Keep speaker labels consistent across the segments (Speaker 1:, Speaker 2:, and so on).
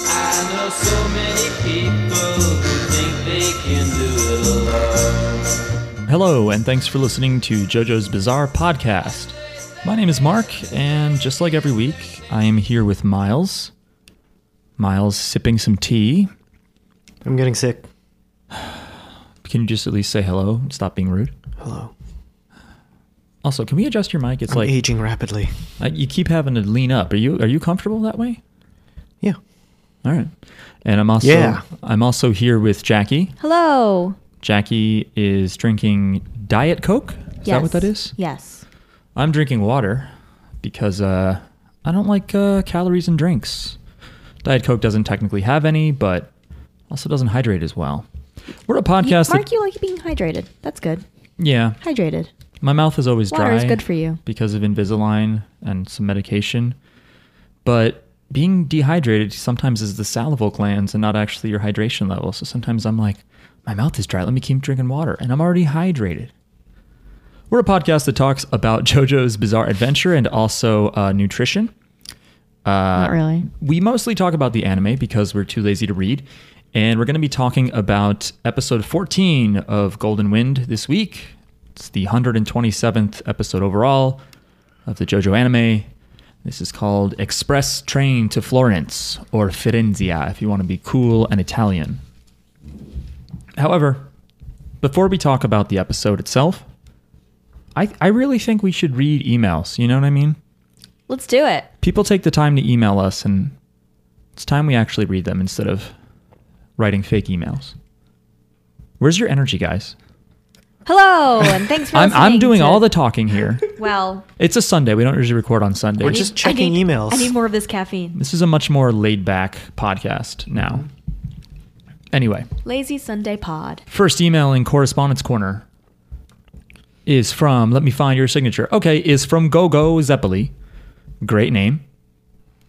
Speaker 1: know so many people who think they can do it alone.
Speaker 2: Hello, and thanks for listening to JoJo's Bizarre Podcast. My name is Mark, and just like every week, I am here with Miles. Miles sipping some tea.
Speaker 3: I'm getting sick.
Speaker 2: Can you just at least say hello and stop being rude?
Speaker 3: Hello.
Speaker 2: Also, can we adjust your mic? It's
Speaker 3: I'm
Speaker 2: like
Speaker 3: aging rapidly.
Speaker 2: I, you keep having to lean up. Are you are you comfortable that way?
Speaker 3: Yeah.
Speaker 2: All right. And I'm also
Speaker 3: Yeah.
Speaker 2: I'm also here with Jackie.
Speaker 4: Hello.
Speaker 2: Jackie is drinking Diet Coke. Is that what that is?
Speaker 4: Yes.
Speaker 2: I'm drinking water because uh, I don't like uh, calories in drinks. Diet Coke doesn't technically have any, but also doesn't hydrate as well. We're a
Speaker 4: You-
Speaker 2: podcast.
Speaker 4: Mark,
Speaker 2: that,
Speaker 4: you like being hydrated. That's good.
Speaker 2: yeah,
Speaker 4: Hydrated.
Speaker 2: my mouth is always
Speaker 4: Water
Speaker 2: dry.
Speaker 4: is good for you.
Speaker 2: because of Invisalign and some medication. But being dehydrated sometimes is the salival glands and not actually your hydration level. So sometimes I'm like, my mouth is dry. Let me keep drinking water. And I'm already hydrated. We're a podcast that talks about JoJo's Bizarre Adventure and also uh, nutrition. Uh,
Speaker 4: Not really.
Speaker 2: we mostly talk about the anime because we're too lazy to read. And we're going to be talking about episode 14 of Golden Wind this week. It's the 127th episode overall of the JoJo anime. This is called Express Train to Florence, or Firenzia if you want to be cool and Italian. However, before we talk about the episode itself, I, I really think we should read emails. You know what I mean?
Speaker 4: Let's do it.
Speaker 2: people take the time to email us and it's time we actually read them instead of writing fake emails where's your energy guys
Speaker 4: Hello, and thanks for
Speaker 2: i'm, I'm
Speaker 4: listening
Speaker 2: doing
Speaker 4: to-
Speaker 2: all the talking here
Speaker 4: Well,
Speaker 2: it's a sunday we don't usually record on sunday
Speaker 3: We're
Speaker 4: I
Speaker 3: just
Speaker 4: need- I
Speaker 3: checking
Speaker 4: need-
Speaker 3: emails.
Speaker 4: I need more of this caffeine.
Speaker 2: this is a much more laid back podcast now anyway
Speaker 4: Lazy Sunday pod.
Speaker 2: first email in correspondence corner is from let me find your signature okay is from gogo zeppeli great name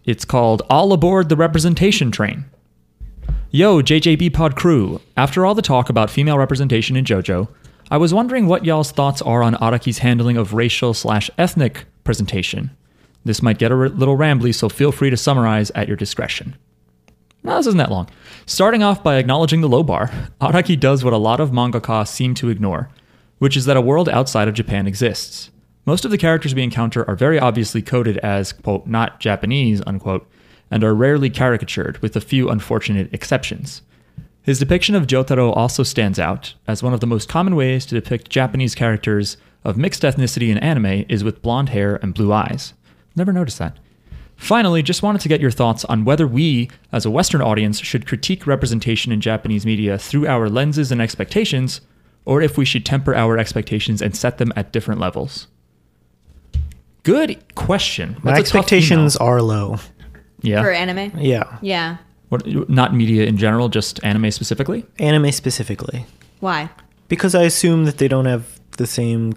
Speaker 2: it's called all aboard the representation train yo jjb pod crew after all the talk about female representation in jojo i was wondering what y'all's thoughts are on araki's handling of racial slash ethnic presentation this might get a r- little rambly so feel free to summarize at your discretion no, this isn't that long. Starting off by acknowledging the low bar, Araki does what a lot of mangaka seem to ignore, which is that a world outside of Japan exists. Most of the characters we encounter are very obviously coded as, quote, not Japanese, unquote, and are rarely caricatured, with a few unfortunate exceptions. His depiction of Jotaro also stands out, as one of the most common ways to depict Japanese characters of mixed ethnicity in anime is with blonde hair and blue eyes. Never noticed that. Finally, just wanted to get your thoughts on whether we, as a Western audience, should critique representation in Japanese media through our lenses and expectations, or if we should temper our expectations and set them at different levels. Good question.
Speaker 3: My
Speaker 2: That's a tough
Speaker 3: expectations
Speaker 2: email.
Speaker 3: are low.
Speaker 2: yeah,
Speaker 4: For anime?
Speaker 3: Yeah.
Speaker 4: Yeah.
Speaker 2: What- not media in general, just anime specifically.
Speaker 3: Anime specifically.
Speaker 4: Why?
Speaker 3: Because I assume that they don't have the same,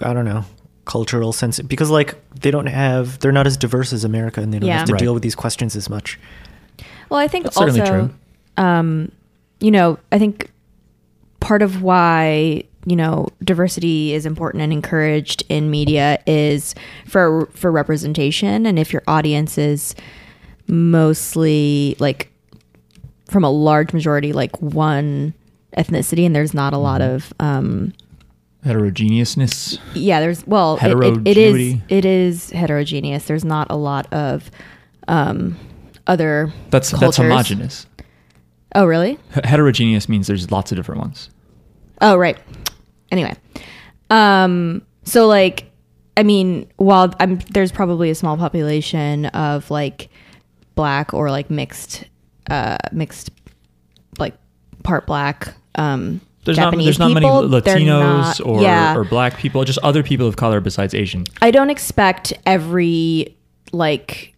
Speaker 3: I don't know, cultural sense. Because, like, they don't have, they're not as diverse as America and they don't
Speaker 4: Yeah.
Speaker 3: have to
Speaker 2: Right.
Speaker 3: deal with these questions as much.
Speaker 4: Well, I think
Speaker 2: That's
Speaker 4: also,
Speaker 2: certainly true.
Speaker 4: um, you know, I think part of why you know diversity is important and encouraged in media is for for representation, and if your audience is mostly like from a large majority, like one ethnicity, and there's not a lot
Speaker 2: Mm-hmm.
Speaker 4: of um,
Speaker 2: Heterogeneousness.
Speaker 4: yeah there's well it- it, it is
Speaker 2: Heterogeneity.
Speaker 4: it is heterogeneous there's not a lot of um other
Speaker 2: That's that's
Speaker 4: cultures.
Speaker 2: homogenous.
Speaker 4: oh really
Speaker 2: H- heterogeneous means there's lots of different ones.
Speaker 4: Oh, right. Anyway, um, so like, I mean, while I'm there's probably a small population of like black or like mixed, uh, mixed, like part black. Um,
Speaker 2: There's
Speaker 4: Japanese
Speaker 2: not there's
Speaker 4: people,
Speaker 2: not many
Speaker 4: they're
Speaker 2: Latinos
Speaker 4: not-
Speaker 2: or
Speaker 4: yeah.
Speaker 2: or black people, just other people of color besides Asian.
Speaker 4: I don't expect every like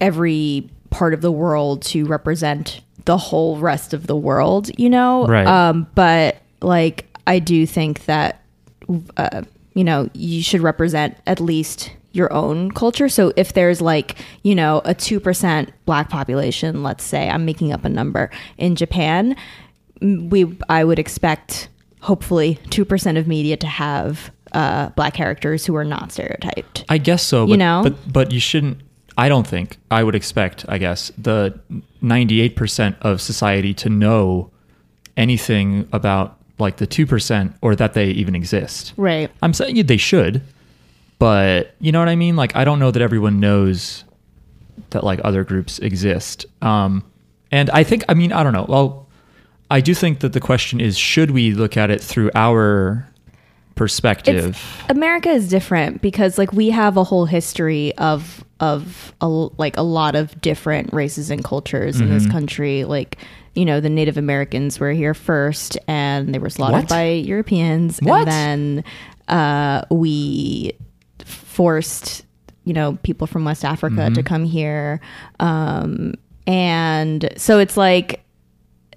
Speaker 4: every part of the world to represent the whole rest of the world, you know.
Speaker 2: Right.
Speaker 4: Um, but like, I do think that uh, you know you should represent at least your own culture. So if there's like you know a two percent black population, let's say I'm making up a number in Japan, m- we I would expect hopefully two percent of media to have uh, black characters who are not stereotyped.
Speaker 2: I guess so. But,
Speaker 4: You know?
Speaker 2: but but you shouldn't. I don't think I would expect, I guess, the 98% of society to know anything about like the 2% or that they even exist.
Speaker 4: Right.
Speaker 2: I'm saying they should, but you know what I mean? Like, I don't know that everyone knows that like other groups exist. Um, and I think, I mean, I don't know. Well, I do think that the question is should we look at it through our perspective?
Speaker 4: It's, America is different because like we have a whole history of of a, like a lot of different races and cultures in
Speaker 2: Mm-hmm.
Speaker 4: this country. Like you know, the Native Americans were here first, and they were slaughtered
Speaker 2: What?
Speaker 4: by Europeans,
Speaker 2: What?
Speaker 4: and then uh, we forced you know people from West Africa
Speaker 2: Mm-hmm.
Speaker 4: to come here, um, and so it's like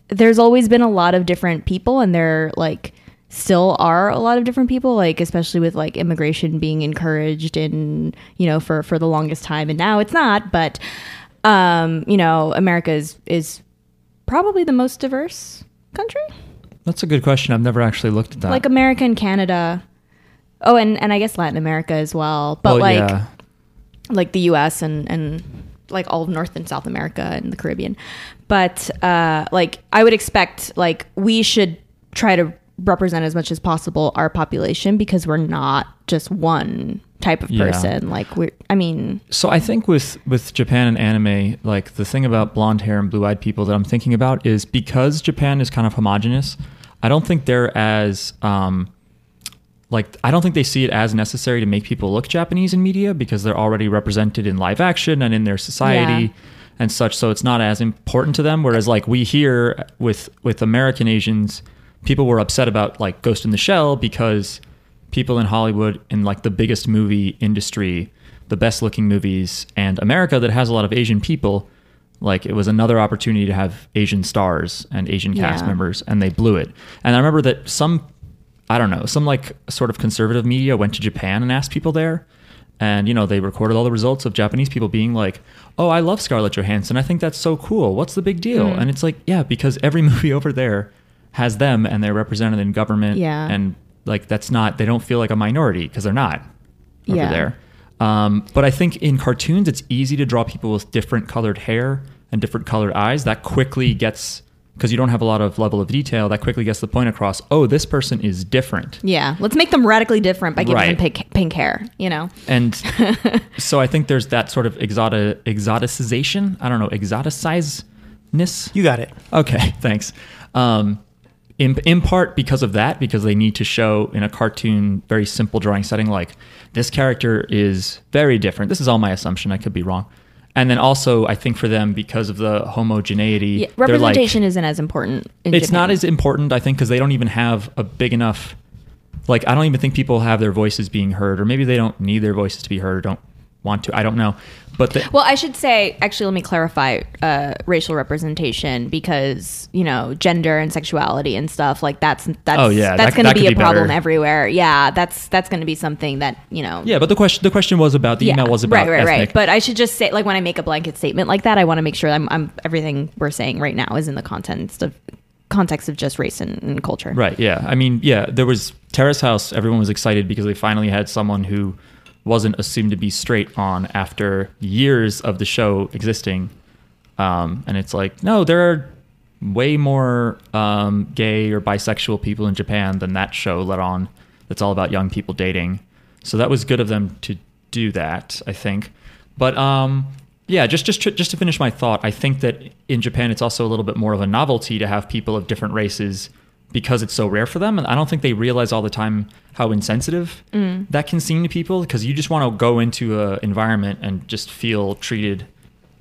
Speaker 4: there's always been a lot of different people and there like still are a lot of different people like especially with like immigration being encouraged and you know for for the longest time and now it's not but um you know america is is probably the most diverse country
Speaker 2: That's a good question. I've never actually looked at that.
Speaker 4: like america and canada oh and and i guess latin america as well but
Speaker 2: Well,
Speaker 4: like
Speaker 2: Oh, yeah.
Speaker 4: like the US and and like all of North and South America and the Caribbean. But uh like I would expect like we should try to represent as much as possible our population because we're not just one type of
Speaker 2: Yeah.
Speaker 4: person. Like we're I mean
Speaker 2: So I think with with Japan and anime, like the thing about blonde hair and blue eyed people that I'm thinking about is because Japan is kind of homogenous. I don't think they're as um, like I don't think they see it as necessary to make people look Japanese in media because they're already represented in live action and in their society
Speaker 4: Yeah.
Speaker 2: and such. So it's not as important to them. Whereas like we here with with American Asians, people were upset about like Ghost in the Shell because people in Hollywood in like the biggest movie industry, the best looking movies, and America that has a lot of Asian people, like it was another opportunity to have Asian stars and Asian cast
Speaker 4: Yeah.
Speaker 2: members, and they blew it. And I remember that some I don't know, some like sort of conservative media went to Japan and asked people there. And, you know, they recorded all the results of Japanese people being like, oh, I love Scarlett Johansson. I think that's so cool. What's the big deal? And it's like, yeah, because every movie over there has them and they're represented in government.
Speaker 4: Yeah.
Speaker 2: And, like, that's not, they don't feel like a minority because they're not over
Speaker 4: Yeah.
Speaker 2: there. Um, but I think in cartoons, it's easy to draw people with different colored hair and different colored eyes. That quickly gets, because you don't have a lot of level of detail, that quickly gets the point across oh, this person is different.
Speaker 4: yeah, let's make them radically different by giving
Speaker 2: Right.
Speaker 4: them pink, pink hair, you know.
Speaker 2: And so I think there's that sort of exoti- exoticization. I don't know, exoticizeness.
Speaker 3: You got it.
Speaker 2: Okay, thanks. Um, in, in part because of that, because they need to show in a cartoon, very simple drawing setting, like this character is very different. This is all my assumption. I could be wrong. And then also, I think for them, because of the homogeneity,
Speaker 4: Yeah,
Speaker 2: they're like-
Speaker 4: representation isn't as important in
Speaker 2: it's
Speaker 4: Japan.
Speaker 2: not as important, I think, because they don't even have a big enough. Like, I don't even think people have their voices being heard, or maybe they don't need their voices to be heard or don't want to. I don't know. But the,
Speaker 4: Well, I should say, actually, let me clarify uh, racial representation because you know gender and sexuality and stuff like that's that's
Speaker 2: Oh, yeah, that-
Speaker 4: that's going
Speaker 2: that
Speaker 4: to be
Speaker 2: could
Speaker 4: a
Speaker 2: be
Speaker 4: problem
Speaker 2: better.
Speaker 4: everywhere. Yeah, that's that's going to be something that you know.
Speaker 2: yeah, but the question the question was about the
Speaker 4: Yeah,
Speaker 2: email was about
Speaker 4: right, right,
Speaker 2: ethnic.
Speaker 4: right. But I should just say, like, when I make a blanket statement like that, I want to make sure I'm, I'm everything we're saying right now is in the context of context of just race and, and culture.
Speaker 2: Right. Yeah. I mean, yeah. There was Terrace House. Everyone was excited because they finally had someone who wasn't assumed to be straight on after years of the show existing. Um, and it's like, no, there are way more um, gay or bisexual people in Japan than that show let on. That's all about young people dating. So that was good of them to do that, I think. But um, yeah, just just just to finish my thought, I think that in Japan it's also a little bit more of a novelty to have people of different races because it's so rare for them, and I don't think they realize all the time how insensitive that can seem to people because you just want to go into a environment and just feel treated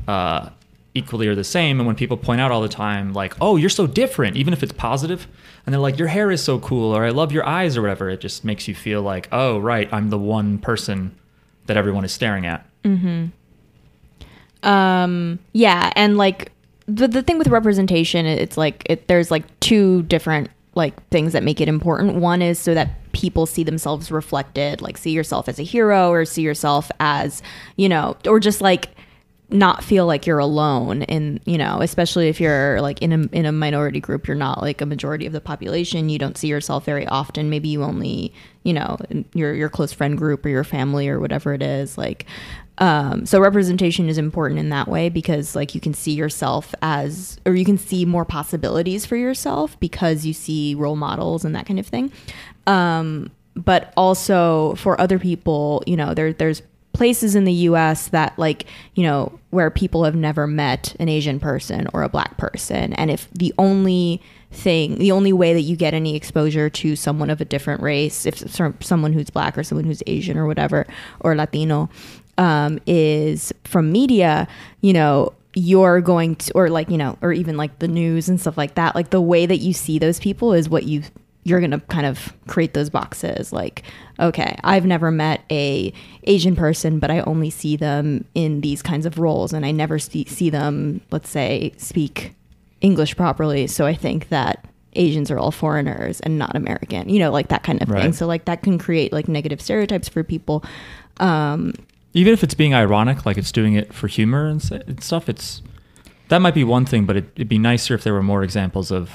Speaker 2: uh, equally or the same. And when people point out all the time, like, "Oh, you're so different," even if it's positive, and they're like, "Your hair is so cool," or "I love your eyes," or whatever, it just makes you feel like, "Oh, right, I'm the one person that everyone is staring at."
Speaker 4: um yeah and like the the thing with representation it's like it, there's like two different like things that make it important one is so that people see themselves reflected like see yourself as a hero or see yourself as you know or just like not feel like you're alone in you know especially if you're like in a in a minority group you're not like a majority of the population you don't see yourself very often maybe you only you know in your your close friend group or your family or whatever it is like um, so representation is important in that way because like you can see yourself as or you can see more possibilities for yourself because you see role models and that kind of thing um, but also for other people you know there there's places in the US that like you know where people have never met an Asian person or a black person and if the only thing the only way that you get any exposure to someone of a different race if some- someone who's black or someone who's Asian or whatever or Latino um, is from media, you know, you're going to, or like, you know, or even like the news and stuff like that. Like the way that you see those people is what you, you're going to kind of create those boxes. Like, okay, I've never met a Asian person, but I only see them in these kinds of roles. And I never see, see them, let's say, speak English properly. So I think that Asians are all foreigners and not American, you know, like that kind of thing.
Speaker 2: Right.
Speaker 4: So like that can create like negative stereotypes for people. Um,
Speaker 2: even if it's being ironic, like it's doing it for humor and s- and stuff, it's that might be one thing, but it, it'd be nicer if there were more examples of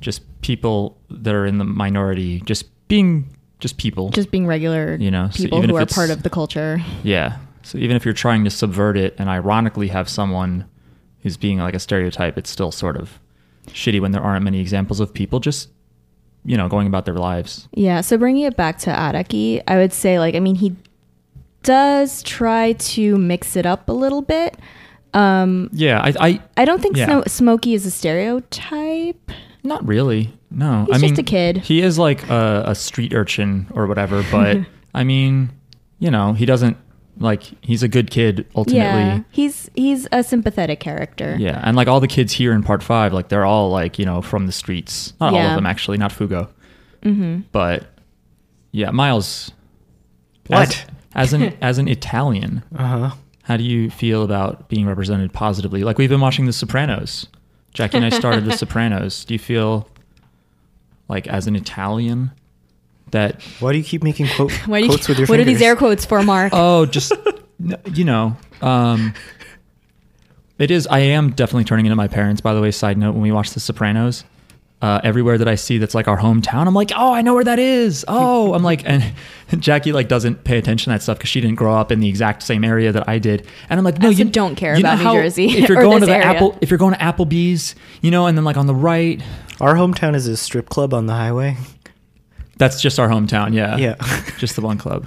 Speaker 2: just people that are in the minority just being just people.
Speaker 4: just being regular
Speaker 2: You know, so
Speaker 4: people
Speaker 2: even
Speaker 4: who
Speaker 2: if
Speaker 4: are
Speaker 2: it's-
Speaker 4: part of the culture
Speaker 2: yeah. So even if you're trying to subvert it and ironically have someone who's being like a stereotype, it's still sort of shitty when there aren't many examples of people just you know going about their lives.
Speaker 4: yeah so bringing it back to araki i would say like i mean he does try to mix it up a little bit um
Speaker 2: Yeah, I, I
Speaker 4: i don't think
Speaker 2: Yeah.
Speaker 4: Sno- smokey is a stereotype
Speaker 2: Not really. No,
Speaker 4: He's
Speaker 2: I mean,
Speaker 4: just a kid.
Speaker 2: He is like a, a street urchin or whatever, but I mean, you know, he doesn't like. He's a good kid
Speaker 4: yeah
Speaker 2: ultimately.
Speaker 4: he's he's a sympathetic character
Speaker 2: Yeah. and like all the kids here in part five, like they're all like you know from the streets. Not all
Speaker 4: Yeah.
Speaker 2: of them actually, not Fugo,
Speaker 4: mm-hmm.
Speaker 2: but yeah, Miles.
Speaker 3: What?
Speaker 2: As, as an as an Italian,
Speaker 3: Uh huh.
Speaker 2: how do you feel about being represented positively? Like we've been watching The Sopranos. Jackie and I started The Sopranos. Do you feel like as an Italian that
Speaker 3: Why do you keep making quote,
Speaker 4: Why do you,
Speaker 3: quotes with your
Speaker 4: what are
Speaker 3: fingers?
Speaker 4: these air quotes for mark
Speaker 2: oh just n- you know um it is I am definitely turning into my parents by the way side note when we watch The Sopranos uh, everywhere that I see that's like our hometown, I'm like, oh, I know where that is. Oh, I'm like, and Jackie like doesn't pay attention to that stuff because she didn't grow up in the exact same area that I did. And I'm like, no,
Speaker 4: Also
Speaker 2: you
Speaker 4: don't care
Speaker 2: you know
Speaker 4: about New
Speaker 2: how
Speaker 4: Jersey
Speaker 2: If you're
Speaker 4: or
Speaker 2: going to
Speaker 4: this
Speaker 2: the
Speaker 4: area.
Speaker 2: Apple, if you're going to Applebee's, you know, and then like on the right,
Speaker 3: Our hometown is a strip club on the highway.
Speaker 2: that's just our hometown. Yeah,
Speaker 3: Yeah.
Speaker 2: just the one club.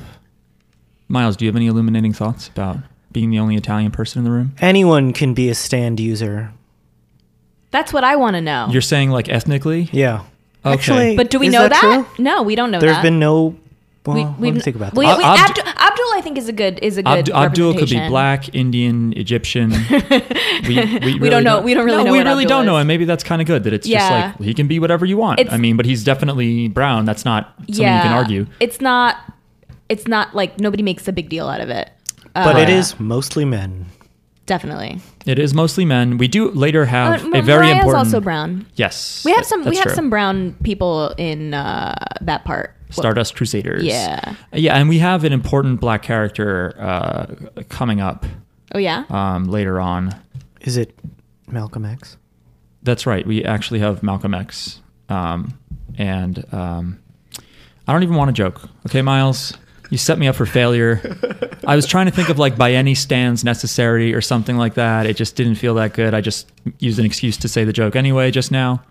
Speaker 2: Miles, do you have any illuminating thoughts about being the only Italian person in the room?
Speaker 3: Anyone can be a stand user.
Speaker 4: that's what i want to know
Speaker 2: You're saying like ethnically?
Speaker 3: Yeah.
Speaker 2: Okay.
Speaker 3: Actually,
Speaker 4: but do we
Speaker 3: is
Speaker 4: know
Speaker 3: that
Speaker 4: that,
Speaker 3: true?
Speaker 4: no we don't know
Speaker 3: There's
Speaker 4: that
Speaker 3: been no. Well,
Speaker 4: we,
Speaker 3: let
Speaker 4: we've-
Speaker 3: me think about
Speaker 4: we,
Speaker 3: that.
Speaker 4: we-
Speaker 2: Ab-
Speaker 4: Abdu- Abdul, I think, is a good is a good.
Speaker 2: Abd- Abdul could be
Speaker 4: representation.
Speaker 2: black, Indian, Egyptian. We, we, really
Speaker 4: don't know- we don't really
Speaker 2: no,
Speaker 4: know
Speaker 2: We
Speaker 4: what
Speaker 2: really
Speaker 4: Abdul
Speaker 2: don't know,
Speaker 4: is.
Speaker 2: and maybe that's kind of good that it's
Speaker 4: Yeah.
Speaker 2: just like he can be whatever you want.
Speaker 4: It's-
Speaker 2: I mean, but he's definitely brown. That's not something you can argue.
Speaker 4: It's not. It's not like nobody makes a big deal out of it.
Speaker 3: but
Speaker 4: Uh,
Speaker 3: it is mostly men.
Speaker 4: definitely.
Speaker 2: It is mostly men. We do later have
Speaker 4: But Uh, Ma-
Speaker 2: a very
Speaker 4: Mariah's
Speaker 2: important.
Speaker 4: also brown.
Speaker 2: Yes,
Speaker 4: We have
Speaker 2: that-
Speaker 4: some. We
Speaker 2: that's
Speaker 4: have
Speaker 2: true.
Speaker 4: some brown people in uh, that part.
Speaker 2: Stardust Crusaders.
Speaker 4: Yeah.
Speaker 2: yeah, and we have an important black character uh, coming up
Speaker 4: Oh yeah.
Speaker 2: um, later on.
Speaker 3: Is it Malcolm X?
Speaker 2: That's right. We actually have Malcolm X, um, and um, I don't even want to joke. Okay, Miles, you set me up for failure. I was trying to think of like by any stands necessary or something like that. It just didn't feel that good. I just used an excuse to say the joke anyway just now.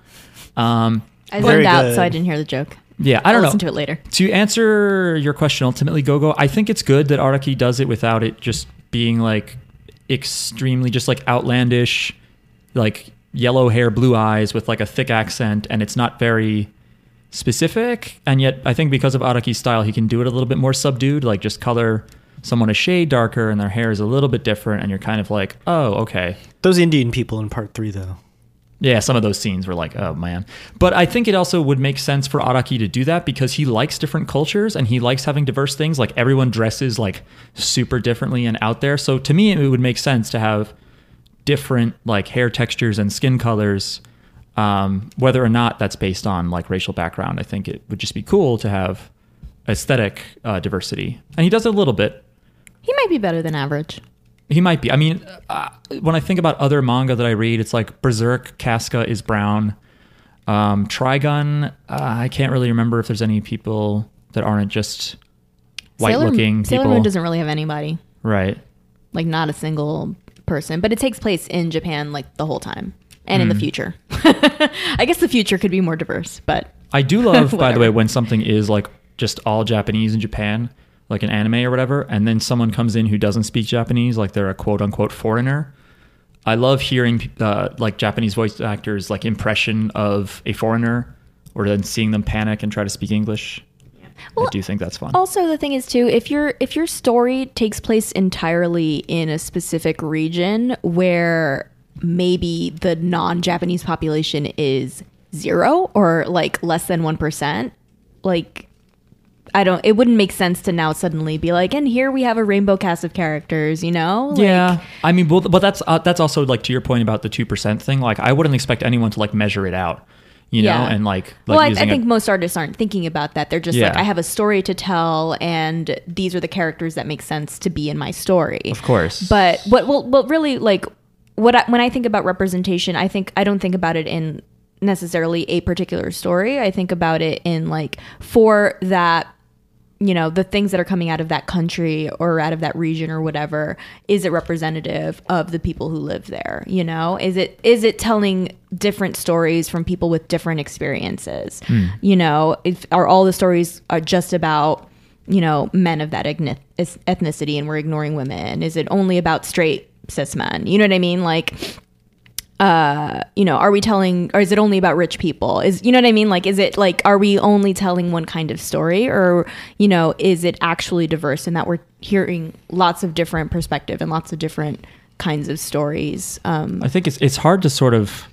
Speaker 2: Um,
Speaker 4: I
Speaker 3: Very
Speaker 4: zoned out,
Speaker 3: good.
Speaker 4: so I didn't hear the joke.
Speaker 2: yeah, I
Speaker 4: I'll
Speaker 2: don't know.
Speaker 4: listen to it later.
Speaker 2: To answer your question, ultimately, Gogo, I think it's good that Araki does it without it just being like extremely, just like outlandish, like yellow hair, blue eyes with like a thick accent, and it's not very specific. And yet, I think because of Araki's style, he can do it a little bit more subdued, like just color someone a shade darker and their hair is a little bit different, and you're kind of like, oh, okay.
Speaker 3: Those Indian people in part three, though.
Speaker 2: Yeah, some of those scenes were like, oh man. But I think it also would make sense for Araki to do that because he likes different cultures and he likes having diverse things. Like everyone dresses like super differently and out there. So to me, it would make sense to have different like hair textures and skin colors. Um, whether or not that's based on like racial background, I think it would just be cool to have aesthetic uh, diversity. And he does it a little bit.
Speaker 4: He might be better than average.
Speaker 2: He might be. I mean, uh, when I think about other manga that I read, it's like Berserk, Casca is brown, um, Trigun. Uh, I can't really remember if there's any people that aren't just white
Speaker 4: Sailor,
Speaker 2: looking
Speaker 4: Sailor
Speaker 2: people.
Speaker 4: Moon doesn't really have anybody.
Speaker 2: right.
Speaker 4: like not a single person. But it takes place in Japan like the whole time and in the future. I guess the future could be more diverse, but
Speaker 2: I do love, by the
Speaker 4: Whatever.
Speaker 2: way, when something is like just all Japanese in Japan, like an anime or whatever, and then someone comes in who doesn't speak Japanese, like they're a quote unquote foreigner. I love hearing uh, like Japanese voice actors' like impression of a foreigner, or then seeing them panic and try to speak English.
Speaker 4: Well,
Speaker 2: I do think that's fun.
Speaker 4: Also, the thing is too, if your if your story takes place entirely in a specific region where maybe the non-Japanese population is zero or like less than one percent, like I don't, it wouldn't make sense to now suddenly be like, and here we have a rainbow cast of characters, you know? Like,
Speaker 2: yeah, I mean, well, but that's uh, that's also like to your point about the two percent thing. Like, I wouldn't expect anyone to like measure it out, you know,
Speaker 4: Yeah.
Speaker 2: and like, like
Speaker 4: well, I, I
Speaker 2: using a-
Speaker 4: think most artists aren't thinking about that. They're just like,
Speaker 2: Yeah.
Speaker 4: I have a story to tell, and these are the characters that make sense to be in my story.
Speaker 2: of course,
Speaker 4: But what well, what really like what I, when I think about representation, I think I don't think about it in necessarily a particular story. I think about it in like for that you know the things that are coming out of that country or out of that region or whatever is it representative of the people who live there you know is it is it telling different stories from people with different experiences you know if, are all the stories are just about you know men of that igni- is- ethnicity and we're ignoring women is it only about straight cis men you know what i mean like you know, are we telling, or is it only about rich people? Is, you know what I mean? Like, is it like, are we only telling one kind of story or, you know, is it actually diverse in that we're hearing lots of different perspective and lots of different kinds of stories? Um,
Speaker 2: I think it's it's hard to sort of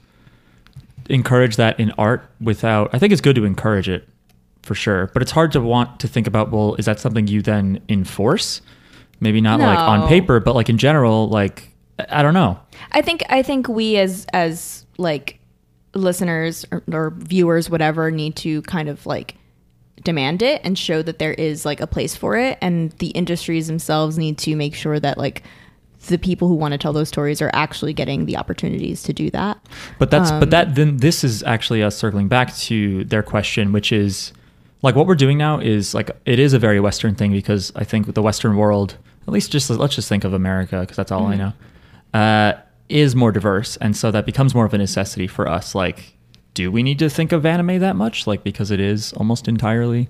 Speaker 2: encourage that in art without. I think it's good to encourage it for sure, but it's hard to want to think about. Well, is that something you then enforce? Maybe not like on
Speaker 4: No.
Speaker 2: paper, but like in general. Like I I don't know.
Speaker 4: I think, I think we as, as like listeners or, or viewers, whatever, need to kind of like demand it and show that there is like a place for it. And the industries themselves need to make sure that like, the people who want to tell those stories are actually getting the opportunities to do that.
Speaker 2: But that's but
Speaker 4: Um,
Speaker 2: that then this is actually us circling back to their question, which is like what we're doing now is like it is a very Western thing because I think the Western world, at least just let's just think of America because that's
Speaker 4: Mm-hmm.
Speaker 2: all I know, uh, is more diverse, and so that becomes more of a necessity for us. Like, do we need to think of anime that much? Like because it is almost entirely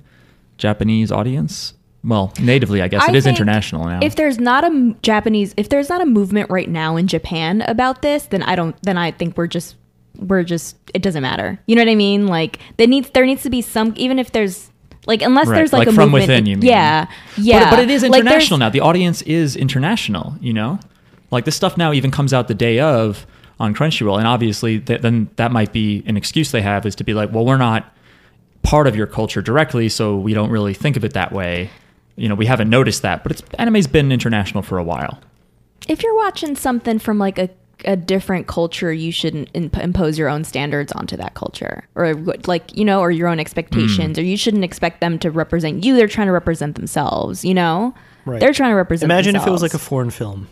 Speaker 2: Japanese audience. Well, natively, I guess it
Speaker 4: I
Speaker 2: is
Speaker 4: think
Speaker 2: international now.
Speaker 4: If there's not a m- Japanese, if there's not a movement right now in Japan about this, then I don't. Then I think we're just we're just it doesn't matter. You know what I mean? Like there needs there needs to be some even if there's like unless
Speaker 2: Right,
Speaker 4: there's like,
Speaker 2: like
Speaker 4: a
Speaker 2: from
Speaker 4: movement,
Speaker 2: within, you mean.
Speaker 4: Yeah, yeah.
Speaker 2: But, but it is
Speaker 4: Like, there's-
Speaker 2: international now. The audience is international, you know? Like this stuff now even comes out the day of on Crunchyroll. And obviously, th- then that might be an excuse they have is to be like, well, we're not part of your culture directly, so we don't really think of it that way. You know, we haven't noticed that. But it's anime's been international for a while.
Speaker 4: if you're watching something from like a a different culture, you shouldn't imp- impose your own standards onto that culture, or what- like you know, or your own
Speaker 2: Hmm.
Speaker 4: expectations, or you shouldn't expect them to represent you. They're trying to represent themselves, you know.
Speaker 3: Right.
Speaker 4: They're trying to represent.
Speaker 3: Imagine if it was like a
Speaker 4: themselves.
Speaker 3: foreign film,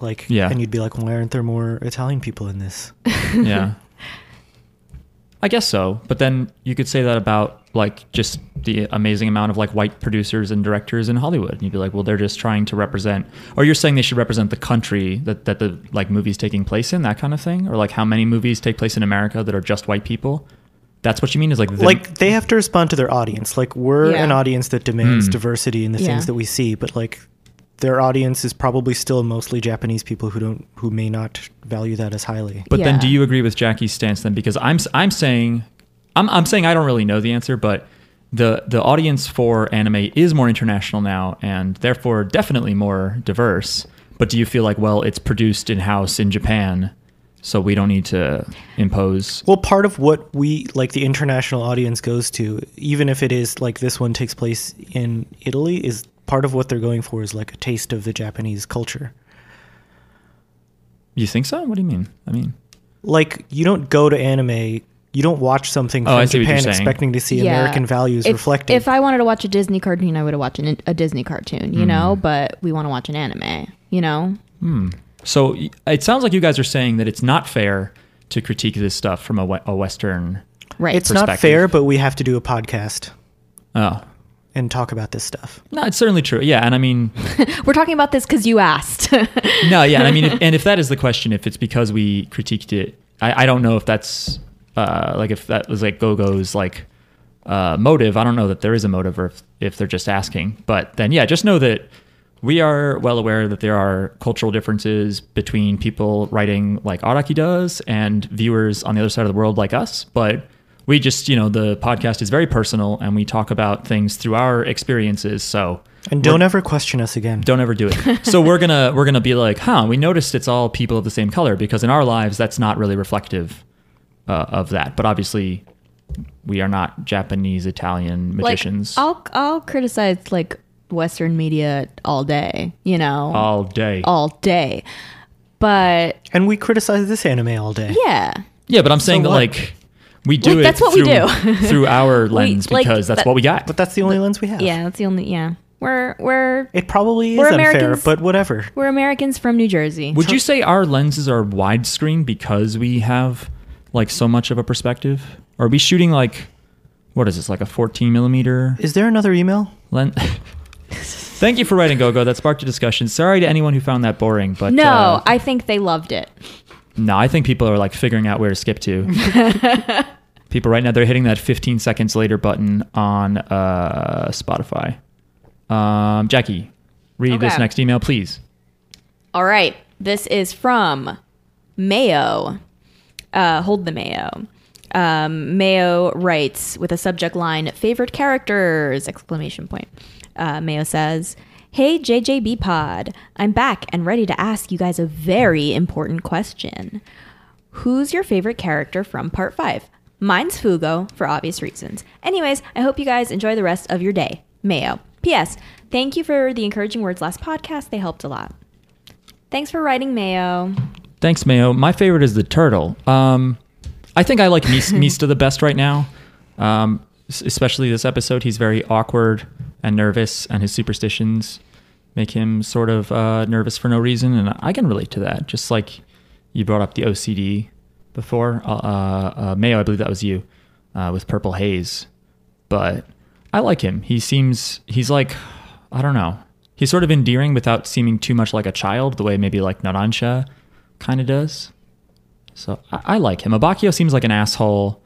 Speaker 3: like,
Speaker 2: Yeah.
Speaker 3: and you'd be like, why aren't there more Italian people in this?
Speaker 2: yeah. I guess so. But then you could say that about like just the amazing amount of like white producers and directors in Hollywood. And you'd be like, well, they're just trying to represent, or you're saying they should represent the country that, that the like movies taking place in, that kind of thing, or like how many movies take place in America that are just white people. That's what you mean is like, the-
Speaker 3: like they have to respond to their audience. Like we're
Speaker 4: Yeah.
Speaker 3: an audience that demands
Speaker 2: Mm.
Speaker 3: diversity in the
Speaker 4: Yeah.
Speaker 3: things that we see, but like their audience is probably still mostly Japanese people who don't who may not value that as highly.
Speaker 2: But then,
Speaker 4: Yeah.
Speaker 2: do you agree with Jackie's stance then? Because I'm I'm saying, I'm I'm saying I don't really know the answer, but the the audience for anime is more international now, and therefore definitely more diverse. But do you feel like well, it's produced in house in Japan, so we don't need to impose?
Speaker 3: Well, part of what we like the international audience goes to, even if it is like this one takes place in Italy, is part of what they're going for is like a taste of the Japanese culture.
Speaker 2: You think so? What do you mean? I mean,
Speaker 3: Like you don't go to anime, you don't watch something
Speaker 2: Oh, I
Speaker 3: from
Speaker 2: see what you're
Speaker 3: Japan
Speaker 2: saying.
Speaker 3: expecting to see
Speaker 4: Yeah.
Speaker 3: American values
Speaker 4: if,
Speaker 3: reflected.
Speaker 4: If I wanted to watch a Disney cartoon, I would have watched an, a Disney cartoon, you
Speaker 3: Mm-hmm.
Speaker 4: know. But we want to watch an anime, you know.
Speaker 2: so y- it sounds like you guys are saying that it's not fair to critique this stuff from a, we- a Western.
Speaker 4: Right.
Speaker 3: it's not
Speaker 2: perspective.
Speaker 3: fair, but we have to do a podcast.
Speaker 2: Oh,
Speaker 3: and talk about this stuff.
Speaker 2: No, it's certainly true. Yeah, and I mean,
Speaker 4: We're talking about this because you asked.
Speaker 2: no, yeah, and I mean, if, and if that is the question, if it's because we critiqued it, I, I don't know if that's uh, like if that was like Go Go's like uh, motive. I don't know that there is a motive, or if, if they're just asking. But then, yeah, just know that we are well aware that there are cultural differences between people writing like Araki does and viewers on the other side of the world like us, but. We just, you know, the podcast is very personal and we talk about things through our experiences. So,
Speaker 3: And don't ever question us again.
Speaker 2: don't ever do it so we're gonna we're gonna be like huh we noticed it's all people of the same color because in our lives that's not really reflective uh, of that but obviously we are not japanese italian magicians
Speaker 4: Like, I'll I'll criticize like Western media all day, you know, all,
Speaker 2: all day
Speaker 4: day. But
Speaker 3: And we criticize this anime all day.
Speaker 4: yeah,
Speaker 2: yeah but i'm saying that
Speaker 3: what?
Speaker 2: like we do
Speaker 4: Like,
Speaker 2: it
Speaker 4: that's what we
Speaker 2: through,
Speaker 4: do.
Speaker 2: through our
Speaker 4: We-
Speaker 2: lens
Speaker 4: like,
Speaker 2: because that's
Speaker 4: that-
Speaker 2: what we got
Speaker 3: But that's the only lens we have.
Speaker 4: yeah, that's the only yeah. We're we're
Speaker 3: It probably is
Speaker 4: We're
Speaker 3: unfair,
Speaker 4: Americans.
Speaker 3: but whatever.
Speaker 4: we're Americans from New Jersey.
Speaker 2: would you say our lenses are widescreen because we have like so much of a perspective are we shooting like what is this like a 14 millimeter
Speaker 3: Is there another email?
Speaker 2: Len- Thank you for writing GoGo. That sparked a discussion. Sorry to anyone who found that boring, but
Speaker 4: no,
Speaker 2: uh,
Speaker 4: I think they loved it.
Speaker 2: no, I think people are like figuring out where to skip to. people right now they're hitting that 15 seconds later button on uh, Spotify. Um, Jackie, read this
Speaker 4: Okay.
Speaker 2: next email, please.
Speaker 4: All right. This is from Mayo. Uh, hold the Mayo. Um, Mayo writes with a subject line favorite characters! Exclamation point. Uh, Mayo says, Hey, JJB Pod. I'm back and ready to ask you guys a very important question. Who's your favorite character from part five? Mine's Fugo, for obvious reasons. Anyways, I hope you guys enjoy the rest of your day. Mayo. P.S. Thank you for the encouraging words last podcast. They helped a lot. Thanks for writing, Mayo.
Speaker 2: Thanks, Mayo. My favorite is the turtle. Um, I think I like Mis- Mista the best right now, um, s- especially this episode. He's very awkward and nervous, and his superstitions make him sort of uh, nervous for no reason. And I can relate to that. Just like you brought up the OCD before, uh, uh, uh, Mayo, I believe that was you uh, with Purple Haze. But I like him. He seems, he's like, I don't know. He's sort of endearing without seeming too much like a child, the way maybe like Narancia kind of does. So I, I like him. Abakio seems like an asshole.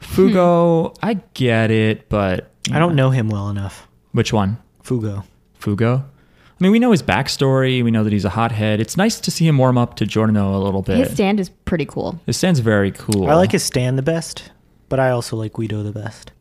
Speaker 3: Hmm.
Speaker 2: Fugo, I get it, but
Speaker 3: I don't know him well enough.
Speaker 2: which one.
Speaker 3: Fugo.
Speaker 2: Fugo. I mean, we know his backstory. We know that he's a hothead. It's nice to see him warm up to Giordano a little bit.
Speaker 4: His stand is pretty cool.
Speaker 2: his stand's very cool.
Speaker 3: I like his stand the best, but I also like Guido the best.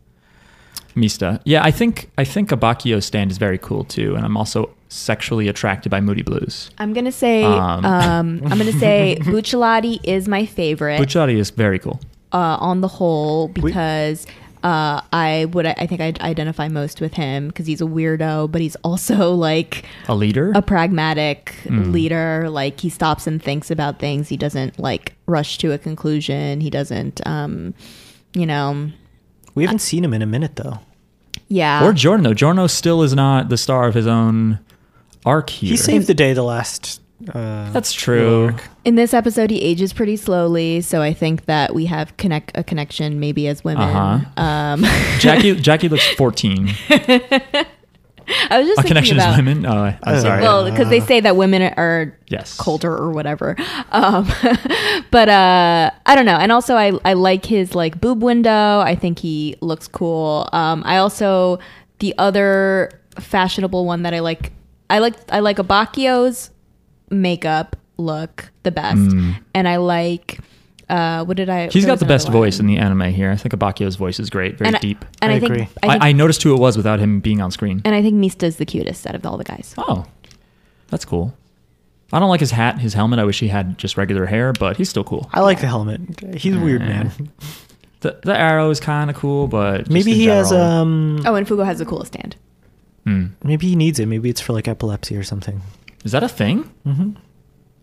Speaker 2: Mista. Yeah, I think I think Abakio's stand is very cool too, and I'm also sexually attracted by Moody Blues.
Speaker 4: I'm gonna say,
Speaker 2: Um.
Speaker 4: um, I'm gonna say Bucciolati is my favorite
Speaker 2: Bucciardi is very cool.
Speaker 4: uh, on the whole because uh, I would, I think I'd identify most with him because he's a weirdo, but he's also like
Speaker 2: A leader.
Speaker 4: a pragmatic leader. Like he stops and thinks about things. He doesn't like rush to a conclusion. He doesn't, um, you know,
Speaker 3: We haven't seen him in a minute though.
Speaker 4: yeah.
Speaker 2: or Giordano. Giordano still is not the star of his own arc here.
Speaker 3: He saved the day the last. Uh,
Speaker 2: That's true.
Speaker 4: In this episode, he ages pretty slowly, so I think that we have connect a connection maybe as women.
Speaker 2: Uh-huh.
Speaker 4: Um,
Speaker 2: Jackie Jackie looks 14.
Speaker 4: I was just
Speaker 2: A
Speaker 4: thinking
Speaker 2: connection
Speaker 4: about
Speaker 2: is women. Uh-huh. Oh, I- I'm
Speaker 3: Uh,
Speaker 2: sorry.
Speaker 4: well because they say that women are
Speaker 2: yes.
Speaker 4: colder or whatever. Um, but uh, I don't know. And also, I I like his like boob window. I think he looks cool. Um, I also the other fashionable one that I like. I like I like Abakio's makeup look the best, and I like. Uh, what did I?
Speaker 2: Mm. He's
Speaker 4: there
Speaker 2: got
Speaker 4: was
Speaker 2: the best
Speaker 4: another one.
Speaker 2: voice in the anime here. I think Abakio's voice is great, very
Speaker 4: and I-
Speaker 2: deep.
Speaker 4: and I,
Speaker 3: I
Speaker 4: think,
Speaker 3: agree.
Speaker 4: I think
Speaker 2: I, I noticed who it was without him being on screen.
Speaker 4: and I think Mista's the cutest out of all the guys.
Speaker 2: Oh, that's cool. I don't like his hat, his helmet. I wish he had just regular hair, but he's still cool.
Speaker 3: I like the helmet. He's a weird man.
Speaker 2: The, the arrow is kind of cool, but just
Speaker 3: Maybe
Speaker 2: in
Speaker 3: he has
Speaker 2: general- hmm.
Speaker 3: um.
Speaker 4: Oh, and Fugo has the coolest stand.
Speaker 3: Maybe he needs it. Maybe it's for like epilepsy or something.
Speaker 2: Is that a thing? Mm-hmm.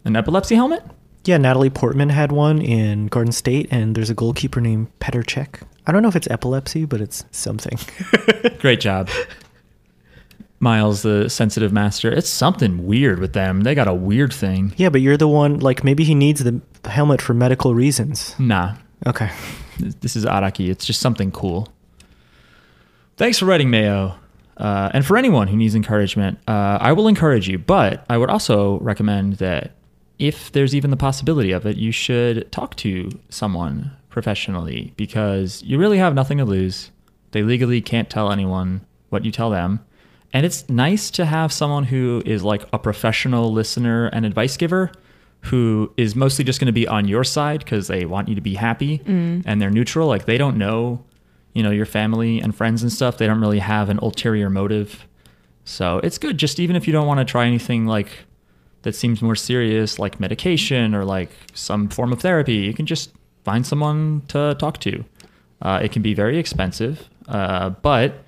Speaker 2: An epilepsy helmet?
Speaker 3: Yeah, Natalie Portman had one in Garden State, and there's a goalkeeper named Petr Cech. I don't know if it's epilepsy, but it's something.
Speaker 2: Great job. Miles, the sensitive master. It's something weird with them. They got a weird thing.
Speaker 3: yeah, but you're the one. Like maybe he needs the helmet for medical reasons.
Speaker 2: Nah,
Speaker 3: Okay.
Speaker 2: this is Araki. It's just something cool. Thanks for writing, Mayo. Uh, and for anyone who needs encouragement, uh, I will encourage you. But I would also recommend that if there's even the possibility of it, you should talk to someone professionally because you really have nothing to lose. They legally can't tell anyone what you tell them. And it's nice to have someone who is like a professional listener and advice giver who is mostly just going to be on your side because they want you to be happy and they're neutral. Like they don't know, you know, your family and friends and stuff. They don't really have an ulterior motive. So it's good just even if you don't want to try anything like that seems more serious, like medication or like some form of therapy, you can just find someone to talk to. Uh, it can be very expensive, uh, but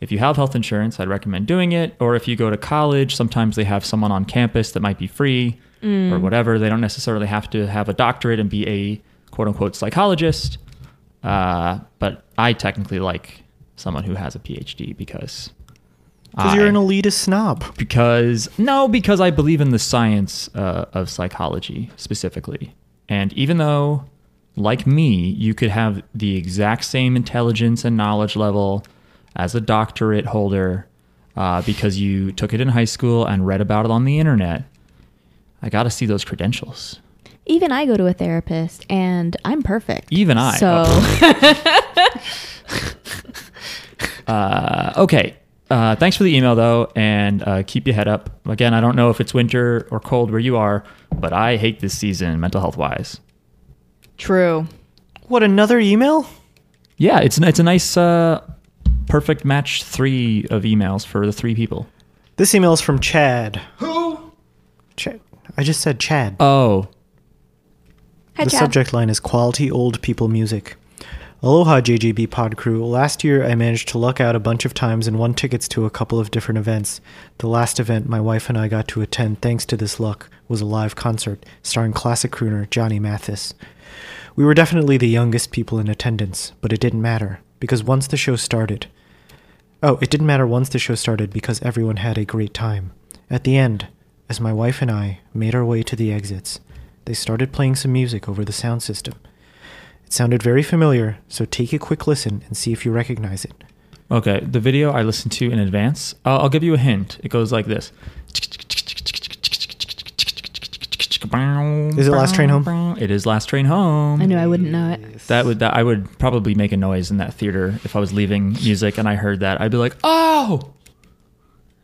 Speaker 2: if you have health insurance, I'd recommend doing it. Or if you go to college, sometimes they have someone on campus that might be free or whatever. They don't necessarily have to have a doctorate and be a quote unquote psychologist. Uh, but I technically like someone who has a PhD because
Speaker 3: Because you're an elitist snob.
Speaker 2: because no because i believe in the science uh, of psychology specifically and even though like me you could have the exact same intelligence and knowledge level as a doctorate holder uh, because you took it in high school and read about it on the internet i gotta see those credentials
Speaker 4: Even I go to a therapist and I'm perfect.
Speaker 2: Even I. Oh.
Speaker 4: So
Speaker 2: Uh, okay. Uh, thanks for the email, though, and uh, keep your head up. Again, I don't know if it's winter or cold where you are, but I hate this season, mental health wise.
Speaker 4: true.
Speaker 3: What another email?
Speaker 2: Yeah, it's it's a nice, uh, perfect match three of emails for the three people.
Speaker 3: This email is from Chad. Who? Chad. I just said Chad.
Speaker 2: Oh,
Speaker 4: Hi,
Speaker 3: the
Speaker 4: Chad.
Speaker 3: subject line is quality old people music. Aloha JJB pod crew. Last year I managed to luck out a bunch of times and won tickets to a couple of different events. The last event my wife and I got to attend thanks to this luck was a live concert starring classic crooner Johnny Mathis. We were definitely the youngest people in attendance, but it didn't matter because once the show started, Oh, it didn't matter once the show started because everyone had a great time. At the end, as my wife and I made our way to the exits, they started playing some music over the sound system. It sounded very familiar, so take a quick listen and see if you recognize it.
Speaker 2: okay. The video I listened to in advance. Uh, I'll give you a hint. It goes like this.
Speaker 3: Is it Last Train Home?
Speaker 2: It is last train home.
Speaker 4: I knew I wouldn't know it.
Speaker 2: That would that I would probably make a noise in that theater if I was leaving music and I heard that. I'd be like, "Oh,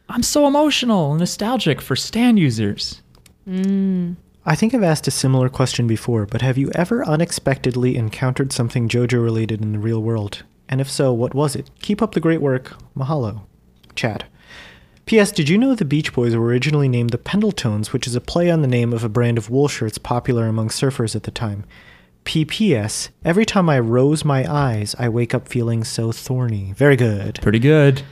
Speaker 2: I'm so emotional and nostalgic for stand users."
Speaker 3: I think I've asked a similar question before, but have you ever unexpectedly encountered something JoJo related in the real world? And if so, what was it? Keep up the great work. Mahalo. Chad. P.S. Did you know the Beach Boys were originally named the Pendletons, which is a play on the name of a brand of wool shirts popular among surfers at the time? P.P.S. Every time I rose my eyes, I wake up feeling so thorny. Very good.
Speaker 2: Pretty good.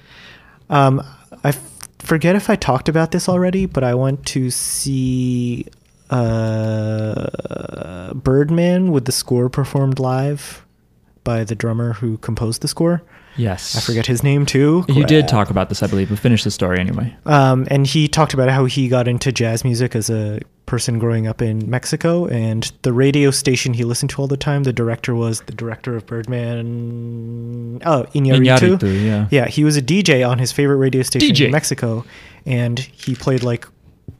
Speaker 3: Um, I f- forget if I talked about this already, but I went to see uh, Birdman with the score performed live by the drummer who composed the score.
Speaker 2: Yes.
Speaker 3: I forget his name too.
Speaker 2: You did talk about this, I believe, but finish the story anyway.
Speaker 3: Um, and he talked about how he got into jazz music as a person growing up in Mexico, and the radio station he listened to all the time. The director was the director of Birdman. Oh, Iñárritu.
Speaker 2: Iñárritu, yeah.
Speaker 3: yeah, he was a DJ on his favorite radio station
Speaker 2: DJ.
Speaker 3: in Mexico, and he played like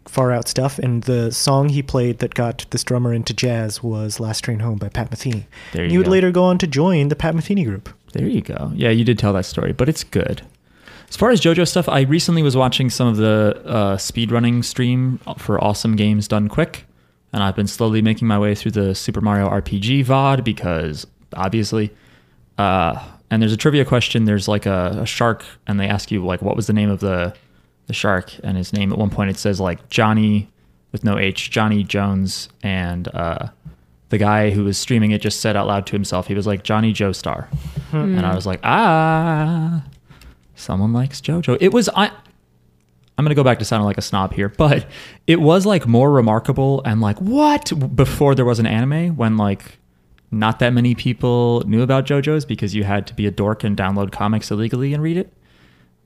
Speaker 3: far out stuff. And the song he played that got this drummer into jazz was "Last Train Home" by Pat Metheny.
Speaker 2: There
Speaker 3: And
Speaker 2: you
Speaker 3: he would
Speaker 2: go.
Speaker 3: later go on to join the Pat Metheny group.
Speaker 2: There you go. Yeah, you did tell that story, but it's good. As far as JoJo stuff, I recently was watching some of the uh, speedrunning stream for Awesome Games Done Quick, and I've been slowly making my way through the Super Mario RPG VOD because obviously. Uh, and there's a trivia question. There's like a, a shark, and they ask you like, what was the name of the the shark? And his name at one point it says like Johnny with no H, Johnny Jones, and uh, the guy who was streaming it just said out loud to himself, he was like Johnny Joestar, and I
Speaker 4: Mm.
Speaker 2: was like, ah, someone likes JoJo. It was I. I'm gonna go back to sounding like a snob here, but it was like more remarkable and like what before there was an anime when like not that many people knew about JoJo's because you had to be a dork and download comics illegally and read it.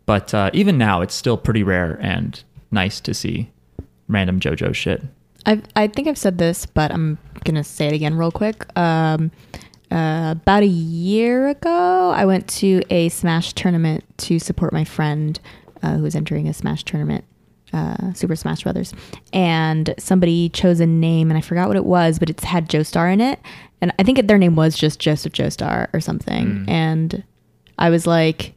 Speaker 2: But uh, even now, it's still pretty rare and nice to see random JoJo shit.
Speaker 4: I I think I've said this, but I'm gonna say it again real quick. Um, uh, about a year ago, I went to a Smash tournament to support my friend uh, who was entering a Smash tournament, uh, Super Smash Brothers. And somebody chose a name, and I forgot what it was, but it's had Joestar in it. And I think their name was just Joseph Joestar or something. And I was like,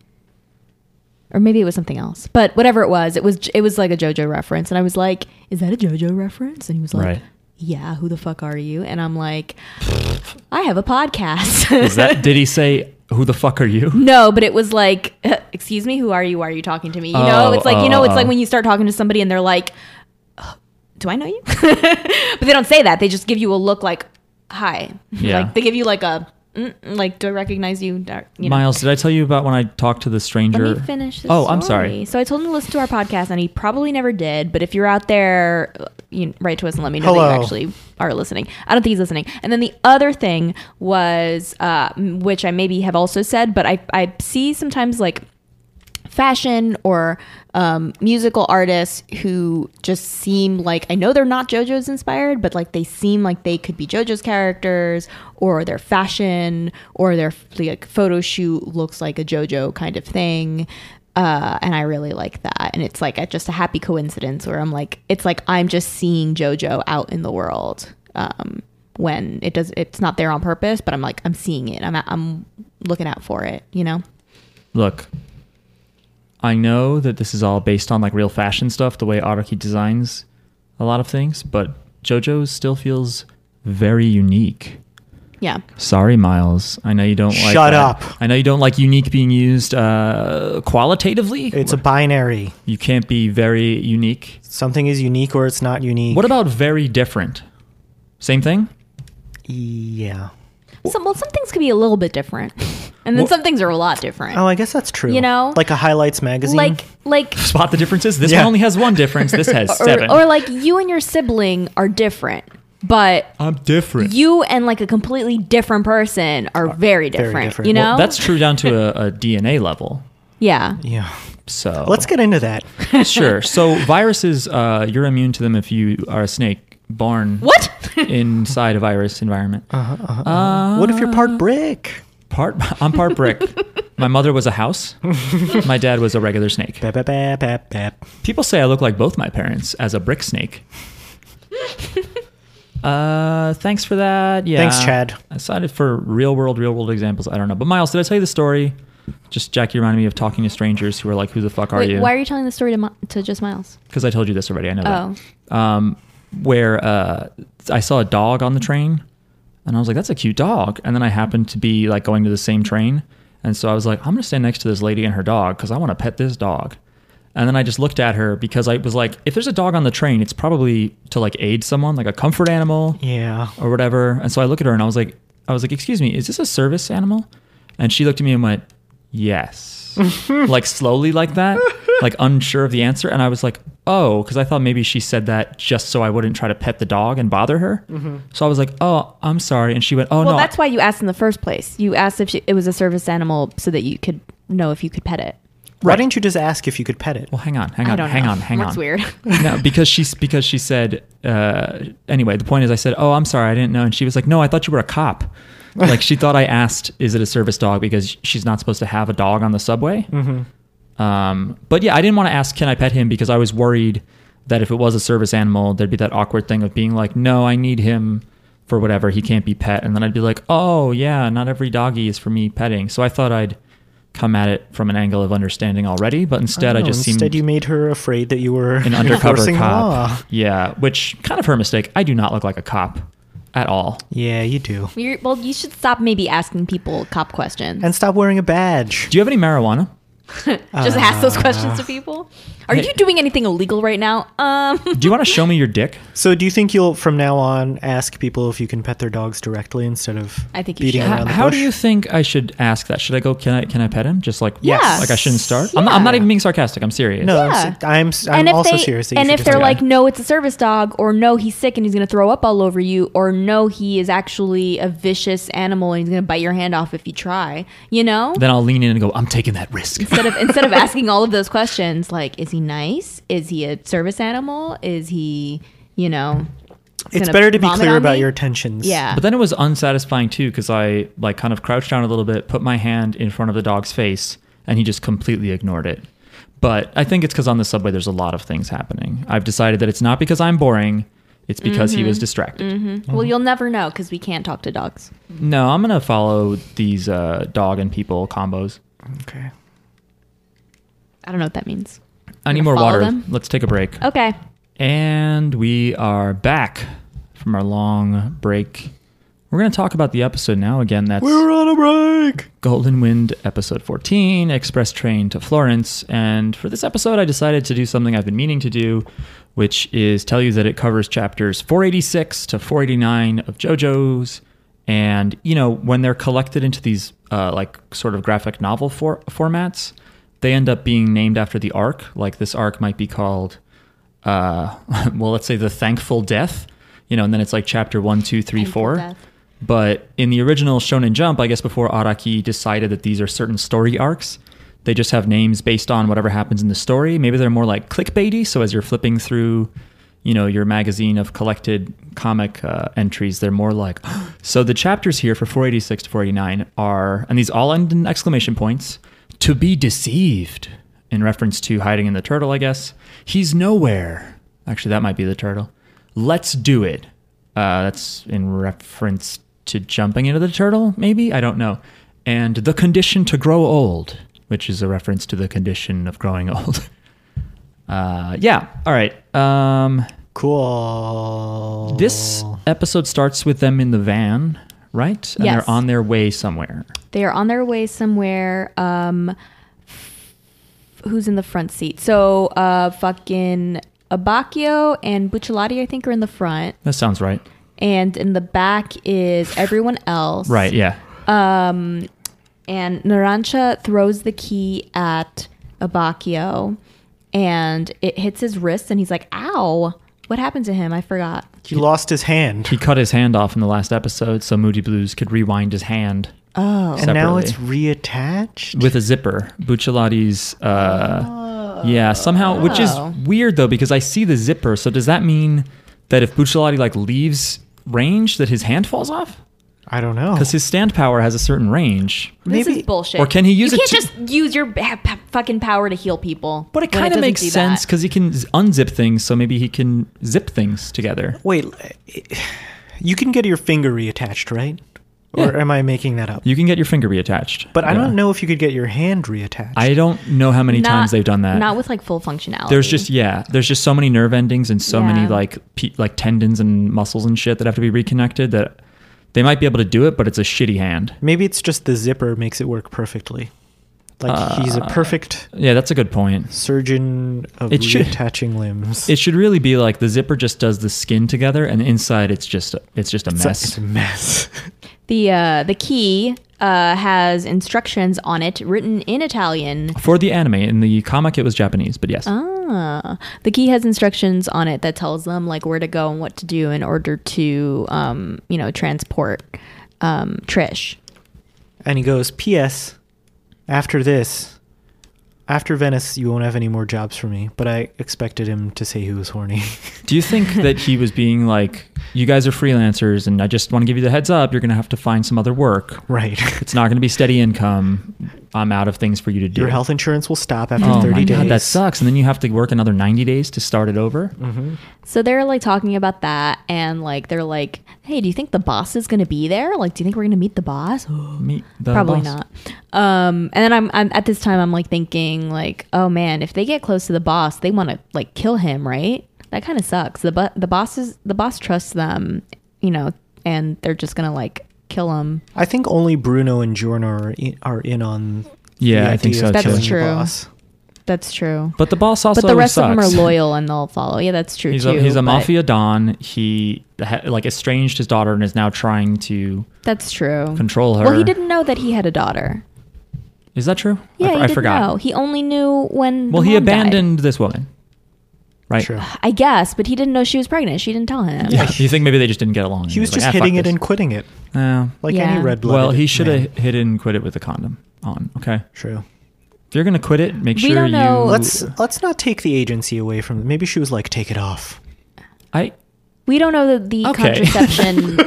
Speaker 4: or maybe it was something else. But whatever it was, it was it was like a JoJo reference, and I was like, "Is that a JoJo reference?" And he was like,
Speaker 2: Right.
Speaker 4: "Yeah, who the fuck are you?" And I'm like, "I have a podcast."
Speaker 2: Is that did he say who the fuck are you?
Speaker 4: no, but it was like, "Excuse me, who are you? Why are you talking to me?" You know,
Speaker 2: Oh,
Speaker 4: it's like you
Speaker 2: oh,
Speaker 4: know, it's
Speaker 2: oh.
Speaker 4: like when you start talking to somebody and they're like, "Do I know you?" but they don't say that. They just give you a look like, "Hi."
Speaker 2: Yeah.
Speaker 4: like they give you like a mm, like, "Do I recognize you?" you know.
Speaker 2: Miles, did I tell you about when I talked to the stranger?
Speaker 4: Let me finish. This
Speaker 2: oh, I'm sorry.
Speaker 4: So I told him to listen to our podcast, and he probably never did. But if you're out there, uh, you write to us and let me know that
Speaker 3: Hello.
Speaker 4: you actually are listening. I don't think he's listening. And then the other thing was, uh, m- which I maybe have also said, but I I see sometimes like fashion or um, musical artists who just seem like I know they're not JoJo's inspired, but like they seem like they could be JoJo's characters, or their fashion, or their like photo shoot looks like a JoJo kind of thing. Uh, and I really like that, and it's like a, just a happy coincidence where I'm like, it's like I'm just seeing JoJo out in the world um, when it does. It's not there on purpose, but I'm like, I'm seeing it. I'm I'm looking out for it. You know.
Speaker 2: Look, I know that this is all based on like real fashion stuff, the way Araki designs a lot of things, but JoJo's still feels very unique.
Speaker 4: Yeah.
Speaker 2: Sorry, Miles. I know you don't like. that.
Speaker 3: Shut up.
Speaker 2: I know you don't like unique being used uh, qualitatively.
Speaker 3: It's a binary.
Speaker 2: you can't be very unique.
Speaker 3: Something is unique or it's not unique.
Speaker 2: What about very different? Same thing.
Speaker 3: Yeah.
Speaker 4: Some, well, some things could be a little bit different, and then
Speaker 2: Wha-
Speaker 4: some things are a lot different.
Speaker 3: Oh, I guess that's true.
Speaker 4: You know?
Speaker 3: like a highlights magazine.
Speaker 4: like, like,
Speaker 2: Spot the differences. This
Speaker 3: Yeah.
Speaker 2: one only has one difference. This has
Speaker 4: or,
Speaker 2: seven.
Speaker 4: or like you and your sibling are different, but
Speaker 2: I'm different.
Speaker 4: you and like a completely different person are
Speaker 3: very
Speaker 4: very different.
Speaker 3: different.
Speaker 4: You know?
Speaker 3: Well,
Speaker 2: That's true down to a, a DNA level.
Speaker 4: yeah.
Speaker 3: yeah.
Speaker 2: So
Speaker 3: Let's get into that.
Speaker 2: sure. So viruses, uh, you're immune to them if you are a snake born
Speaker 4: What?
Speaker 2: inside a virus environment.
Speaker 3: Uh. what if you're
Speaker 4: Uh.
Speaker 3: part brick?
Speaker 2: Part I'm part brick. My mother was a house. My dad was a regular snake.
Speaker 3: Bap, bap, bap, bap, bap.
Speaker 2: People say I look like both my parents as a brick snake. uh, thanks for that. Yeah.
Speaker 3: Thanks, Chad.
Speaker 2: I cited for real world, real world examples. I don't know. But Miles, did I tell you the story? Just Jackie reminded me of talking to strangers who were like, "Who the fuck are
Speaker 4: Wait,
Speaker 2: you?"
Speaker 4: why are you telling the story to, Mi- to just Miles?
Speaker 2: Because I told you this already. I know
Speaker 4: Oh,
Speaker 2: that. Um, where uh, I saw a dog on the train, and I was like, "That's a cute dog." And then I happened to be like going to the same train, and so I was like, "I'm gonna stand next to this lady and her dog because I want to pet this dog." And then I just looked at her because I was like, "If there's a dog on the train, it's probably to like aid someone, like a comfort animal."
Speaker 3: Yeah.
Speaker 2: or whatever. And so I look at her and I was like, I was like, excuse me, is this a service animal? And she looked at me and went, yes, like slowly like that, like unsure of the answer. And I was like, oh, because I thought maybe she said that just so I wouldn't try to pet the dog and bother her. So I was like, oh, I'm sorry. And she went, oh
Speaker 4: well,
Speaker 2: no,
Speaker 4: that's why you asked in the first place. You asked if she, it was a service animal so that you could know if you could pet it.
Speaker 3: Why didn't you just ask if you could pet it?
Speaker 2: well, hang on, hang
Speaker 4: I
Speaker 2: on,
Speaker 4: don't
Speaker 2: hang
Speaker 4: know.
Speaker 2: on, hang
Speaker 4: That's
Speaker 2: on.
Speaker 4: weird.
Speaker 2: no, because she's because she said. Uh, anyway, the point is, I said, "Oh, I'm sorry, I didn't know," and she was like, "No, I thought you were a cop." like she thought I asked, "Is it a service dog?" Because she's not supposed to have a dog on the subway.
Speaker 3: Mm-hmm.
Speaker 2: Um, but yeah, I didn't want to ask, "Can I pet him?" Because I was worried that if it was a service animal, there'd be that awkward thing of being like, "No, I need him." For whatever he can't be pet, and then I'd be like, "Oh yeah, not every doggy is for me petting." So I thought I'd come at it from an angle of understanding already, but instead I,
Speaker 3: No,
Speaker 2: just
Speaker 3: instead
Speaker 2: seemed
Speaker 3: you made her afraid that you were
Speaker 2: an undercover
Speaker 3: enforcing the law.
Speaker 2: cop. Yeah, which kind of her mistake. I do not look like a cop at all.
Speaker 3: Yeah, you do.
Speaker 4: You're, well, you should stop maybe asking people cop questions.
Speaker 3: And stop wearing a badge.
Speaker 2: Do you have any marijuana?
Speaker 4: just ask
Speaker 3: Uh,
Speaker 4: those questions to people. Are
Speaker 2: hey-
Speaker 4: you doing anything illegal right now? Um,
Speaker 2: Do you want to show me your dick?
Speaker 3: So, do you think you'll from now on ask people if you can pet their dogs directly instead of
Speaker 4: I think you
Speaker 3: beating
Speaker 4: should.
Speaker 2: How,
Speaker 3: around the
Speaker 2: how do
Speaker 3: bush?
Speaker 2: you think I should ask that? Should I go? Can I? Can I pet him? Just like
Speaker 3: Yes.
Speaker 2: like I shouldn't start. I'm, not, I'm not
Speaker 4: Yeah.
Speaker 2: even being sarcastic. I'm serious.
Speaker 3: No,
Speaker 4: Yeah.
Speaker 3: I'm, s- I'm, s- I'm also
Speaker 4: they,
Speaker 3: serious. That you
Speaker 4: and
Speaker 3: should
Speaker 4: if
Speaker 3: just
Speaker 4: they're
Speaker 3: do
Speaker 4: like,
Speaker 3: that.
Speaker 4: no, it's a service dog, or no, he's sick and he's going to throw up all over you, or no, he is actually a vicious animal and he's going to bite your hand off if you try, you know?
Speaker 2: Then I'll lean in and go. I'm taking that risk.
Speaker 4: instead of instead of asking all of those questions, like, is he nice? Is he a service animal? Is he, you know,
Speaker 3: It's
Speaker 4: gonna
Speaker 3: better to be
Speaker 4: vomit
Speaker 3: clear
Speaker 4: on
Speaker 3: about
Speaker 4: me.
Speaker 3: your intentions.
Speaker 4: Yeah.
Speaker 2: But then it was unsatisfying too because I like kind of crouched down a little bit, put my hand in front of the dog's face, and he just completely ignored it. But I think it's because on the subway there's a lot of things happening. I've decided that it's not because I'm boring; it's because he
Speaker 4: Mm-hmm.
Speaker 2: was distracted.
Speaker 4: Well, you'll never know because we can't talk to dogs.
Speaker 2: No, I'm gonna follow these uh, dog and people combos.
Speaker 3: Okay.
Speaker 4: I don't know what that means.
Speaker 2: I need
Speaker 4: Gonna
Speaker 2: more
Speaker 4: follow
Speaker 2: water.
Speaker 4: them? Oh.
Speaker 2: Let's take a break.
Speaker 4: Okay.
Speaker 2: And we are back from our long break. We're going to talk about the episode now. Again, that's
Speaker 3: We're on a break.
Speaker 2: Golden Wind episode 14, Express Train to Florence. And for this episode, I decided to do something I've been meaning to do, which is tell you that it covers chapters 486 to 489 of JoJo's. And, you know, when they're collected into these uh, like sort of graphic novel for- formats, they end up being named after the arc. Like this arc might be called, uh, well, let's say the Thankful Death, you know, and then it's like chapter one, two, three,
Speaker 4: Thankful
Speaker 2: four.
Speaker 4: Death.
Speaker 2: But in the original Shonen Jump, I guess before Araki decided that these are certain story arcs, they just have names based on whatever happens in the story. Maybe they're more like clickbaity. So as you're flipping through, you know, your magazine of collected comic uh, entries, they're more like. so the chapters here for 486 to 489 are, and these all end in exclamation points. To be deceived, in reference to hiding in the turtle, I guess. He's nowhere. Actually, that might be the turtle. Let's do it. Uh, that's in reference to jumping into the turtle, maybe? I don't know. And the condition to grow old, which is a reference to the condition of growing old. Uh, yeah. All right. Um,
Speaker 3: Cool.
Speaker 2: this episode starts with them in the van, right? And
Speaker 4: Yes.
Speaker 2: they're on their way somewhere.
Speaker 4: They are on their way somewhere. Um, who's in the front seat? So, uh, fucking Abacchio and Bucciolati, I think, are in the front,
Speaker 2: That sounds right.
Speaker 4: and in the back is everyone else.
Speaker 2: Right. Yeah.
Speaker 4: Um, and Narancha throws the key at Abacchio, and it hits his wrist, and he's like, "Ow! What happened to him? I forgot."
Speaker 3: He lost his hand.
Speaker 2: He cut his hand off in the last episode so Moody Blues could rewind his hand
Speaker 4: Oh,
Speaker 3: and now
Speaker 2: separately.
Speaker 3: it's reattached.
Speaker 2: with a zipper. Bucciolati's, uh, yeah, somehow, which is
Speaker 4: Oh.
Speaker 2: weird though because I see the zipper. So does that mean that if Bucciolati like leaves range, that his hand falls off?
Speaker 3: I don't know.
Speaker 2: Because his stand power has a certain range.
Speaker 4: this
Speaker 3: Maybe-
Speaker 4: is bullshit.
Speaker 2: or can he use
Speaker 4: you
Speaker 2: it
Speaker 4: can't
Speaker 2: to-
Speaker 4: just use your ba- pa- fucking power to heal people.
Speaker 2: But it
Speaker 4: when
Speaker 2: kind of
Speaker 4: doesn't
Speaker 2: makes
Speaker 4: do
Speaker 2: sense
Speaker 4: that.
Speaker 2: because he can z- unzip things, so maybe he can zip things together.
Speaker 3: Wait, you can get your finger reattached, right? Or
Speaker 2: Yeah.
Speaker 3: am I making that up?
Speaker 2: You can get your finger reattached.
Speaker 3: but I
Speaker 2: Yeah.
Speaker 3: don't know if you could get your hand reattached.
Speaker 2: I don't know how many
Speaker 4: Not-
Speaker 2: times they've done that.
Speaker 4: Not with like full functionality.
Speaker 2: There's just yeah, there's just so many nerve endings and so many
Speaker 4: Yeah.
Speaker 2: like pe- like tendons and muscles and shit that have to be reconnected that they might be able to do it, but it's a shitty hand.
Speaker 3: Maybe it's just the zipper makes it work perfectly. Like he's a perfect
Speaker 2: Yeah, that's a good point.
Speaker 3: surgeon of
Speaker 2: Uh, It should-
Speaker 3: reattaching limbs.
Speaker 2: It should really be like the zipper just does the skin together, and inside it's just it's just a
Speaker 3: It's a-
Speaker 2: mess.
Speaker 3: It's a mess.
Speaker 4: the uh, the key uh, has instructions on it written in Italian.
Speaker 2: For the anime, in the comic, it was Japanese, but yes,
Speaker 4: Ah, the key has instructions on it that tells them like where to go and what to do in order to um, you know transport um, Trish.
Speaker 3: and he goes, P.S. After this, after Venice, you won't have any more jobs for me. But I expected him to say he was horny.
Speaker 2: Do you think that he was being like, you guys are freelancers and I just want to give you the heads up, you're going to have to find some other work.
Speaker 3: right.
Speaker 2: It's not going to be steady income. I'm out of things for you to do.
Speaker 3: Your health insurance will stop after
Speaker 2: oh
Speaker 3: 30
Speaker 2: my
Speaker 3: days.
Speaker 2: God, that sucks. And then you have to work another 90 days to start it over.
Speaker 3: Mm-hmm.
Speaker 4: So they're like talking about that and like they're like, hey, do you think the boss is gonna be there? Like, do you think we're gonna meet the boss?
Speaker 2: Meet the
Speaker 4: Probably
Speaker 2: boss.
Speaker 4: not. Um, and then I'm, I'm at this time I'm like thinking like, oh man, if they get close to the boss, they want to like kill him, right? That kind of sucks. The bu- the boss is the boss trusts them, you know, and they're just gonna like kill him.
Speaker 3: I think only Bruno and Giorno are in, are in on.
Speaker 2: Yeah,
Speaker 3: the
Speaker 2: I think
Speaker 3: idea
Speaker 2: so
Speaker 3: of
Speaker 4: That's
Speaker 3: killing
Speaker 2: too.
Speaker 3: the
Speaker 4: true.
Speaker 3: boss.
Speaker 4: That's true.
Speaker 2: But the boss also
Speaker 4: But the rest
Speaker 2: sucks.
Speaker 4: of them are loyal and they'll follow. Yeah, that's true
Speaker 2: He's
Speaker 4: too.
Speaker 2: a, he's a
Speaker 4: but-
Speaker 2: mafia don. He ha- like estranged his daughter and is now trying to.
Speaker 4: That's true.
Speaker 2: Control
Speaker 4: Well,
Speaker 2: her.
Speaker 4: he didn't know that he had a daughter.
Speaker 2: Is that true? I,
Speaker 4: Yeah,
Speaker 2: f-
Speaker 4: he
Speaker 2: I
Speaker 4: didn't
Speaker 2: forgot.
Speaker 4: know. He only knew when. the
Speaker 2: Well, he
Speaker 4: mom died.
Speaker 2: abandoned this woman, right?
Speaker 3: True.
Speaker 4: I guess, but he didn't know she was pregnant. She didn't tell him.
Speaker 2: Yeah. You think maybe they just didn't get along?
Speaker 3: He was
Speaker 2: like,
Speaker 3: just
Speaker 2: "Ah, fuck
Speaker 3: hitting it
Speaker 2: this."
Speaker 3: and quitting it,
Speaker 2: Yeah.
Speaker 3: like
Speaker 4: Yeah.
Speaker 3: any red blood.
Speaker 2: well, he should have hit it and quit it with a condom on. Okay.
Speaker 3: True.
Speaker 2: If you're gonna quit it, make
Speaker 4: We
Speaker 2: sure
Speaker 4: don't know-
Speaker 2: you.
Speaker 3: Let's let's not take the agency away from. Maybe she was like, "Take it off."
Speaker 2: I.
Speaker 4: We don't know the, the
Speaker 2: Okay.
Speaker 4: contraception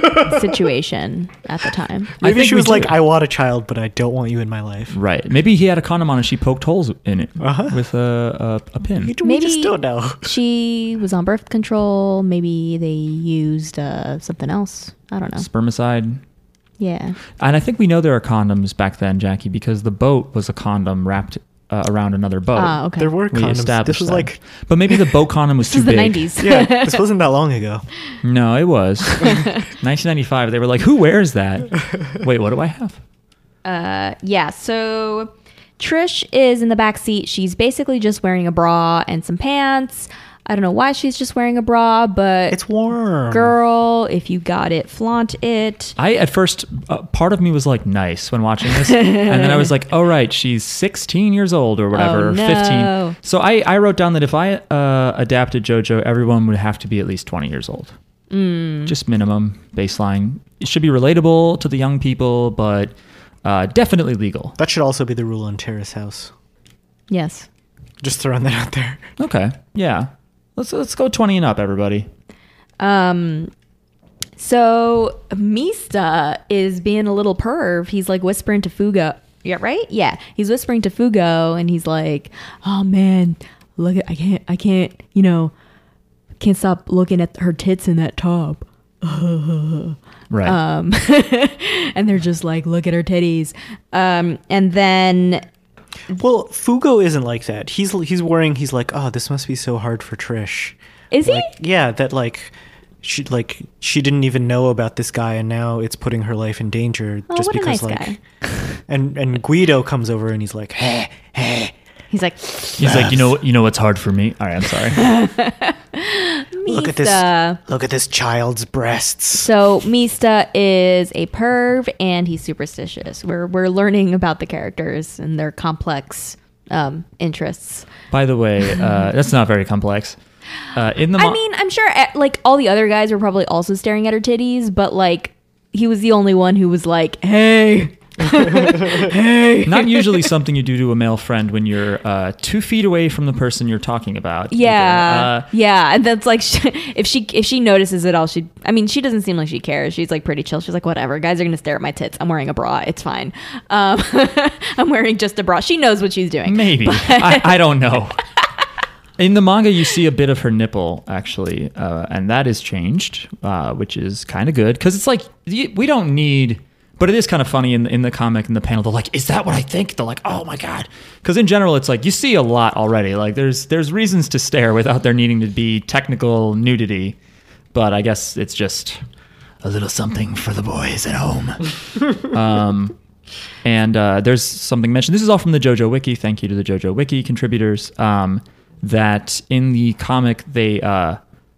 Speaker 4: situation at the time.
Speaker 2: I
Speaker 3: Maybe
Speaker 2: think
Speaker 3: she
Speaker 2: we
Speaker 3: was like,
Speaker 2: do.
Speaker 3: I want a child, but I don't want you in my life.
Speaker 2: Right. Maybe he had a condom on and she poked holes in it
Speaker 3: Uh-huh.
Speaker 2: with a, a, a pin.
Speaker 3: we just don't know.
Speaker 4: She was on birth control. Maybe they used uh, something else. I don't know.
Speaker 2: Spermicide.
Speaker 4: Yeah.
Speaker 2: And I think we know there are condoms back then, Jackie, because the boat was a condom wrapped uh, around another boat.
Speaker 4: Ah, okay.
Speaker 3: Oh, There were
Speaker 2: We
Speaker 3: condoms. This
Speaker 2: established
Speaker 3: was
Speaker 2: that.
Speaker 3: like,
Speaker 2: But maybe the boat condom was
Speaker 4: This is
Speaker 2: too
Speaker 4: the
Speaker 2: big.
Speaker 4: 90s.
Speaker 3: yeah, this wasn't that long ago.
Speaker 2: No, it was 1995. They were like, "Who wears that?" Wait, what do I have?
Speaker 4: Uh, yeah. So Trish is in the back seat. She's basically just wearing a bra and some pants. I don't know why she's just wearing a bra, but
Speaker 3: It's warm.
Speaker 4: girl, if you got it, flaunt it.
Speaker 2: I at first, uh, part of me was like, "Nice" when watching this, and then I was like, "All right, she's 16 years old or whatever,
Speaker 4: Oh, no.
Speaker 2: 15." So I, I wrote down that if I uh, adapted JoJo, everyone would have to be at least 20 years old,
Speaker 4: Mm.
Speaker 2: just minimum baseline. It should be relatable to the young people, but uh, definitely legal.
Speaker 3: That should also be the rule on Terrace House.
Speaker 4: Yes.
Speaker 3: Just throwing that out there.
Speaker 2: Okay, yeah, let's let's go 20 and up, everybody.
Speaker 4: Um, so Mista is being a little perv. He's like whispering to Fugo. Yeah, right? Yeah. He's whispering to Fugo and he's like, Oh man, look at I can't I can't, you know, can't stop looking at her tits in that tub.
Speaker 2: Right.
Speaker 4: Um and they're just like, look at her titties. Um and then
Speaker 3: Well, Fugo isn't like that. He's he's worrying. He's like, oh, this must be so hard for Trish.
Speaker 4: is he?
Speaker 3: Like, yeah, that like she like she didn't even know about this guy, and now it's putting her life in danger
Speaker 4: Oh,
Speaker 3: just
Speaker 4: what a
Speaker 3: because
Speaker 4: nice
Speaker 3: like.
Speaker 4: guy.
Speaker 3: And and Guido comes over and he's like, hey, hey.
Speaker 4: He's like
Speaker 2: He's like, you know, you know what's hard for me. All right, I'm sorry.
Speaker 3: Look at this!
Speaker 4: Mista.
Speaker 3: Look at this child's breasts.
Speaker 4: So Mista is a perv and he's superstitious. We're we're learning about the characters and their complex um, interests.
Speaker 2: By the way, uh, that's not very complex. Uh, in the,
Speaker 4: I
Speaker 2: mo-
Speaker 4: mean, I'm sure eh, like all the other guys were probably also staring at her titties, but like he was the only one who was like, "Hey,
Speaker 2: not usually something you do to a male friend when you're uh, two feet away from the person you're talking about. either.
Speaker 4: yeah,
Speaker 2: Uh,
Speaker 4: yeah," and that's like if she if she notices it all, she I mean, she doesn't seem like she cares. She's like pretty chill. She's like, "Whatever, guys are gonna stare at my tits. I'm wearing a bra. It's fine. Um, I'm wearing just a bra." She knows what she's doing.
Speaker 2: maybe I, I don't know. In the manga, you see a bit of her nipple actually, uh, and that is changed, uh, which is kind of good because it's like y- we don't need. But it is kind of funny in the, in the comic in the panel. They're like, "Is that what I think?" They're like, "Oh my god!" Because in general, it's like you see a lot already. Like there's there's reasons to stare without there needing to be technical nudity. But I guess it's just a little something for the boys at home. um, and uh, there's something mentioned. This is all from the JoJo Wiki. Thank you to the JoJo Wiki contributors. Um, that in the comic, they uh,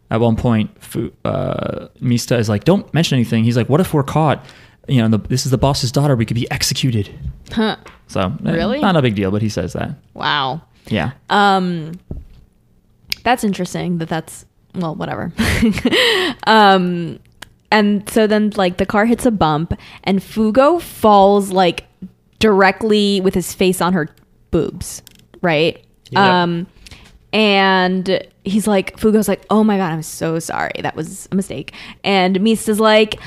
Speaker 2: at one point Fu- uh, Mista is like, "Don't mention anything." He's like, "What if we're caught? You know, the, this is the boss's daughter. We could be executed."
Speaker 4: Huh.
Speaker 2: So eh,
Speaker 4: Really?
Speaker 2: not a big deal, but he says that.
Speaker 4: Wow.
Speaker 2: Yeah,
Speaker 4: Um, that's interesting that that's, well, whatever. um, and so then, like, the car hits a bump and Fugo falls, like, directly with his face on her boobs, right?
Speaker 3: Yeah.
Speaker 4: Um, and he's like, Fugo's like, oh my God, I'm so sorry. That was a mistake. And Mista's like,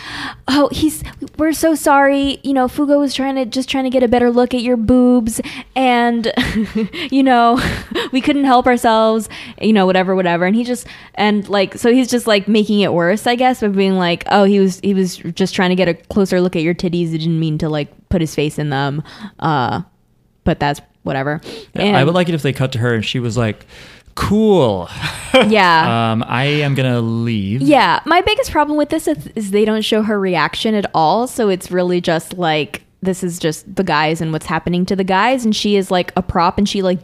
Speaker 4: oh, he's, we're so sorry. You know, Fugo was trying to, just trying to get a better look at your boobs. And, you know, we couldn't help ourselves, you know, whatever, whatever. And he just, and like, so he's just like making it worse, I guess, by being like, oh, he was, he was just trying to get a closer look at your titties. He didn't mean to like put his face in them. Uh, but that's whatever. And,
Speaker 2: I would like it if they cut to her and she was like, "Cool,
Speaker 4: yeah.
Speaker 2: um, I am gonna leave."
Speaker 4: Yeah, my biggest problem with this is, is they don't show her reaction at all. So it's really just like this is just the guys and what's happening to the guys, and she is like a prop, and she like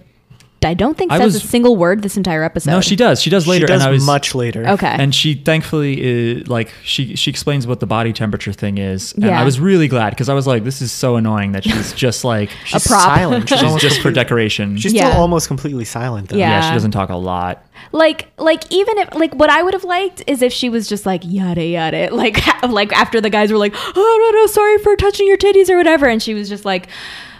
Speaker 4: I don't think
Speaker 2: I
Speaker 4: says a
Speaker 2: was-
Speaker 4: single word this entire episode.
Speaker 2: No, she does. She does later.
Speaker 3: she does
Speaker 2: and I was,
Speaker 3: much later.
Speaker 4: Okay.
Speaker 2: And she thankfully is like she she explains what the body temperature thing is. And
Speaker 4: Yeah.
Speaker 2: I was really glad because I was like, this is so annoying that she's just like she's
Speaker 3: She's
Speaker 4: prop.
Speaker 3: silent. She's, almost
Speaker 2: just for
Speaker 3: completely-
Speaker 2: decoration.
Speaker 3: She's
Speaker 4: Yeah.
Speaker 3: still almost completely silent though.
Speaker 4: Yeah.
Speaker 2: yeah, she doesn't talk a lot.
Speaker 4: like like even if like what I would have liked is if she was just like yada yada like like after the guys were like oh no no sorry for touching your titties or whatever, and she was just like.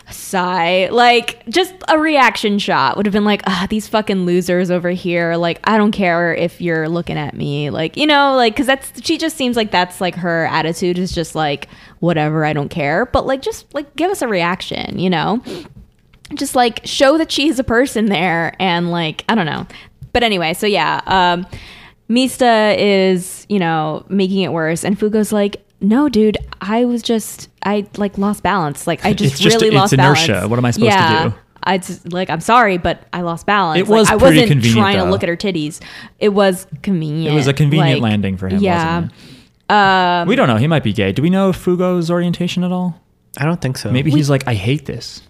Speaker 4: sigh. Like just a reaction shot would have been like, ah, these fucking losers over here. Like I don't care if you're looking at me. Like you know, like because that's she just seems like that's like her attitude is just like whatever. I don't care. But like just like give us a reaction. You know, just like show that she's a person there and like I don't know. But anyway, so yeah, um, Mista is you know making it worse, and Fugo's like. No, dude, I was just I like lost balance. Like I just,
Speaker 2: It's just-
Speaker 4: really
Speaker 2: it's
Speaker 4: lost
Speaker 2: inertia.
Speaker 4: balance.
Speaker 2: What am I supposed to
Speaker 4: yeah,
Speaker 2: do?
Speaker 4: I just like I'm sorry, but I lost balance.
Speaker 2: It
Speaker 4: Like,
Speaker 2: was
Speaker 4: I
Speaker 2: pretty
Speaker 4: wasn't
Speaker 2: convenient,
Speaker 4: trying
Speaker 2: though.
Speaker 4: to look at her titties. It was convenient.
Speaker 2: It was a convenient
Speaker 4: Like,
Speaker 2: landing for him.
Speaker 4: Yeah. Um,
Speaker 2: Wasn't it? we don't know. He might be gay. Do we know Fugo's orientation at all?
Speaker 3: I don't think so.
Speaker 2: Maybe he's like, I hate this.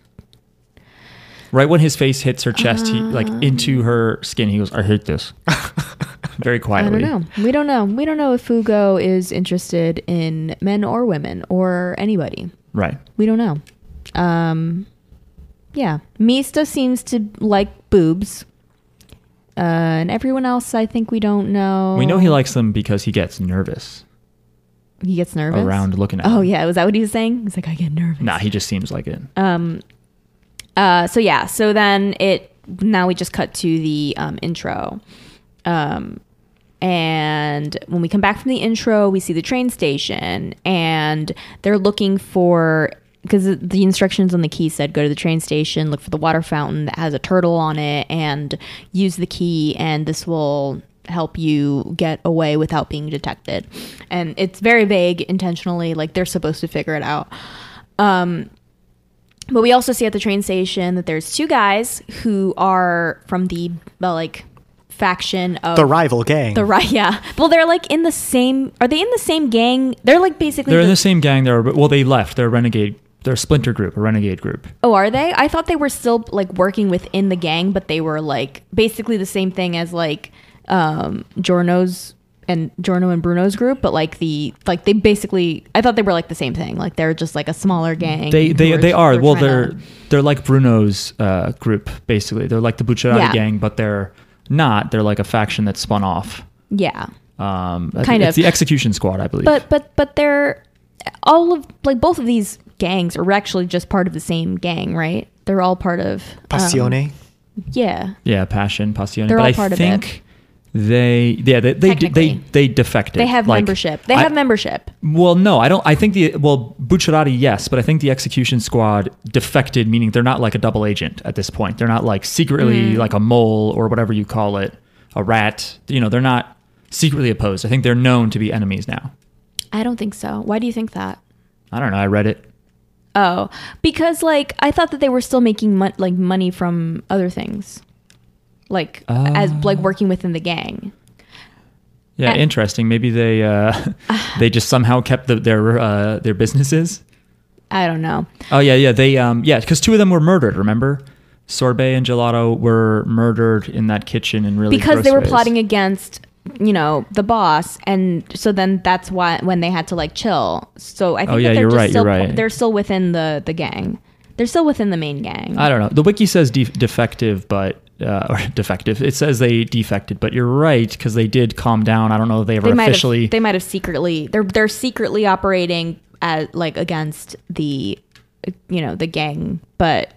Speaker 2: Right when his face hits her chest, he like
Speaker 4: Uh.
Speaker 2: into her skin. He goes, I hate this. Very
Speaker 4: I
Speaker 2: quietly.
Speaker 4: don't know. We don't know. We don't know if Fugo is interested in men or women or anybody.
Speaker 2: Right.
Speaker 4: We don't know. Um, yeah, Mista seems to like boobs, uh, and everyone else, I think we don't know.
Speaker 2: We know he likes them because he gets nervous
Speaker 4: he gets nervous
Speaker 2: around looking at.
Speaker 4: Oh
Speaker 2: them.
Speaker 4: yeah, was that what he was saying? He's like, I get nervous.
Speaker 2: Nah, he just seems like it.
Speaker 4: Um, uh, so yeah, so then it now we just cut to the um, intro, um, and when we come back from the intro, we see the train station, and they're looking for because the instructions on the key said go to the train station, look for the water fountain that has a turtle on it, and use the key, and this will help you get away without being detected. And it's very vague intentionally, like they're supposed to figure it out. Um, But we also see at the train station that there's two guys who are from the uh, like faction of
Speaker 3: the rival gang.
Speaker 4: the
Speaker 2: Mm.
Speaker 4: right. Yeah, well, they're like in the same. Are they in the same gang? They're like basically.
Speaker 2: They're in
Speaker 4: the-
Speaker 2: the same gang. They're well, they left. They're a renegade. They're a splinter group, a renegade group.
Speaker 4: oh, are they? I thought they were still like working within the gang, but they were like basically the same thing as like um Jorno's and Jorno and Bruno's group, but like the like they basically. I thought they were like the same thing. Like they're just like a smaller gang.
Speaker 2: They
Speaker 4: who
Speaker 2: they they are. Well,
Speaker 4: trying to-
Speaker 2: they're they're like Bruno's uh, group basically. They're like the Bucciarati
Speaker 4: Yeah.
Speaker 2: gang, but they're not. They're like a faction that spun off.
Speaker 4: yeah.
Speaker 2: Um, I
Speaker 4: Kind
Speaker 2: think
Speaker 4: of.
Speaker 2: It's the execution squad, I believe.
Speaker 4: But but but they're all of like both of these gangs are actually just part of the same gang, right? They're all part of um,
Speaker 3: Passione.
Speaker 4: yeah.
Speaker 2: yeah, passion, passione.
Speaker 4: They're
Speaker 2: but
Speaker 4: all
Speaker 2: I
Speaker 4: part of
Speaker 2: think they yeah they they they, they,
Speaker 4: Technically.
Speaker 2: they defected.
Speaker 4: They have
Speaker 2: Like,
Speaker 4: membership. They
Speaker 2: I-
Speaker 4: have membership.
Speaker 2: Well, no, I don't. I think the well Bucciarati, yes, but I think the execution squad defected, meaning they're not like a double agent at this point. They're not like secretly
Speaker 4: Hmm.
Speaker 2: like a mole or whatever you call it, a rat. You know, they're not secretly opposed. I think they're known to be enemies now.
Speaker 4: I don't think so. Why do you think that?
Speaker 2: I don't know. I read it.
Speaker 4: Oh, because like I thought that they were still making mon- like money from other things. Like as
Speaker 2: Ah.
Speaker 4: like working within the gang.
Speaker 2: Yeah,
Speaker 4: Uh,
Speaker 2: interesting. Maybe they uh, they just somehow kept the, their uh, their businesses.
Speaker 4: I don't know.
Speaker 2: Oh yeah, yeah. They um yeah, because two of them were murdered. Remember, Sorbet and Gelato were murdered in that kitchen and really
Speaker 4: because
Speaker 2: gross
Speaker 4: they were
Speaker 2: ways.
Speaker 4: plotting against you know the boss and so then that's why when they had to like chill so i think
Speaker 2: Oh, yeah,
Speaker 4: that they're
Speaker 2: you're
Speaker 4: just
Speaker 2: right,
Speaker 4: still
Speaker 2: you're right.
Speaker 4: they're still within the the gang they're still within the main gang
Speaker 2: I don't know. The wiki says de- defective, but uh, or defective. It says they defected, but you're right because they did calm down. I don't know if they ever
Speaker 4: they might
Speaker 2: officially.
Speaker 4: have they might have secretly they're they're secretly operating at like against the you know the gang but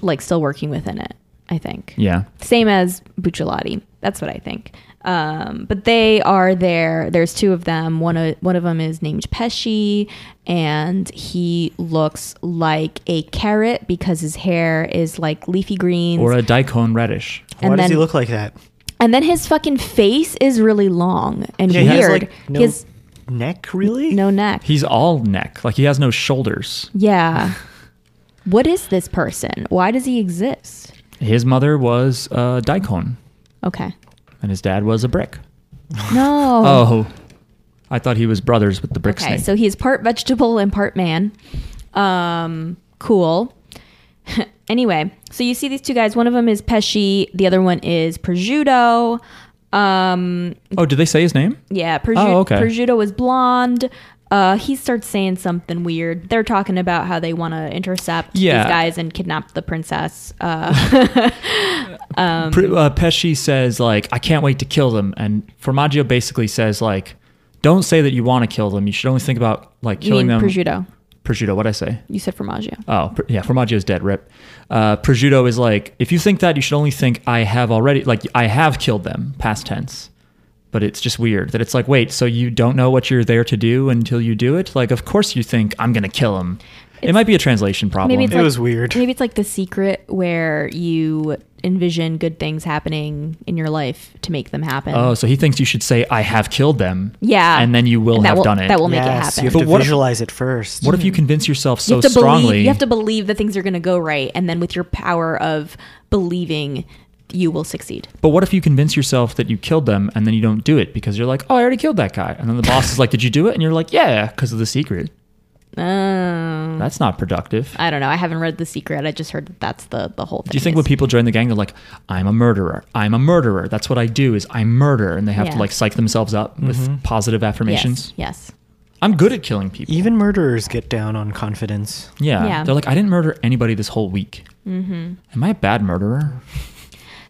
Speaker 4: like still working within it i think
Speaker 2: yeah,
Speaker 4: same as Bucciolati. That's what I think. Um, but they are there. There's two of them. One of one of them is named Pesci, and he looks like a carrot because his hair is like leafy greens.
Speaker 2: or a daikon radish.
Speaker 3: Why
Speaker 4: and
Speaker 3: does he
Speaker 4: then-
Speaker 3: look like that?
Speaker 4: and then his fucking face is really long and
Speaker 3: he
Speaker 4: weird.
Speaker 3: has like no
Speaker 4: he has
Speaker 3: neck, really.
Speaker 4: no neck.
Speaker 2: He's all neck, like he has no shoulders.
Speaker 4: yeah. what is this person? Why does he exist?
Speaker 2: His mother was a daikon,
Speaker 4: Okay.
Speaker 2: and his dad was a brick.
Speaker 4: No.
Speaker 2: Oh, I thought he was brothers with the brick
Speaker 4: Okay,
Speaker 2: snake.
Speaker 4: so he's part vegetable and part man. Um, cool. anyway, so you see these two guys. One of them is Pesci. The other one is Prosciutto. Um,
Speaker 2: oh, did they say his name?
Speaker 4: yeah, Prosci-
Speaker 2: Oh, okay.
Speaker 4: Prosciutto is blonde. Uh, he starts saying something weird. They're talking about how they want to intercept
Speaker 2: Yeah.
Speaker 4: these guys and kidnap the princess. Uh, Um,
Speaker 2: Pr uh, Pesci says like, "I can't wait to kill them," and Formaggio basically says like, "Don't say that you want to kill them. You should only think about like
Speaker 4: you
Speaker 2: killing
Speaker 4: mean
Speaker 2: them."
Speaker 4: Prosciutto?
Speaker 2: prosciutto. What would I say?
Speaker 4: You said formaggio.
Speaker 2: Oh, pr- yeah, formaggio's dead. Rip. Uh, prosciutto is like if you think that, you should only think I have already, like I have killed them, past tense. But it's just weird that it's like, wait, so you don't know what you're there to do until you do it? Like, of course you think I'm gonna kill him. it
Speaker 4: It's-
Speaker 2: might be a translation problem.
Speaker 4: Maybe it's
Speaker 3: It
Speaker 4: like,
Speaker 3: was weird.
Speaker 4: Maybe it's like the secret where you envision good things happening in your life to make them happen.
Speaker 2: oh, so he thinks you should say I have killed them.
Speaker 4: yeah.
Speaker 2: and then you will
Speaker 4: And that
Speaker 2: have done it.
Speaker 4: That will make
Speaker 3: yes,
Speaker 4: it
Speaker 3: you
Speaker 4: happen.
Speaker 3: have to
Speaker 2: But what-
Speaker 3: visualize it first.
Speaker 2: What if you convince yourself so
Speaker 4: you have to
Speaker 2: strongly?
Speaker 4: believe you have to believe that things are going to go right and then with your power of believing you will succeed
Speaker 2: But what if you convince yourself that you killed them and then you don't do it because you're like, oh, I already killed that guy. And then the boss is like, did you do it? And you're like, yeah, because of the secret.
Speaker 4: um,
Speaker 2: That's not productive.
Speaker 4: i don't know i haven't read the secret i just heard that that's the the whole thing
Speaker 2: Do you think
Speaker 4: is-
Speaker 2: when people join the gang, they're like, I'm a murderer. I'm a murderer. That's what I do is I murder. And they have to
Speaker 4: Yeah.
Speaker 2: like psych themselves up with positive affirmations.
Speaker 4: yes, yes
Speaker 2: I'm good at killing people.
Speaker 3: Even murderers get down on confidence.
Speaker 4: Oh,
Speaker 2: yeah.
Speaker 4: Yeah.
Speaker 2: They're like, I didn't murder anybody this whole week. Mm-hmm. Am I a bad murderer?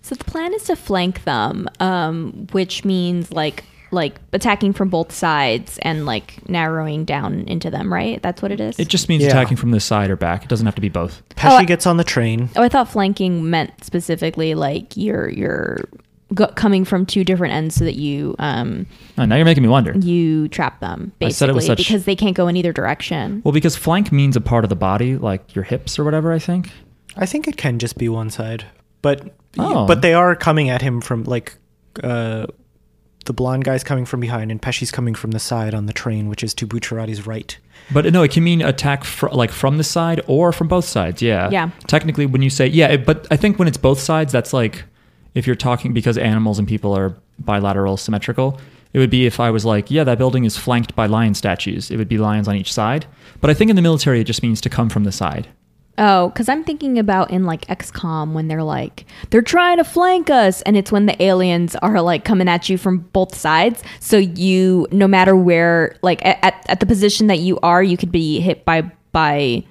Speaker 4: so the plan is to flank them um which means like like attacking from both sides and like narrowing down into them right that's what it is
Speaker 2: It just means
Speaker 3: Yeah.
Speaker 2: attacking from the side or back. It doesn't have to be both.
Speaker 3: Pesci
Speaker 4: I-
Speaker 3: gets on the train.
Speaker 4: Oh, I thought flanking meant specifically like you're you're go- coming from two different ends so that you um
Speaker 2: Oh, now you're making me wonder.
Speaker 4: you trap them
Speaker 2: I
Speaker 4: basically
Speaker 2: said it was such-
Speaker 4: because they can't go in either direction.
Speaker 2: Well, because flank means a part of the body, like your hips or whatever, I think.
Speaker 3: I think it can just be one side, but
Speaker 2: Oh.
Speaker 3: but they are coming at him from like uh, the blonde guy's coming from behind and Pesci's coming from the side on the train, which is to Bucciarati's right.
Speaker 2: But no, it can mean attack fr- like from the side or from both sides. Yeah.
Speaker 4: Yeah.
Speaker 2: Technically, when you say yeah, it, but I think when it's both sides, that's like if you're talking because animals and people are bilateral, symmetrical. It would be if I was like, yeah, that building is flanked by lion statues. It would be lions on each side. But I think in the military, it just means to come from the side.
Speaker 4: Oh, because I'm thinking about in like XCOM when they're like they're trying to flank us, and it's when the aliens are like coming at you from both sides. So you, no matter where, like a- at at the position that you are, you could be hit by by.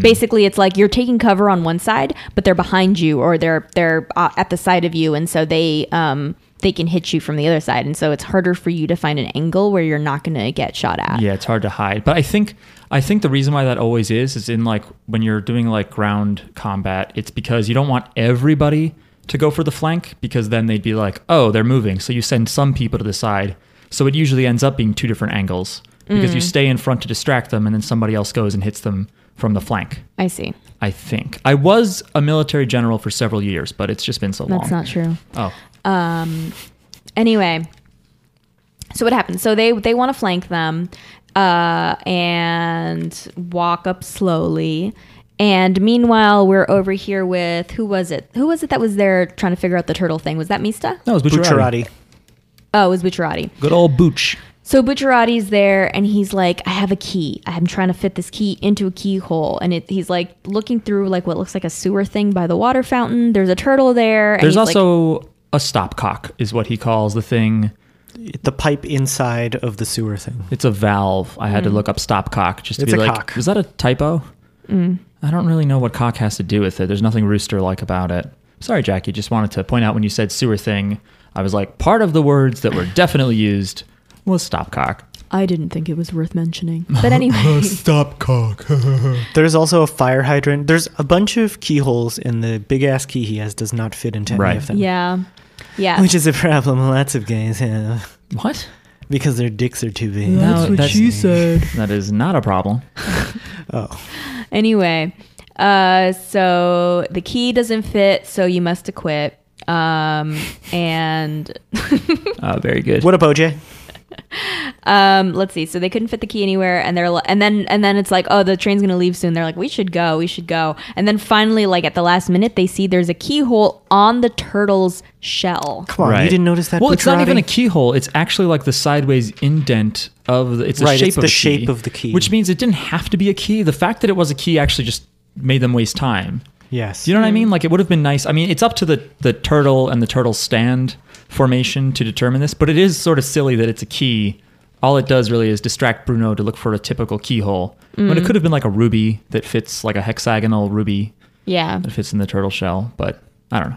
Speaker 4: Basically, it's like you're taking cover on one side, but they're behind you or they're they're uh, at the side of you, and so they um they can hit you from the other side, and so it's harder for you to find an angle where you're not going to get shot at.
Speaker 2: Yeah, it's hard to hide. But I think I think the reason why that always is is in like when you're doing like ground combat, it's because you don't want everybody to go for the flank because then they'd be like, "Oh, they're moving." So you send some people to the side. So it usually ends up being two different angles because
Speaker 4: Mm.
Speaker 2: you stay in front to distract them and then somebody else goes and hits them from the flank.
Speaker 4: I see.
Speaker 2: I think. I was a military general for several years, but it's just been so long.
Speaker 4: That's not true.
Speaker 2: Oh.
Speaker 4: Um, anyway, so what happens? So they they want to flank them uh, and walk up slowly. And meanwhile, we're over here with who was it? Who was it that was there trying to figure out the turtle thing? Was that Mista?
Speaker 2: That was Bucciarati.
Speaker 3: Bucciarati.
Speaker 4: Oh, it was Bucciarati.
Speaker 2: Good old Booch.
Speaker 4: So Bucciarati's there, and he's like, "I have a key. I'm trying to fit this key into a keyhole." And it, he's like looking through like what looks like a sewer thing by the water fountain. There's a turtle there. And
Speaker 2: There's
Speaker 4: he's like-
Speaker 2: also a stopcock is what he calls the thing
Speaker 3: The pipe inside of the sewer thing.
Speaker 2: It's a valve. I had to look up stopcock just to
Speaker 3: Mm. It's
Speaker 2: be
Speaker 3: a
Speaker 2: like,
Speaker 3: cock. Mm.
Speaker 2: is that a typo? I don't really know what cock has to do with it. There's nothing rooster like about it. Sorry, Jackie. Just wanted to point out when you said sewer thing, I was like, part of the words that were definitely used was stopcock.
Speaker 4: I didn't think it was worth mentioning, but anyway,
Speaker 3: There's also a fire hydrant. There's a bunch of keyholes, and the big ass key he has does not fit into
Speaker 2: Right.
Speaker 3: any of them.
Speaker 4: Yeah. Yeah.
Speaker 3: Which is a problem lots of guys have
Speaker 2: What?
Speaker 3: because their dicks are too big.
Speaker 2: No, that's- That is not a problem.
Speaker 3: Oh,
Speaker 4: anyway, uh, so the key doesn't fit, so you must acquit. Um, and
Speaker 2: Uh, very good.
Speaker 3: what a OJ?
Speaker 4: um, let's see. So they couldn't fit the key anywhere, and they're li- and then and then it's like, oh, the train's gonna leave soon. They're like, we should go, we should go. And then finally, like at the last minute, they see there's a keyhole on the turtle's shell.
Speaker 3: Come on, you didn't notice that.
Speaker 2: Well, it's not
Speaker 3: Bucciarati?
Speaker 2: even a keyhole. It's actually like the sideways indent of the. It's the
Speaker 3: Right,
Speaker 2: shape
Speaker 3: it's
Speaker 2: of
Speaker 3: the
Speaker 2: a
Speaker 3: shape
Speaker 2: key,
Speaker 3: of the key.
Speaker 2: which means it didn't have to be a key. The fact that it was a key actually just made them waste time.
Speaker 3: Yes.
Speaker 2: Do you know what I
Speaker 4: Hmm.
Speaker 2: mean? Like it would have been nice. I mean, it's up to the the turtle and the turtle stand formation to determine this, but it is sort of silly that it's a key. All it does really is distract Bruno to look for a typical keyhole. When
Speaker 4: Hmm.
Speaker 2: it could have been like a ruby that fits like a hexagonal ruby
Speaker 4: Yeah.
Speaker 2: that fits in the turtle shell, but I don't know.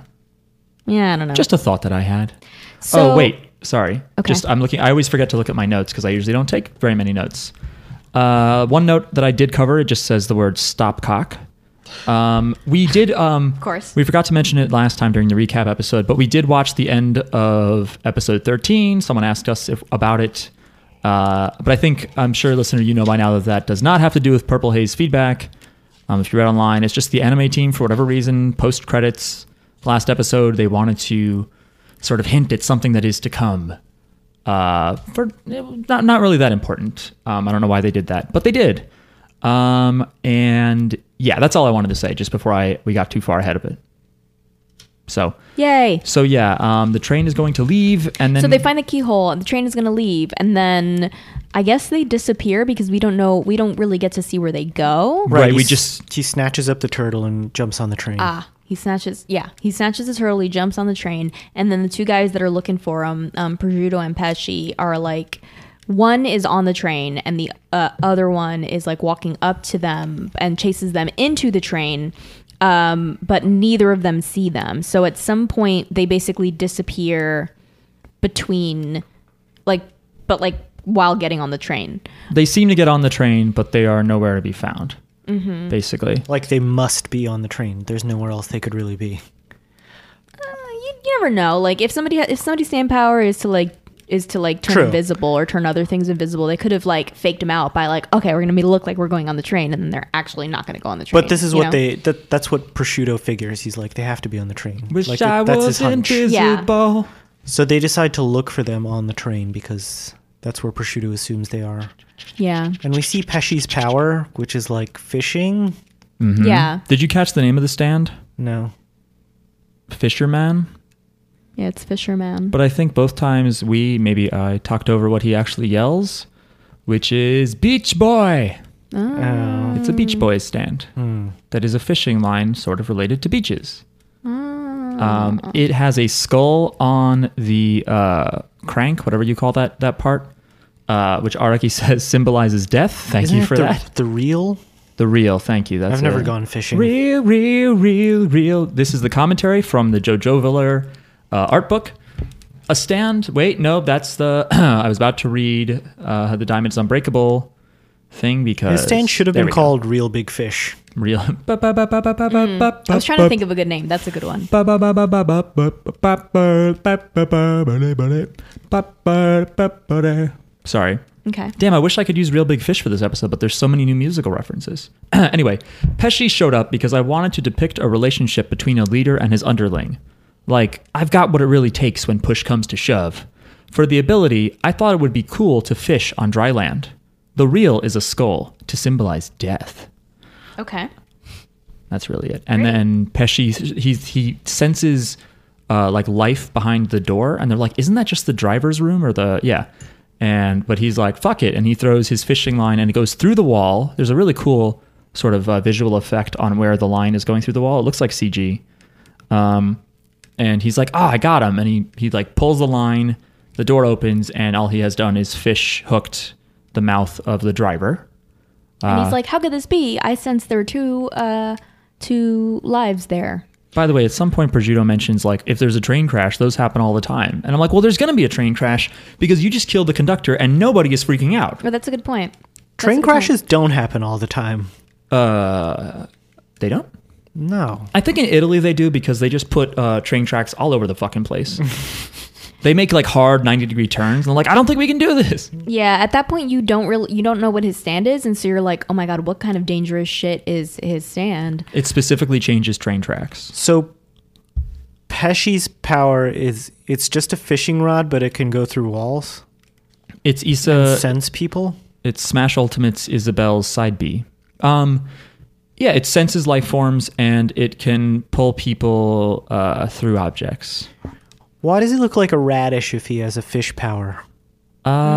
Speaker 4: Yeah. I don't know.
Speaker 2: Just a thought that I had.
Speaker 4: So-
Speaker 2: oh wait, sorry.
Speaker 4: Okay.
Speaker 2: Just I'm looking. I always forget to look at my notes because I usually don't take very many notes. Uh, one note that I did cover, it just says the word stopcock. Um, we did, um, of
Speaker 4: course.
Speaker 2: we forgot to mention it last time during the recap episode, but we did watch the end of episode 13. Someone asked us if, about it. Uh, but I think, I'm sure, listener, you know by now that that does not have to do with Purple Haze feedback. Um, if you read online, it's just the anime team, for whatever reason, post credits last episode, they wanted to sort of hint at something that is to come. Uh, for not not really that important. Um, I don't know why they did that, but they did. Um, and yeah, that's all I wanted to say just before I we got too far ahead of it. So
Speaker 4: Yay.
Speaker 2: so yeah, um, the train is going to leave, and then
Speaker 4: So they find the keyhole and the train is going to leave and then I guess they disappear because we don't know we don't really get to see where they go.
Speaker 2: Right, we
Speaker 3: he s-
Speaker 2: just-
Speaker 3: he snatches up the turtle and jumps on the train.
Speaker 4: Ah, he snatches. Yeah, he snatches the turtle. He jumps on the train, and then the two guys that are looking for him, um, Prosciutto and Pesci, are like, one is on the train, and the uh, other one is like walking up to them and chases them into the train. Um, but neither of them see them. So at some point, they basically disappear between, like, but like while getting on the train.
Speaker 2: they seem to get on the train, but they are nowhere to be found.
Speaker 4: Mm-hmm.
Speaker 2: Basically,
Speaker 3: Like they must be on the train. There's nowhere else they could really be.
Speaker 4: Uh, you, you never know. Like if somebody if somebody's sand power is to like is to like turn
Speaker 3: True.
Speaker 4: invisible or turn other things invisible, they could have like faked them out by like, okay, we're gonna be look like we're going on the train, and then they're actually not gonna go on the train.
Speaker 3: But this is
Speaker 4: you
Speaker 3: what
Speaker 4: know?
Speaker 3: they that, that's what Prosciutto figures. He's like they have to be on the train.
Speaker 2: wish
Speaker 3: Like,
Speaker 2: I
Speaker 3: that- that's
Speaker 2: was
Speaker 3: his hunch.
Speaker 2: invisible.
Speaker 3: So they decide to look for them on the train because that's where Prosciutto assumes they are.
Speaker 4: yeah
Speaker 3: And we see Pesci's power, which is like fishing. Mm-hmm.
Speaker 4: yeah
Speaker 2: Did you catch the name of the stand?
Speaker 3: No.
Speaker 2: Fisherman.
Speaker 4: yeah it's fisherman.
Speaker 2: But I think both times we, maybe I, talked over what he actually yells, which is Beach Boy.
Speaker 3: Oh.
Speaker 2: It's a Beach Boys stand
Speaker 3: Hmm.
Speaker 2: that is a fishing line sort of related to beaches. Um, it has a skull on the uh, crank, whatever you call that, that part, uh, which Araki says symbolizes death. Thank
Speaker 3: Isn't
Speaker 2: you
Speaker 3: it
Speaker 2: for
Speaker 3: the,
Speaker 2: that.
Speaker 3: The real?
Speaker 2: The real, thank you. That's
Speaker 3: I've never
Speaker 2: it.
Speaker 3: gone fishing.
Speaker 2: Real, real, real, real. This is the commentary from the Jojo Viller uh, art book. A stand. Wait, no, that's the. I was about to read uh, the Diamond's Unbreakable thing because
Speaker 3: This stand should have
Speaker 2: There
Speaker 3: been
Speaker 2: we go.
Speaker 3: called Real Big Fish.
Speaker 2: real.
Speaker 4: Mm. I was trying to think of a good name. That's a good one.
Speaker 2: Sorry.
Speaker 4: Okay.
Speaker 2: Damn, I wish I could use Real Big Fish for this episode, but there's so many new musical references. anyway, Pesci showed up because I wanted to depict a relationship between a leader and his underling. Like, I've got what it really takes when push comes to shove. For the ability, I thought it would be cool to fish on dry land. The reel is a skull to symbolize death.
Speaker 4: Okay.
Speaker 2: That's really it. And then Pesci, he he senses uh, like life behind the door, and they're like, "Isn't that just the driver's room or the yeah?" And but he's like, "Fuck it!" and he throws his fishing line, and it goes through the wall. There's a really cool sort of uh, visual effect on where the line is going through the wall. It looks like CG. Um, and he's like, "Ah, I got him!" And he he like pulls the line. The door opens, and all he has done is fish hooked the mouth of the driver.
Speaker 4: and
Speaker 3: Uh.
Speaker 4: he's like, how could this be? I sense there are two uh two lives there.
Speaker 2: By the way, at some point, Prosciutto mentions like if there's a train crash, those happen all the time, and I'm like, well, there's going to be a train crash because you just killed the conductor and nobody is freaking out.
Speaker 4: Well, that's a good point. That's a
Speaker 3: Train
Speaker 4: good point.
Speaker 3: crashes don't happen all the time.
Speaker 2: Uh, They don't.
Speaker 3: No.
Speaker 2: I think in Italy they do because they just put uh, train tracks all over the fucking place. they make like hard 90 degree turns, and they're like, I don't think we can do this.
Speaker 4: Yeah, at that point you don't really you don't know what his stand is, and so you're like, oh my god, what kind of dangerous shit is his stand?
Speaker 2: It specifically changes train tracks.
Speaker 3: So Pesci's power is it's just a fishing rod, but it can go through walls.
Speaker 2: It's Issa.
Speaker 3: sense people.
Speaker 2: It's Smash Ultimate's Isabelle's side B. Um, yeah, it senses life forms and it can pull people uh, through objects.
Speaker 3: Why does he look like a radish if he has a fish power?
Speaker 2: Uh,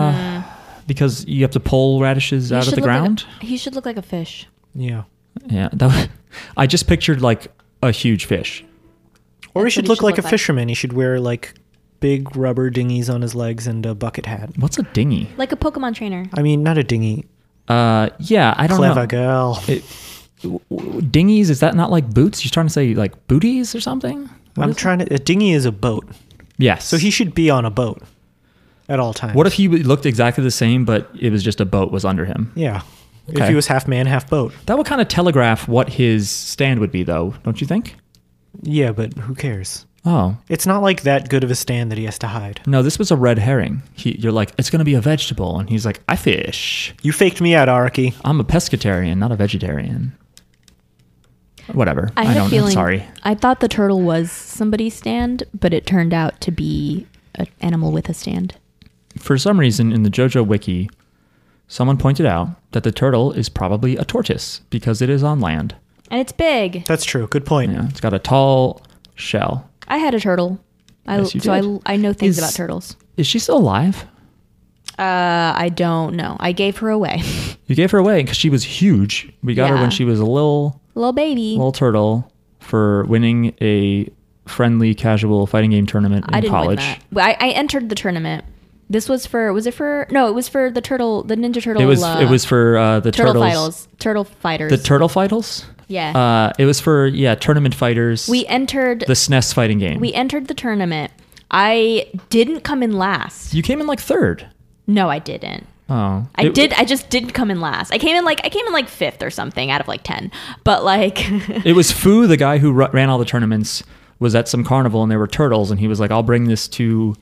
Speaker 2: because you have to pull radishes out
Speaker 4: He
Speaker 2: of
Speaker 4: Hmm. should
Speaker 2: the
Speaker 4: look like a-
Speaker 2: ground.
Speaker 4: he should look like a fish.
Speaker 3: Yeah.
Speaker 2: yeah, that was, I just pictured like a huge fish.
Speaker 3: Or he
Speaker 4: That's what
Speaker 3: should
Speaker 4: he
Speaker 3: look
Speaker 4: should
Speaker 3: like
Speaker 4: look
Speaker 3: a
Speaker 4: like.
Speaker 3: fisherman. He should wear like big rubber dinghies on his legs and a bucket hat.
Speaker 2: What's a dinghy?
Speaker 4: Like a Pokemon trainer.
Speaker 3: I mean, not a dinghy.
Speaker 2: Uh, yeah, I don't
Speaker 3: Clever
Speaker 2: know.
Speaker 3: girl.
Speaker 2: It- w- w- dinghies is that not like boots? You're trying to say like booties
Speaker 3: Um,
Speaker 2: or something?
Speaker 3: I'm trying to. A dinghy is a boat,
Speaker 2: Yes.
Speaker 3: so he should be on a boat. at all times.
Speaker 2: What if he looked exactly the same, but it was just a boat was under him?
Speaker 3: Yeah. If
Speaker 2: Okay.
Speaker 3: he was half man, half boat.
Speaker 2: That would kind of telegraph what his stand would be, though, don't you think?
Speaker 3: Yeah, but who cares?
Speaker 2: Oh
Speaker 3: It's not like that good of a stand that he has to hide.
Speaker 2: no, this was a red herring. He, you're like, it's gonna be a vegetable, and he's like, I fish.
Speaker 3: You faked me out, Araki.
Speaker 2: I'm a pescatarian, not a vegetarian. Whatever.
Speaker 4: I, had
Speaker 2: don't.
Speaker 4: a feeling.
Speaker 2: I'm sorry.
Speaker 4: I thought the turtle was somebody's stand, but it turned out to be an animal with a stand.
Speaker 2: For some reason, in the JoJo wiki, someone pointed out that the turtle is probably a tortoise because it is on land.
Speaker 4: And it's big.
Speaker 3: That's true. Good point.
Speaker 2: Yeah, it's got a tall shell.
Speaker 4: I had a turtle. I,
Speaker 2: Yes, you
Speaker 4: so
Speaker 2: did.
Speaker 4: I, I know things
Speaker 2: Is-
Speaker 4: about turtles.
Speaker 2: Is she still alive?
Speaker 4: Uh, I don't know. I gave her away.
Speaker 2: You gave her away because she was huge. We got her
Speaker 4: Yeah.
Speaker 2: when she was a little
Speaker 4: Little baby.
Speaker 2: little turtle for winning a friendly casual fighting game tournament in
Speaker 4: I didn't
Speaker 2: college.
Speaker 4: win that. But I, I entered the tournament. This was for was it for no? It was for the turtle, the ninja turtle.
Speaker 2: It was
Speaker 4: uh,
Speaker 2: it was for uh, the
Speaker 4: turtle
Speaker 2: turtles,
Speaker 4: fighters. Turtle fighters.
Speaker 2: the turtle fighters.
Speaker 4: yeah.
Speaker 2: Uh, it was for yeah tournament fighters.
Speaker 4: we entered.
Speaker 2: the SNES fighting game.
Speaker 4: we entered the tournament. I didn't come in last.
Speaker 2: you came in like third.
Speaker 4: No, I didn't.
Speaker 2: Oh,
Speaker 4: I
Speaker 2: It-
Speaker 4: did. I just didn't come in last. I came in like I came in like fifth or something out of like ten. But like,
Speaker 2: It was Fu, the guy who ru- ran all the tournaments, was at some carnival and there were turtles, and he was like, "I'll bring this to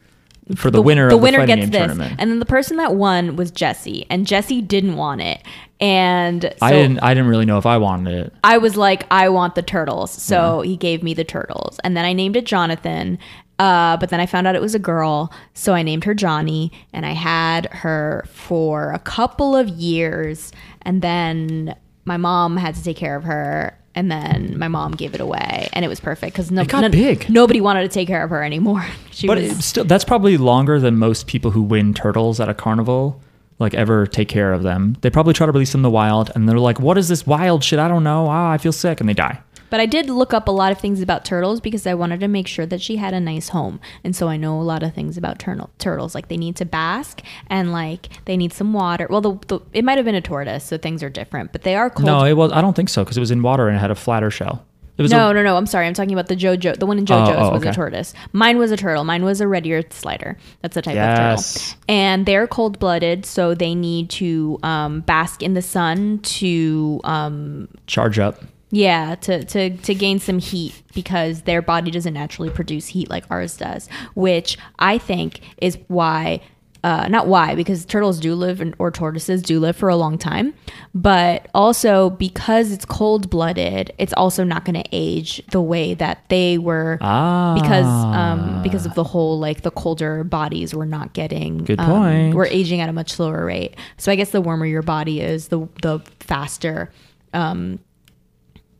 Speaker 2: for the, winner
Speaker 4: the
Speaker 2: of
Speaker 4: winner
Speaker 2: the fighting
Speaker 4: gets
Speaker 2: game
Speaker 4: this,
Speaker 2: tournament."
Speaker 4: and then the person that won was Jesse, and Jesse didn't want it, and so
Speaker 2: I didn't. I didn't really know if I wanted it.
Speaker 4: I was like, I want the turtles. So he gave me the turtles. And then I named it Jonathan. Uh, but then I found out it was a girl. So I named her Johnny. And I had her for a couple of years. And then my mom had to take care of her. And then my mom gave it away. And it was perfect because no,
Speaker 2: It got
Speaker 4: no-
Speaker 2: big.
Speaker 4: nobody wanted to take care of her anymore. She
Speaker 2: But
Speaker 4: was.
Speaker 2: it, still, that's probably longer than most people who win turtles at a carnival like ever take care of them. They probably try to release them in the wild, and they're like, "What is this wild shit? I don't know. Ah, I feel sick," and they die.
Speaker 4: But I did look up a lot of things about turtles because I wanted to make sure that she had a nice home. And so I know a lot of things about turtle, turtles. Like they need to bask and like they need some water. Well, the, the it might have been a tortoise, so things are different, but they are cold.
Speaker 2: No, it was. I don't think so because it was in water and it had a flatter shell. It was
Speaker 4: no,
Speaker 2: a,
Speaker 4: no, no. I'm sorry. I'm talking about the JoJo. The one in JoJo's
Speaker 2: oh,
Speaker 4: was
Speaker 2: okay.
Speaker 4: a tortoise. Mine was a turtle. Mine was a red eared slider. That's a type of
Speaker 2: Yes.
Speaker 4: turtle. And they're cold blooded, so they need to um, bask in the sun to um,
Speaker 2: charge up.
Speaker 4: Yeah, to, to, to gain some heat because their body doesn't naturally produce heat like ours does, which I think is why, uh, not why, because turtles do live and, or tortoises do live for a long time, but also because it's cold blooded, it's also not going to age the way that they were
Speaker 2: Ah,
Speaker 4: because um, because of the whole like the colder bodies were not getting
Speaker 2: Good
Speaker 4: um,
Speaker 2: point.
Speaker 4: we're aging at a much slower rate. So I guess the warmer your body is, the the faster um,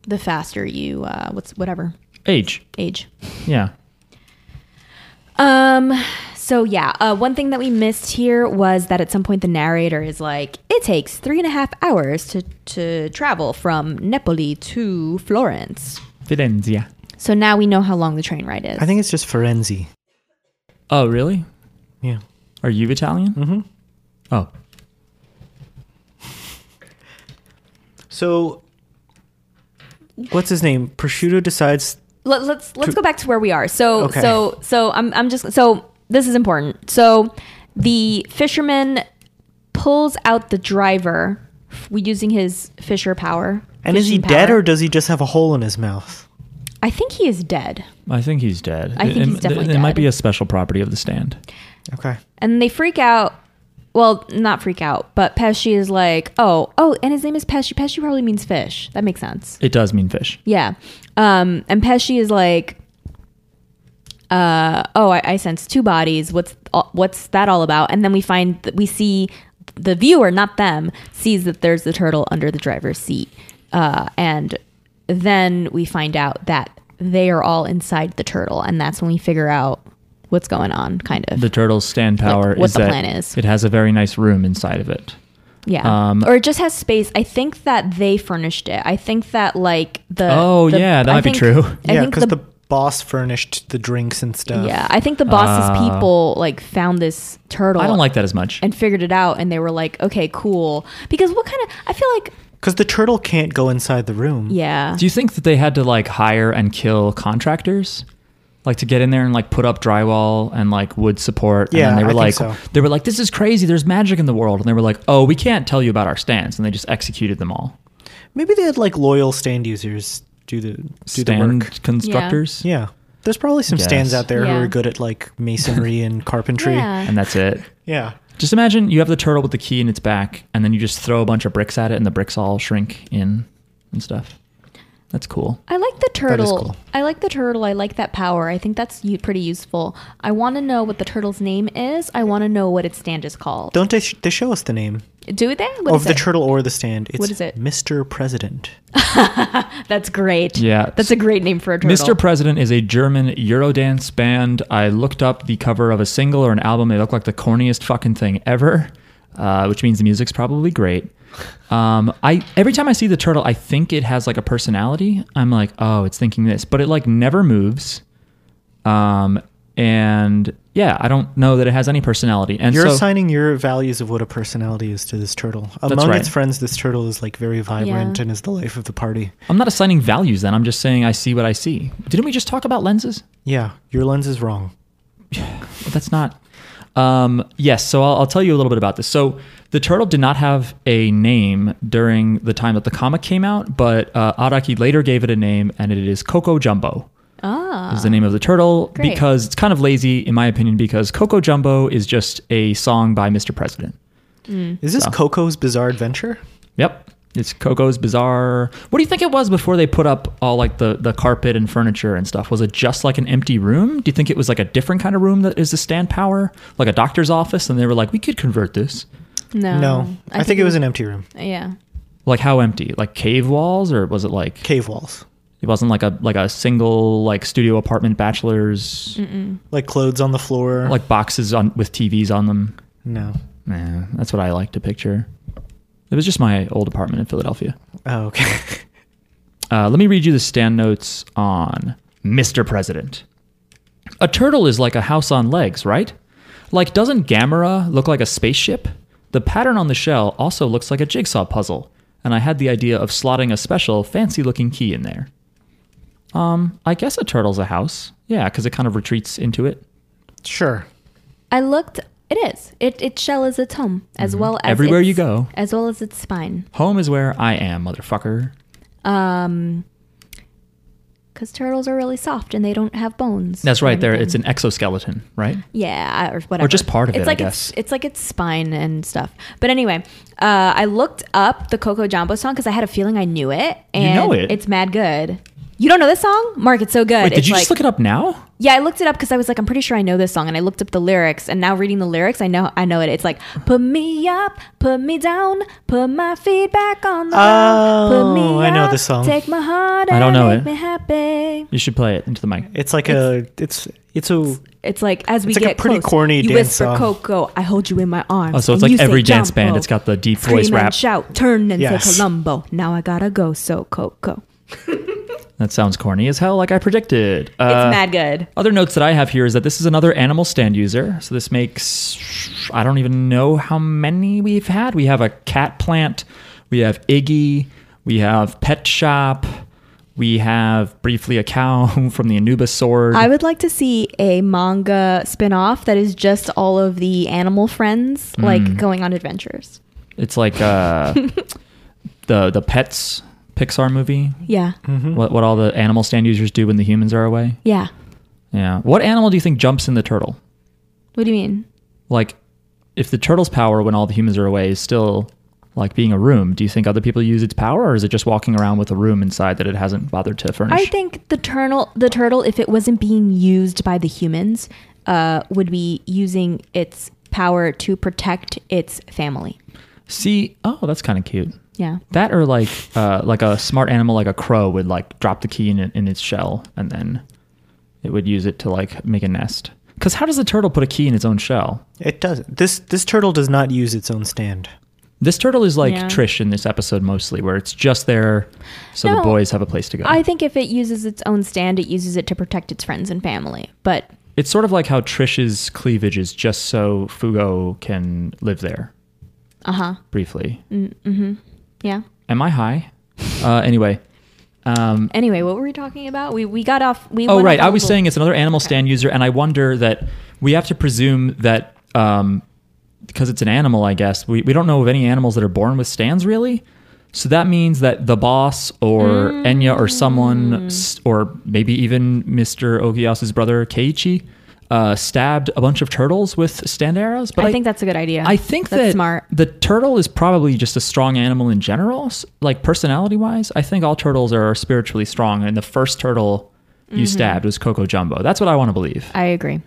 Speaker 4: the faster you uh, what's whatever
Speaker 2: age.
Speaker 4: age.
Speaker 2: Yeah.
Speaker 4: Um. So yeah, uh, one thing that we missed here was that at some point the narrator is like, "It takes three and a half hours to to travel from Napoli to Florence."
Speaker 2: Firenze. yeah.
Speaker 4: So now we know how long the train ride is.
Speaker 3: I think it's just Ferenzi.
Speaker 2: Oh, really?
Speaker 3: Yeah.
Speaker 2: Are you Italian? Mm-hmm. Oh,
Speaker 3: So, what's his name? Prosciutto decides.
Speaker 4: let, let's let's go back to where we are. So
Speaker 3: Okay.
Speaker 4: so so I'm I'm just so this is important. So the fisherman pulls out the driver f- using his fisher power.
Speaker 3: And is he
Speaker 4: fishing
Speaker 3: dead
Speaker 4: power.
Speaker 3: or does he just have a hole in his mouth?
Speaker 4: I think he is dead.
Speaker 2: I think he's dead.
Speaker 4: I think
Speaker 2: it,
Speaker 4: he's
Speaker 2: it-
Speaker 4: definitely
Speaker 2: It might
Speaker 4: dead.
Speaker 2: be a special property of the stand.
Speaker 3: Okay.
Speaker 4: And they freak out. Well, not freak out, but Pesci is like, oh, oh, and his name is Pesci. Pesci probably means fish. That makes sense.
Speaker 2: It does mean fish.
Speaker 4: Yeah. Um, and Pesci is like, uh, oh, I, I sense two bodies. What's uh, what's that all about? And then we find that we see the viewer, not them, sees that there's the turtle under the driver's seat, uh, and then we find out that they are all inside the turtle, and that's when we figure out what's going on. Kind of,
Speaker 2: The turtle's stand power
Speaker 4: what
Speaker 2: is
Speaker 4: the
Speaker 2: that
Speaker 4: plan is.
Speaker 2: it has a very nice room inside of it.
Speaker 4: yeah.
Speaker 2: um,
Speaker 4: or it just has space. I think that they furnished it. I think that like the
Speaker 2: Oh,
Speaker 4: the-
Speaker 2: yeah, that
Speaker 4: I
Speaker 2: might be
Speaker 4: think-
Speaker 2: true.
Speaker 4: I
Speaker 3: yeah,
Speaker 4: think
Speaker 3: because the, boss furnished the drinks and stuff.
Speaker 4: Yeah, I think the boss's
Speaker 3: Uh.
Speaker 2: Ah.
Speaker 4: people like found this turtle.
Speaker 2: I don't like that as much.
Speaker 4: and figured it out, and they were like, "Okay, cool." Because what kind of? I feel like
Speaker 3: Because the turtle can't go inside the room.
Speaker 4: yeah.
Speaker 2: Do you think that they had to like hire and kill contractors? like to get in there and like put up drywall and like wood support.
Speaker 3: Yeah,
Speaker 2: and then they were
Speaker 3: I
Speaker 2: like,
Speaker 3: think so.
Speaker 2: they were like, this is crazy. There's magic in the world, and they were like, oh, we can't tell you about our stands, and they just executed them all.
Speaker 3: Maybe they had like loyal stand users do the do the
Speaker 2: Stand
Speaker 3: work.
Speaker 2: constructors,
Speaker 3: Yeah. There's probably some
Speaker 2: Yes.
Speaker 3: stands out there who
Speaker 4: Yeah.
Speaker 3: are good at like masonry and carpentry.
Speaker 4: Yeah.
Speaker 2: and that's it.
Speaker 3: Yeah.
Speaker 2: Just imagine you have the turtle with the key in its back, and then you just throw a bunch of bricks at it, and the bricks all shrink in and stuff. That's cool.
Speaker 4: I like the
Speaker 3: That is
Speaker 4: turtle.
Speaker 3: cool.
Speaker 4: I like the turtle. I like that power. I think that's u- pretty useful. I want to know what the turtle's name is. I want to know what its stand is called.
Speaker 3: Don't they, sh- they show us the name
Speaker 4: Do they? What
Speaker 3: of
Speaker 4: is
Speaker 3: the
Speaker 4: it?
Speaker 3: turtle or the stand? It's
Speaker 4: What is it?
Speaker 3: Mr. President.
Speaker 4: That's great.
Speaker 2: Yeah.
Speaker 4: That's a great name for a turtle.
Speaker 2: Mr. President is a German Eurodance band. I looked up the cover of a single or an album. They look like the corniest fucking thing ever, uh, which means the music's probably great. Um, I every time I see the turtle, I think it has like a personality. I'm like, oh, it's thinking this, but it like never moves. Um, and yeah, I don't know that it has any personality. And
Speaker 3: You're
Speaker 2: so,
Speaker 3: assigning your values of what a personality is to this turtle. Among
Speaker 2: right.
Speaker 3: its friends, this turtle is like very vibrant
Speaker 4: Yeah.
Speaker 3: and is the life of the party.
Speaker 2: I'm not assigning values. Then I'm just saying I see what I see. Didn't we just talk about lenses?
Speaker 3: Yeah, your lens is wrong.
Speaker 2: But that's not. Um, yes, so I'll, I'll tell you a little bit about this. So the turtle did not have a name during the time that the comic came out, but uh, Araki later gave it a name, and it is Coco Jumbo.
Speaker 4: Ah.
Speaker 2: Is the name of the turtle
Speaker 4: Great.
Speaker 2: because it's kind of lazy, in my opinion, because Coco Jumbo is just a song by Mr. President.
Speaker 3: Is this
Speaker 2: So.
Speaker 3: Coco's Bizarre Adventure?
Speaker 2: Yep. It's Coco's Bizarre. What do you think it was before they put up all like the, the carpet and furniture and stuff? Was it just like an empty room? Do you think it was like a different kind of room that is the stand power? Like a doctor's office? And they were like, we could convert this.
Speaker 4: No.
Speaker 3: no, I, think, it was an empty room,
Speaker 4: Yeah.
Speaker 2: Like how empty? Like cave walls or was it like
Speaker 3: cave walls,
Speaker 2: it wasn't like a like a single like studio apartment bachelor's
Speaker 3: like clothes on the floor.
Speaker 2: like boxes on with TVs on them?
Speaker 3: no.
Speaker 2: Nah, that's what I like to picture. It was just my old apartment in Philadelphia.
Speaker 3: Oh, okay.
Speaker 2: Uh, let me read you the stand notes on Mr. President. A turtle is like a house on legs, right? Like, doesn't Gamera look like a spaceship? The pattern on the shell also looks like a jigsaw puzzle, and I had the idea of slotting a special, fancy looking key in there. Um, I guess a turtle's a house. Yeah, because it kind of retreats into it.
Speaker 3: sure.
Speaker 4: I looked. It is. It its shell is its home, as
Speaker 3: Mm-hmm.
Speaker 4: well as
Speaker 2: Everywhere
Speaker 4: its-
Speaker 2: you go.
Speaker 4: as well as its spine.
Speaker 2: Home is where I am, motherfucker.
Speaker 4: Um, because turtles are really soft and they don't have bones.
Speaker 2: That's
Speaker 4: or
Speaker 2: right there.
Speaker 4: anything.
Speaker 2: It's an exoskeleton, right?
Speaker 4: Yeah, or whatever.
Speaker 2: just part of
Speaker 4: it's
Speaker 2: it, I
Speaker 4: Like
Speaker 2: guess.
Speaker 4: It's, it's like its spine and stuff. But anyway, uh, I looked up the Coco Jumbo song because I had a feeling I knew it. And
Speaker 2: know it?
Speaker 4: It's mad good. You don't know this song, Mark? It's so good.
Speaker 2: Wait, did
Speaker 4: it's
Speaker 2: you
Speaker 4: like,
Speaker 2: just look it up now?
Speaker 4: Yeah, I looked it up because I was like, I'm pretty sure I know this song, and I looked up the lyrics. And now reading the lyrics, I know I know it. It's like, put me up, put me down, put my feet back on the ground, put
Speaker 3: Oh,
Speaker 4: me
Speaker 3: I know
Speaker 4: up,
Speaker 3: this song.
Speaker 4: Take my heart,
Speaker 2: I don't
Speaker 4: and
Speaker 2: know
Speaker 4: make
Speaker 2: it.
Speaker 4: Me happy.
Speaker 2: You should play it into the mic.
Speaker 3: It's like a. It's it's a.
Speaker 4: It's like as we
Speaker 3: It's like a
Speaker 4: get
Speaker 3: pretty
Speaker 4: close,
Speaker 3: corny
Speaker 4: you
Speaker 3: dance
Speaker 4: whisper
Speaker 3: song.
Speaker 4: Coco, I hold you in my arms.
Speaker 2: Oh, so it's
Speaker 4: and
Speaker 2: like
Speaker 4: you
Speaker 2: every
Speaker 4: say,
Speaker 2: dance band.
Speaker 4: "Jumpo."
Speaker 2: It's got the deep
Speaker 4: Scream
Speaker 2: voice
Speaker 4: and
Speaker 2: rap.
Speaker 4: shout, turn and
Speaker 3: Yes.
Speaker 4: say Columbo. Now I gotta go, so Coco.
Speaker 2: That sounds corny as hell, like I predicted.
Speaker 4: It's
Speaker 2: Uh,
Speaker 4: mad good.
Speaker 2: Other notes that I have here is that this is another animal stand user. So this makes, I don't even know how many we've had. We have a cat plant, we have Iggy, we have Pet Shop, we have briefly a cow from the Anubis Sword.
Speaker 4: I would like to see a manga spin-off that is just all of the animal friends
Speaker 2: Mm.
Speaker 4: like going on adventures.
Speaker 2: it's like uh, the the Pets Pixar movie.
Speaker 4: Yeah.
Speaker 2: What, what all the animal stand users do when the humans are away.
Speaker 4: Yeah.
Speaker 2: Yeah. What animal do you think jumps in the turtle?
Speaker 4: What do you mean?
Speaker 2: like if the turtle's power when all the humans are away is still like being a room do you think other people use its power or is it just walking around with a room inside that it hasn't bothered to furnish
Speaker 4: I think the turtle the turtle if it wasn't being used by the humans uh, would be using its power to protect its family.
Speaker 2: see oh that's kind of cute
Speaker 4: Yeah.
Speaker 2: that or like uh, like a smart animal like a crow would like drop the key in, in its shell and then it would use it to like make a nest because how does the turtle put a key in its own shell
Speaker 3: It does. This this turtle does not use its own stand.
Speaker 2: this turtle is like
Speaker 4: Yeah.
Speaker 2: trish in this episode mostly where it's just there so the
Speaker 4: No,
Speaker 2: boys have a place to go
Speaker 4: I think if it uses its own stand, it uses it to protect its friends and family. But
Speaker 2: It's sort of like how Trish's cleavage is just so Fugo can live there
Speaker 4: uh huh.
Speaker 2: briefly.
Speaker 4: Yeah.
Speaker 2: Am I high? Uh, anyway, Um,
Speaker 4: Anyway, what were we talking about? We we got off. We
Speaker 2: oh
Speaker 4: went
Speaker 2: right,
Speaker 4: off on
Speaker 2: I was
Speaker 4: Google.
Speaker 2: saying it's another animal stand user, and I wonder that we have to presume that um, because it's an animal, I guess we we don't know of any animals that are born with stands really. So that means that the boss or
Speaker 4: Mm.
Speaker 2: Enya or someone s- or maybe even Mr. Okiyasu's brother Keiichi uh, stabbed a bunch of turtles with stand arrows. But
Speaker 4: I, think that's a good idea.
Speaker 2: I think
Speaker 4: that's
Speaker 2: that
Speaker 4: smart.
Speaker 2: the turtle is probably just a strong animal in general, s- like personality wise. I think all turtles are spiritually strong, and the first turtle
Speaker 4: Mm-hmm.
Speaker 2: you stabbed was Coco Jumbo. That's what I want to believe.
Speaker 4: I agree.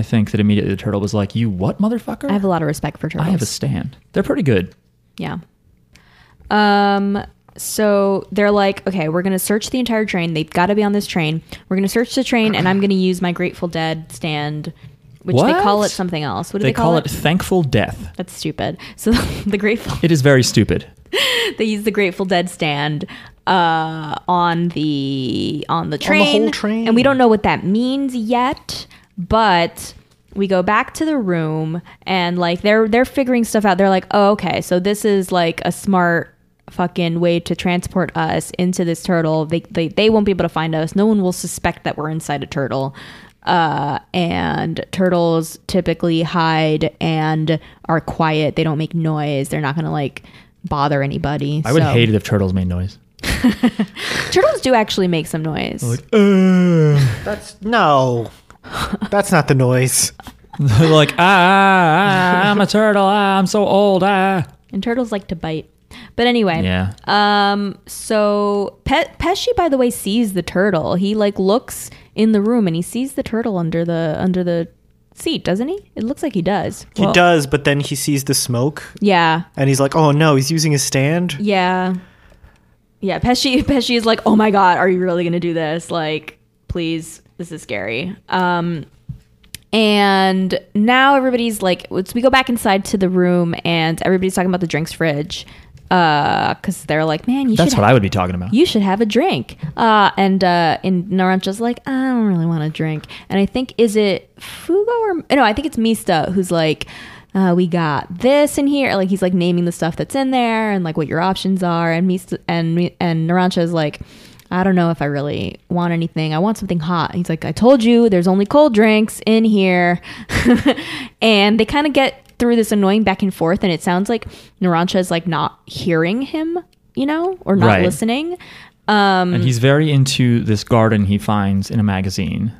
Speaker 2: I think that immediately the turtle was like, "You what, motherfucker?
Speaker 4: I have a lot of respect for turtles.
Speaker 2: I have a stand. They're pretty good."
Speaker 4: Yeah. Um so they're like, okay, we're going to search the entire train. They've got to be on this train. We're going to search the train and I'm going to use my Grateful Dead stand, which they call
Speaker 2: What?
Speaker 4: it something else. What do
Speaker 2: They, call, it thankful death.
Speaker 4: That's stupid. So the Grateful
Speaker 2: It is very stupid.
Speaker 4: they use the Grateful Dead stand uh on the on the train.
Speaker 3: whole train.
Speaker 4: And we don't know what that means yet, but we go back to the room and like they're they're figuring stuff out. They're like, "Oh, okay. So this is like a smart fucking way to transport us into this turtle. They they they won't be able to find us. No one will suspect that we're inside a turtle." Uh, and turtles typically hide and are quiet. They don't make noise. They're not gonna like bother anybody.
Speaker 2: I would
Speaker 4: So-
Speaker 2: hate it if turtles made noise.
Speaker 4: Turtles do actually make some noise.
Speaker 3: That's no. That's not the noise.
Speaker 2: like ah, ah, ah, I'm a turtle. Ah, I'm so old. Ah.
Speaker 4: And turtles like to bite. But anyway,
Speaker 2: Yeah.
Speaker 4: um, so Pe- Pesci, by the way, sees the turtle. He like looks in the room and he sees the turtle under the under the seat, doesn't he? It looks like he does.
Speaker 3: He
Speaker 2: Well-
Speaker 3: does, but then he sees the smoke
Speaker 4: Yeah,
Speaker 3: and he's like, "Oh no, he's using a stand."
Speaker 4: yeah, yeah. Pesci, Pesci is like, oh my god, are you really gonna do this? Like, please, this is scary. Um, and now everybody's like, let's, we go back inside to the room and everybody's talking about the drinks fridge. Uh, cause they're like, man, you
Speaker 2: That's
Speaker 4: should
Speaker 2: what I would be talking about.
Speaker 4: you should have a drink. Uh, and uh, and Naranja's like, I don't really want a drink. And I think is it Fugo or no? I think it's Mista who's like, uh, we got this in here. Like he's like naming the stuff that's in there and like what your options are. And Mista and and Naranja's like. I don't know if I really want anything. I want something hot. He's like, I told you, there's only cold drinks in here. and they kind of get through this annoying back and forth, and it sounds like Narancha is like not hearing him, you know, or not
Speaker 2: Right.
Speaker 4: listening.
Speaker 2: and he's very into this garden he finds in a magazine,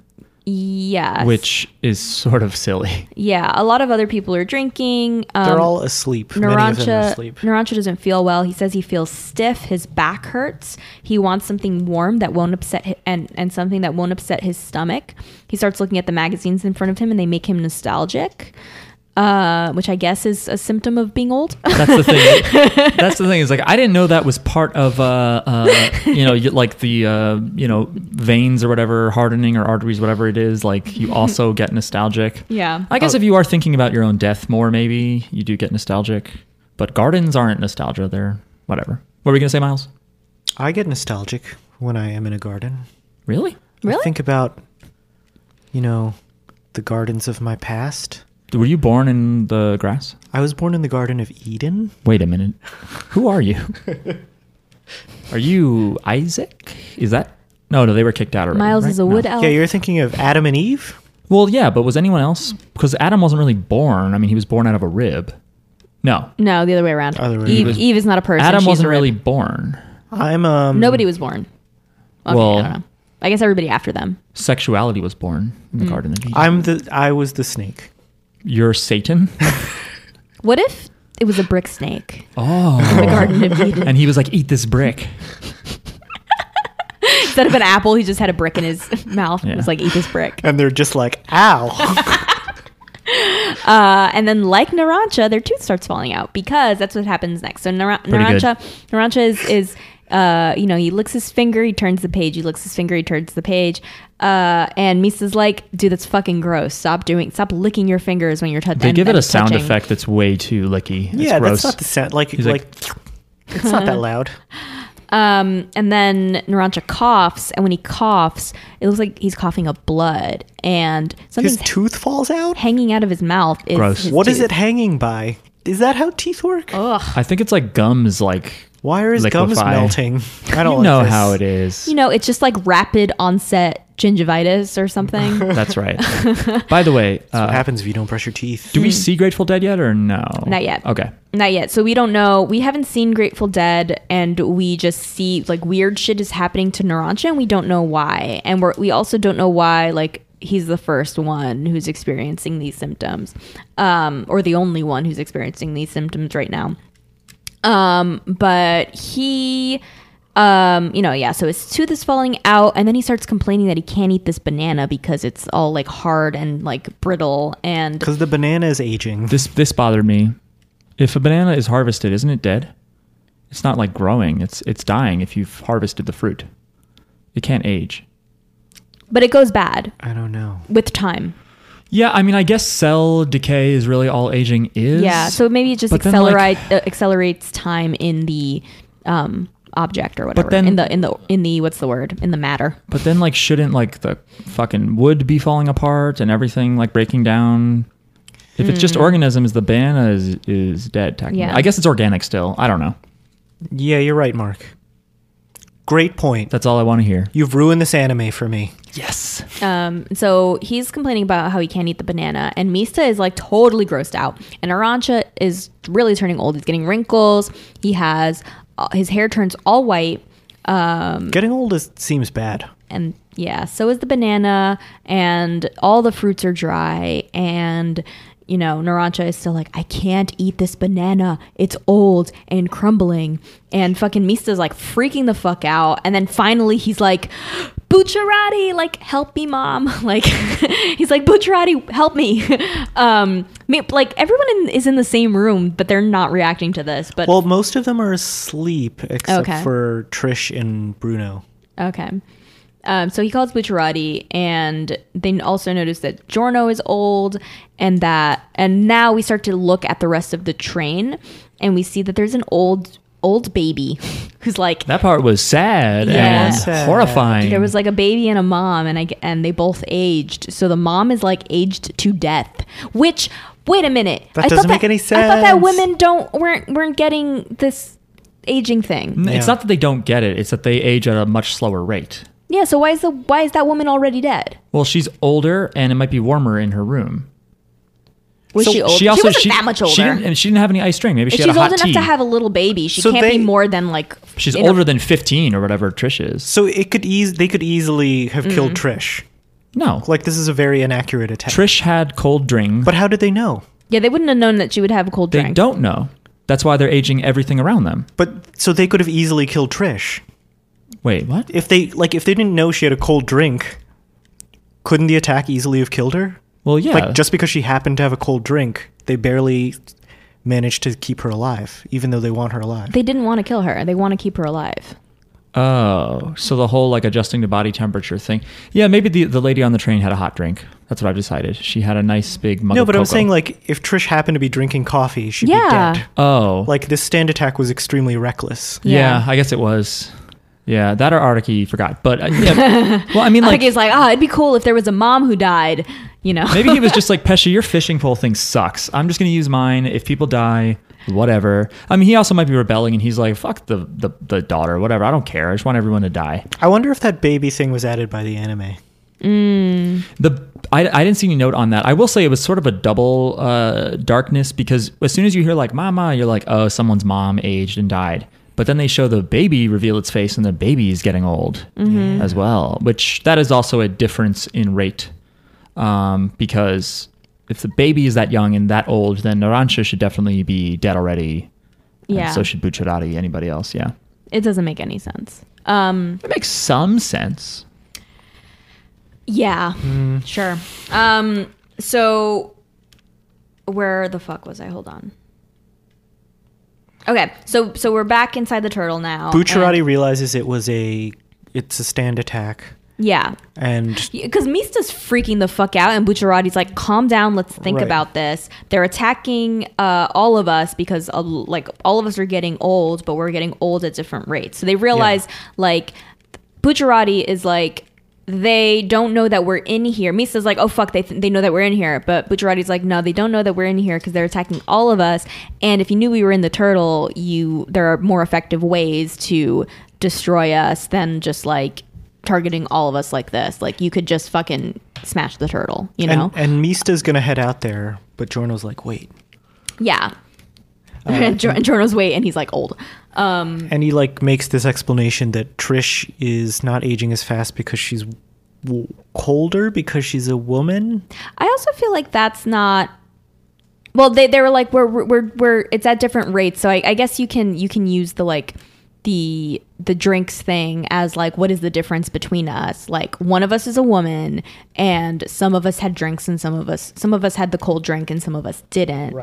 Speaker 4: Yes.
Speaker 2: which is sort of silly.
Speaker 4: yeah, a lot of other people are drinking. Um,
Speaker 3: They're all asleep. Many of them are
Speaker 4: Narancha,
Speaker 3: asleep.
Speaker 4: Narancha doesn't feel well. He says he feels stiff. His back hurts. He wants something warm that won't upset hi and and something that won't upset his stomach. He starts looking at the magazines in front of him, and they make him nostalgic, uh, which I guess is a symptom of being old.
Speaker 2: That's the thing. That's the thing. Is like I didn't know that was part of uh, uh you know you- like the uh you know veins or whatever hardening or arteries whatever it is. Like you also get nostalgic.
Speaker 4: Mm-hmm. yeah. Oh.
Speaker 2: I guess if you are thinking about your own death more, maybe you do get nostalgic. But gardens aren't nostalgia. They're whatever. What were we gonna say, Miles?
Speaker 3: I get nostalgic when I am in a garden.
Speaker 2: Really?
Speaker 4: Really?
Speaker 3: I think about you know, the gardens of my past.
Speaker 2: Were you born in the grass?
Speaker 3: I was born in the Garden of Eden.
Speaker 2: Wait a minute. Who are you? are you Isaac? Is that? No, no, they were kicked out already.
Speaker 4: Miles
Speaker 2: right?
Speaker 4: is a
Speaker 2: No.
Speaker 4: wood elf.
Speaker 3: Yeah, you're thinking of Adam and Eve?
Speaker 2: Well, yeah, but was anyone else? Because Adam wasn't really born. I mean, he was born out of a rib. No,
Speaker 4: No, the other way around.
Speaker 3: Other way
Speaker 4: Eve,
Speaker 2: around.
Speaker 4: Eve is not a person.
Speaker 2: Adam
Speaker 4: she's
Speaker 2: wasn't
Speaker 4: a rib.
Speaker 2: really born.
Speaker 3: I'm um
Speaker 4: Nobody was born. Okay,
Speaker 2: Well-
Speaker 4: I don't know. I guess everybody after them.
Speaker 2: Sexuality was born in the
Speaker 4: Hmm.
Speaker 2: Garden of Eden.
Speaker 3: I'm the I was the snake.
Speaker 2: You're Satan.
Speaker 4: What if it was a brick snake?
Speaker 2: Oh,
Speaker 4: The Garden of Eden.
Speaker 2: and he was like, "Eat this brick."
Speaker 4: Instead of an apple, he just had a brick in his mouth. It
Speaker 2: Yeah.
Speaker 4: was like, eat this brick.
Speaker 3: And they're just like, ow.
Speaker 4: Uh, and then, like Narancha, their tooth starts falling out because that's what happens next. So Nar-
Speaker 2: good.
Speaker 4: Narancha, Narancha is, is uh, you know, he licks his finger, he turns the page, he licks his finger, he turns the page. Uh, and Misa's like, dude, that's fucking gross. Stop doing, stop licking your fingers when you're touching.
Speaker 2: They give it a sound effect that's way too licky. It's
Speaker 3: yeah,
Speaker 2: gross.
Speaker 3: that's not the sound like like,
Speaker 2: like-
Speaker 3: it's not that loud.
Speaker 4: Um, and then Narancha coughs, and when he coughs, it looks like he's coughing up blood, and
Speaker 3: His
Speaker 4: something's
Speaker 3: tooth falls out?
Speaker 4: hanging out of his mouth. Is
Speaker 2: Gross.
Speaker 4: his
Speaker 3: What is
Speaker 4: tooth.
Speaker 3: it hanging by? Is that how teeth work?
Speaker 2: I think it's like gums, like
Speaker 3: Why are his gums
Speaker 2: Liquefy.
Speaker 3: melting? I don't
Speaker 4: Oh,
Speaker 2: you
Speaker 3: like
Speaker 2: know
Speaker 3: this.
Speaker 2: how it is.
Speaker 4: You know, it's just like rapid onset gingivitis or something.
Speaker 2: That's right. By the way,
Speaker 3: That's what
Speaker 2: uh,
Speaker 3: happens if you don't brush your teeth.
Speaker 2: do we see Grateful Dead yet or no?
Speaker 4: Mm. Not yet.
Speaker 2: Okay.
Speaker 4: Not yet. So we don't know. We haven't seen Grateful Dead, and we just see like weird shit is happening to Naranja, and we don't know why. And we're, we also don't know why like he's the first one who's experiencing these symptoms, um, or the only one who's experiencing these symptoms right now. Um, but he, um, you know, yeah. So his tooth is falling out, and then he starts complaining that he can't eat this banana because it's all like hard and like brittle and
Speaker 3: Because the banana is aging.
Speaker 2: This this bothered me. If a banana is harvested, isn't it dead? It's not like growing. It's it's dying if you've harvested the fruit. It can't age.
Speaker 4: but it goes bad
Speaker 3: I don't know.
Speaker 4: with time.
Speaker 2: Yeah, I mean, I guess cell decay is really all aging is.
Speaker 4: Yeah, so maybe it just
Speaker 2: But then, like-
Speaker 4: accelerate uh, accelerates time in the um, object or whatever.
Speaker 2: then-
Speaker 4: in the in the in the what's the word in the matter?
Speaker 2: But then, like, shouldn't like the fucking wood be falling apart and everything like breaking down? If it's just organisms, the banana is is dead. Technically,
Speaker 4: Hmm. Yeah.
Speaker 2: I guess it's organic still. I don't know.
Speaker 3: Yeah, you're right, Mark. Great point.
Speaker 2: That's all I want to hear.
Speaker 3: You've ruined this anime for me.
Speaker 2: Yes.
Speaker 4: Um, so he's complaining about how he can't eat the banana, and Mista is like totally grossed out, and Arancha is really turning old. He's getting wrinkles. He has uh, his hair turns all white.
Speaker 3: Getting old is, seems bad.
Speaker 4: and yeah, so is the banana, and all the fruits are dry, and you know, Narancha is still like, I can't eat this banana. It's old and crumbling. And fucking Mista's like freaking the fuck out. And then finally he's like, Bucciarati, like, help me, mom. Like, he's like, Bucciarati, help me. um, me- like, everyone in, is in the same room, but they're not reacting to this. But
Speaker 3: Well, most of them are asleep except
Speaker 4: Okay.
Speaker 3: for Trish and Bruno.
Speaker 4: Okay. Um, so he calls Bucciarati, and they also notice that Giorno is old, and that, and now we start to look at the rest of the train, and we see that there's an old, old baby who's like,
Speaker 2: That part was sad
Speaker 4: Yeah.
Speaker 2: and
Speaker 3: Sad.
Speaker 2: horrifying.
Speaker 4: there was like a baby and a mom, and I g- and they both aged. So the mom is like aged to death. Which, wait a minute,
Speaker 3: That
Speaker 4: I
Speaker 3: doesn't
Speaker 4: thought
Speaker 3: make any
Speaker 4: I thought that
Speaker 3: sense.
Speaker 4: women don't weren't weren't getting this aging thing.
Speaker 2: N- It's
Speaker 3: Yeah.
Speaker 2: not that they don't get it; it's that they age at a much slower rate.
Speaker 4: Yeah. So why is the why is that woman already dead?
Speaker 2: Well, she's older, and it might be warmer in her room.
Speaker 4: Was
Speaker 2: So
Speaker 4: she old? She, wasn't that much older.
Speaker 2: She didn't, and she didn't have any ice string. Maybe she
Speaker 4: If
Speaker 2: had
Speaker 4: she's
Speaker 2: a
Speaker 4: old
Speaker 2: hot
Speaker 4: enough
Speaker 2: tea.
Speaker 4: to have a little baby, she
Speaker 3: So
Speaker 4: can't
Speaker 3: they-
Speaker 4: be more than like.
Speaker 2: she's
Speaker 4: you know-
Speaker 2: older than fifteen or whatever Trish is.
Speaker 3: So it could eas- they could easily have killed Trish.
Speaker 2: No,
Speaker 3: Like this is a very inaccurate attack.
Speaker 2: Trish had cold drink.
Speaker 3: But how did they know?
Speaker 4: Yeah, they wouldn't have known that she would have a cold
Speaker 2: They
Speaker 4: drink.
Speaker 2: don't know. That's why they're aging everything around them.
Speaker 3: But so they could have easily killed Trish.
Speaker 2: Wait, what?
Speaker 3: If they like if they didn't know she had a cold drink, couldn't the attack easily have killed her?
Speaker 2: Well, yeah.
Speaker 3: Like just because she happened to have a cold drink, they barely managed to keep her alive, even though they want her alive.
Speaker 4: They didn't want to kill her. They want to keep her alive.
Speaker 2: oh, so the whole like adjusting to body temperature thing. Yeah, maybe the, the lady on the train had a hot drink. That's what I've decided. She had a nice big mug
Speaker 3: no,
Speaker 2: of
Speaker 3: but I'm
Speaker 2: cocoa.
Speaker 3: saying like if Trish happened to be drinking coffee, she'd
Speaker 4: Yeah.
Speaker 3: be dead.
Speaker 2: oh, like
Speaker 3: Like this stand attack was extremely reckless.
Speaker 2: yeah,
Speaker 4: Yeah.
Speaker 2: I guess it was. Yeah, that or Artiki forgot. But uh, yeah. well, I mean,
Speaker 4: Like,
Speaker 2: like
Speaker 4: he's like, oh, it'd be cool if there was a mom who died. You know.
Speaker 2: maybe he was just like Pesha, your fishing pole thing sucks. I'm just gonna use mine. If people die, whatever. I mean, he also might be rebelling, and he's like, fuck the the, the daughter, whatever. I don't care. I just want everyone to die.
Speaker 3: I wonder if that baby thing was added by the anime.
Speaker 2: The I, I didn't see any note on that. I will say it was sort of a double uh, darkness because as soon as you hear like "mama," you're like, "Oh, someone's mom aged and died." But then they show the baby reveal its face, and the baby is getting old as well, which that is also a difference in rate um, because if the baby is that young and that old, then Narancha should definitely be dead already. and
Speaker 4: yeah.
Speaker 2: so should Bucciarati. Anybody else? Yeah.
Speaker 4: it doesn't make any sense. Um.
Speaker 2: It makes some sense.
Speaker 4: Yeah.
Speaker 2: Mm.
Speaker 4: Sure. Um. So, where the fuck was I? Hold on. Okay. So so we're back inside the turtle now. and-
Speaker 3: Bucciarati realizes it was a it's a stand attack
Speaker 4: Yeah.
Speaker 3: and
Speaker 4: Because Mista's freaking the fuck out, and Bucciarati's like, "Calm down, let's think
Speaker 3: Right.
Speaker 4: about this." They're attacking uh, all of us because uh, like all of us are getting old, but we're getting old at different rates. So they realize like Bucciarati is like, they don't know that we're in here. Misa's like, oh fuck, they th- they know that we're in here, but Bucciarati's like, no, they don't know that we're in here because they're attacking all of us. And if you knew we were in the turtle, you there are more effective ways to destroy us than just like targeting all of us like this. Like you could just fucking smash the turtle, you know?
Speaker 3: And, and Mista's gonna head out there, but Jorno's like, wait.
Speaker 4: yeah. and Jor- and Jorno's weight, and he's like old. Mm.
Speaker 3: And he like makes this explanation that Trish is not aging as fast because she's w- colder because she's a woman.
Speaker 4: I also feel like that's not. Well, they, they were like we're, we're we're we're it's at different rates, so I, I guess you can you can use the like the the drinks thing as like what is the difference between us? Like one of us is a woman, and some of us had drinks, and some of us some of us had the cold drink, and some of us didn't.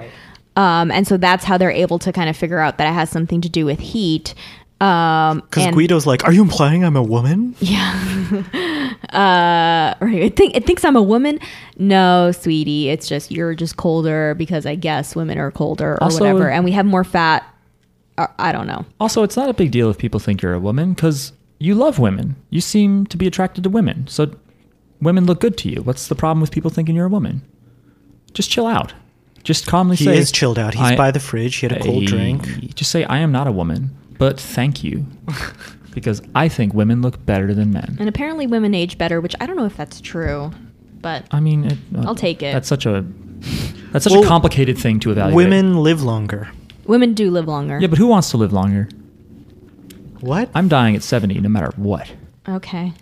Speaker 4: Um, and so that's how they're able to kind of figure out that it has something to do with heat. Um,
Speaker 3: Because
Speaker 4: and-
Speaker 3: Guido's like, are you implying I'm a woman?
Speaker 4: Right. It, think, it thinks I'm a woman. No, sweetie. It's just you're just colder because I guess women are colder or
Speaker 2: Also-
Speaker 4: whatever, and we have more fat. Uh, I don't know.
Speaker 2: Also, it's not a big deal if people think you're a woman because you love women. You seem to be attracted to women. So women look good to you. What's the problem with people thinking you're a woman? Just chill out. Just calmly
Speaker 3: He
Speaker 2: say
Speaker 3: is chilled out. He's
Speaker 2: I-
Speaker 3: by the fridge. He had a cold
Speaker 2: Hey,
Speaker 3: drink.
Speaker 2: Just say, I am not a woman, but thank you. because I think women look better than men.
Speaker 4: And apparently, women age better, which I don't know if that's true, but
Speaker 2: I mean, it, uh,
Speaker 4: I'll take it.
Speaker 2: That's such a that's such
Speaker 3: Well,
Speaker 2: a complicated thing to evaluate.
Speaker 3: Women live longer.
Speaker 4: women do live longer.
Speaker 2: Yeah, but who wants to live longer?
Speaker 3: What?
Speaker 2: I'm dying at 70, no matter what.
Speaker 4: Okay.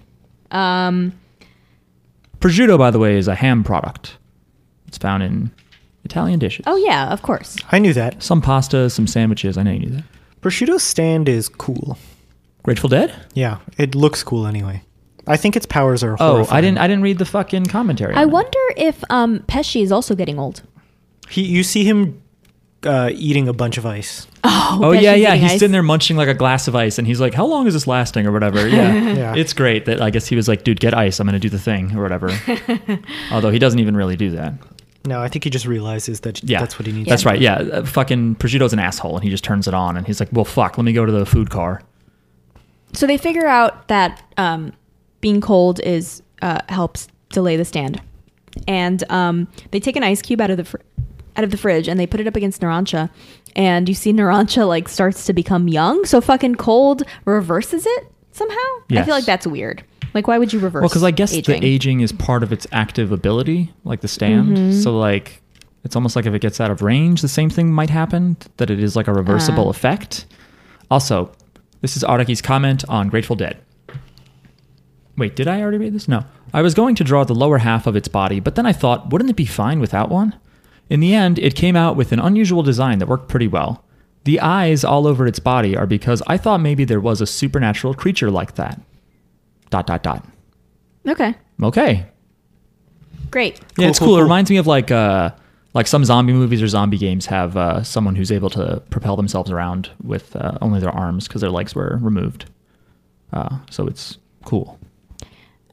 Speaker 4: Um.
Speaker 2: Prosciutto, by the way, is a ham product. It's found in Italian dishes.
Speaker 4: Oh yeah. Of course.
Speaker 3: I knew that.
Speaker 2: Some pasta, some sandwiches. I know you knew that.
Speaker 3: Prosciutto stand is cool.
Speaker 2: Grateful Dead?
Speaker 3: Yeah, it looks cool anyway. I think its powers are.
Speaker 2: Oh,
Speaker 3: horrifying.
Speaker 2: I didn't. I didn't read the fucking commentary.
Speaker 4: I
Speaker 2: on it.
Speaker 4: wonder if um Pesci is also getting old.
Speaker 3: He, you see him uh, eating a bunch of ice.
Speaker 2: Oh
Speaker 4: Pesci's
Speaker 2: yeah, yeah.
Speaker 4: eating
Speaker 2: He's
Speaker 4: ice.
Speaker 2: sitting there munching like a glass of ice, and he's like, "How long is this lasting?" or whatever. Yeah,
Speaker 3: Yeah.
Speaker 2: It's great that I guess he was like, "Dude, get ice. I'm gonna do the thing" or whatever. Although he doesn't even really do that.
Speaker 3: No, I think he just realizes that
Speaker 2: Yeah,
Speaker 3: that's what he needs.
Speaker 2: That's
Speaker 3: to
Speaker 2: right. Yeah, uh, fucking Prosciutto's an asshole, and he just turns it on, and he's like, "Well, fuck. Let me go to the food car."
Speaker 4: So they figure out that um, being cold is uh, helps delay the stand, and um, they take an ice cube out of the fr- out of the fridge and they put it up against Narancha, and you see Narancha like starts to become young. So fucking cold reverses it somehow. I
Speaker 2: Yes.
Speaker 4: feel like that's weird. Like why would you reverse?
Speaker 2: Well, because I guess
Speaker 4: aging?
Speaker 2: the aging is part of its active ability, like the stand. So like, it's almost like if it gets out of range, the same thing might happen. That it is like a reversible effect. Also, this is Araki's comment on Grateful Dead. Wait, did I already read this? No. I was going to draw the lower half of its body, but then I thought, wouldn't it be fine without one? In the end, it came out with an unusual design that worked pretty well. The eyes all over its body are because I thought maybe there was a supernatural creature like that. Dot dot dot.
Speaker 4: okay,
Speaker 2: Okay.
Speaker 4: great.
Speaker 2: yeah, it's
Speaker 3: cool,
Speaker 2: cool.
Speaker 3: cool.
Speaker 2: It reminds me of like uh like some zombie movies or zombie games have uh, someone who's able to propel themselves around with uh, only their arms because their legs were removed. Uh, so it's cool.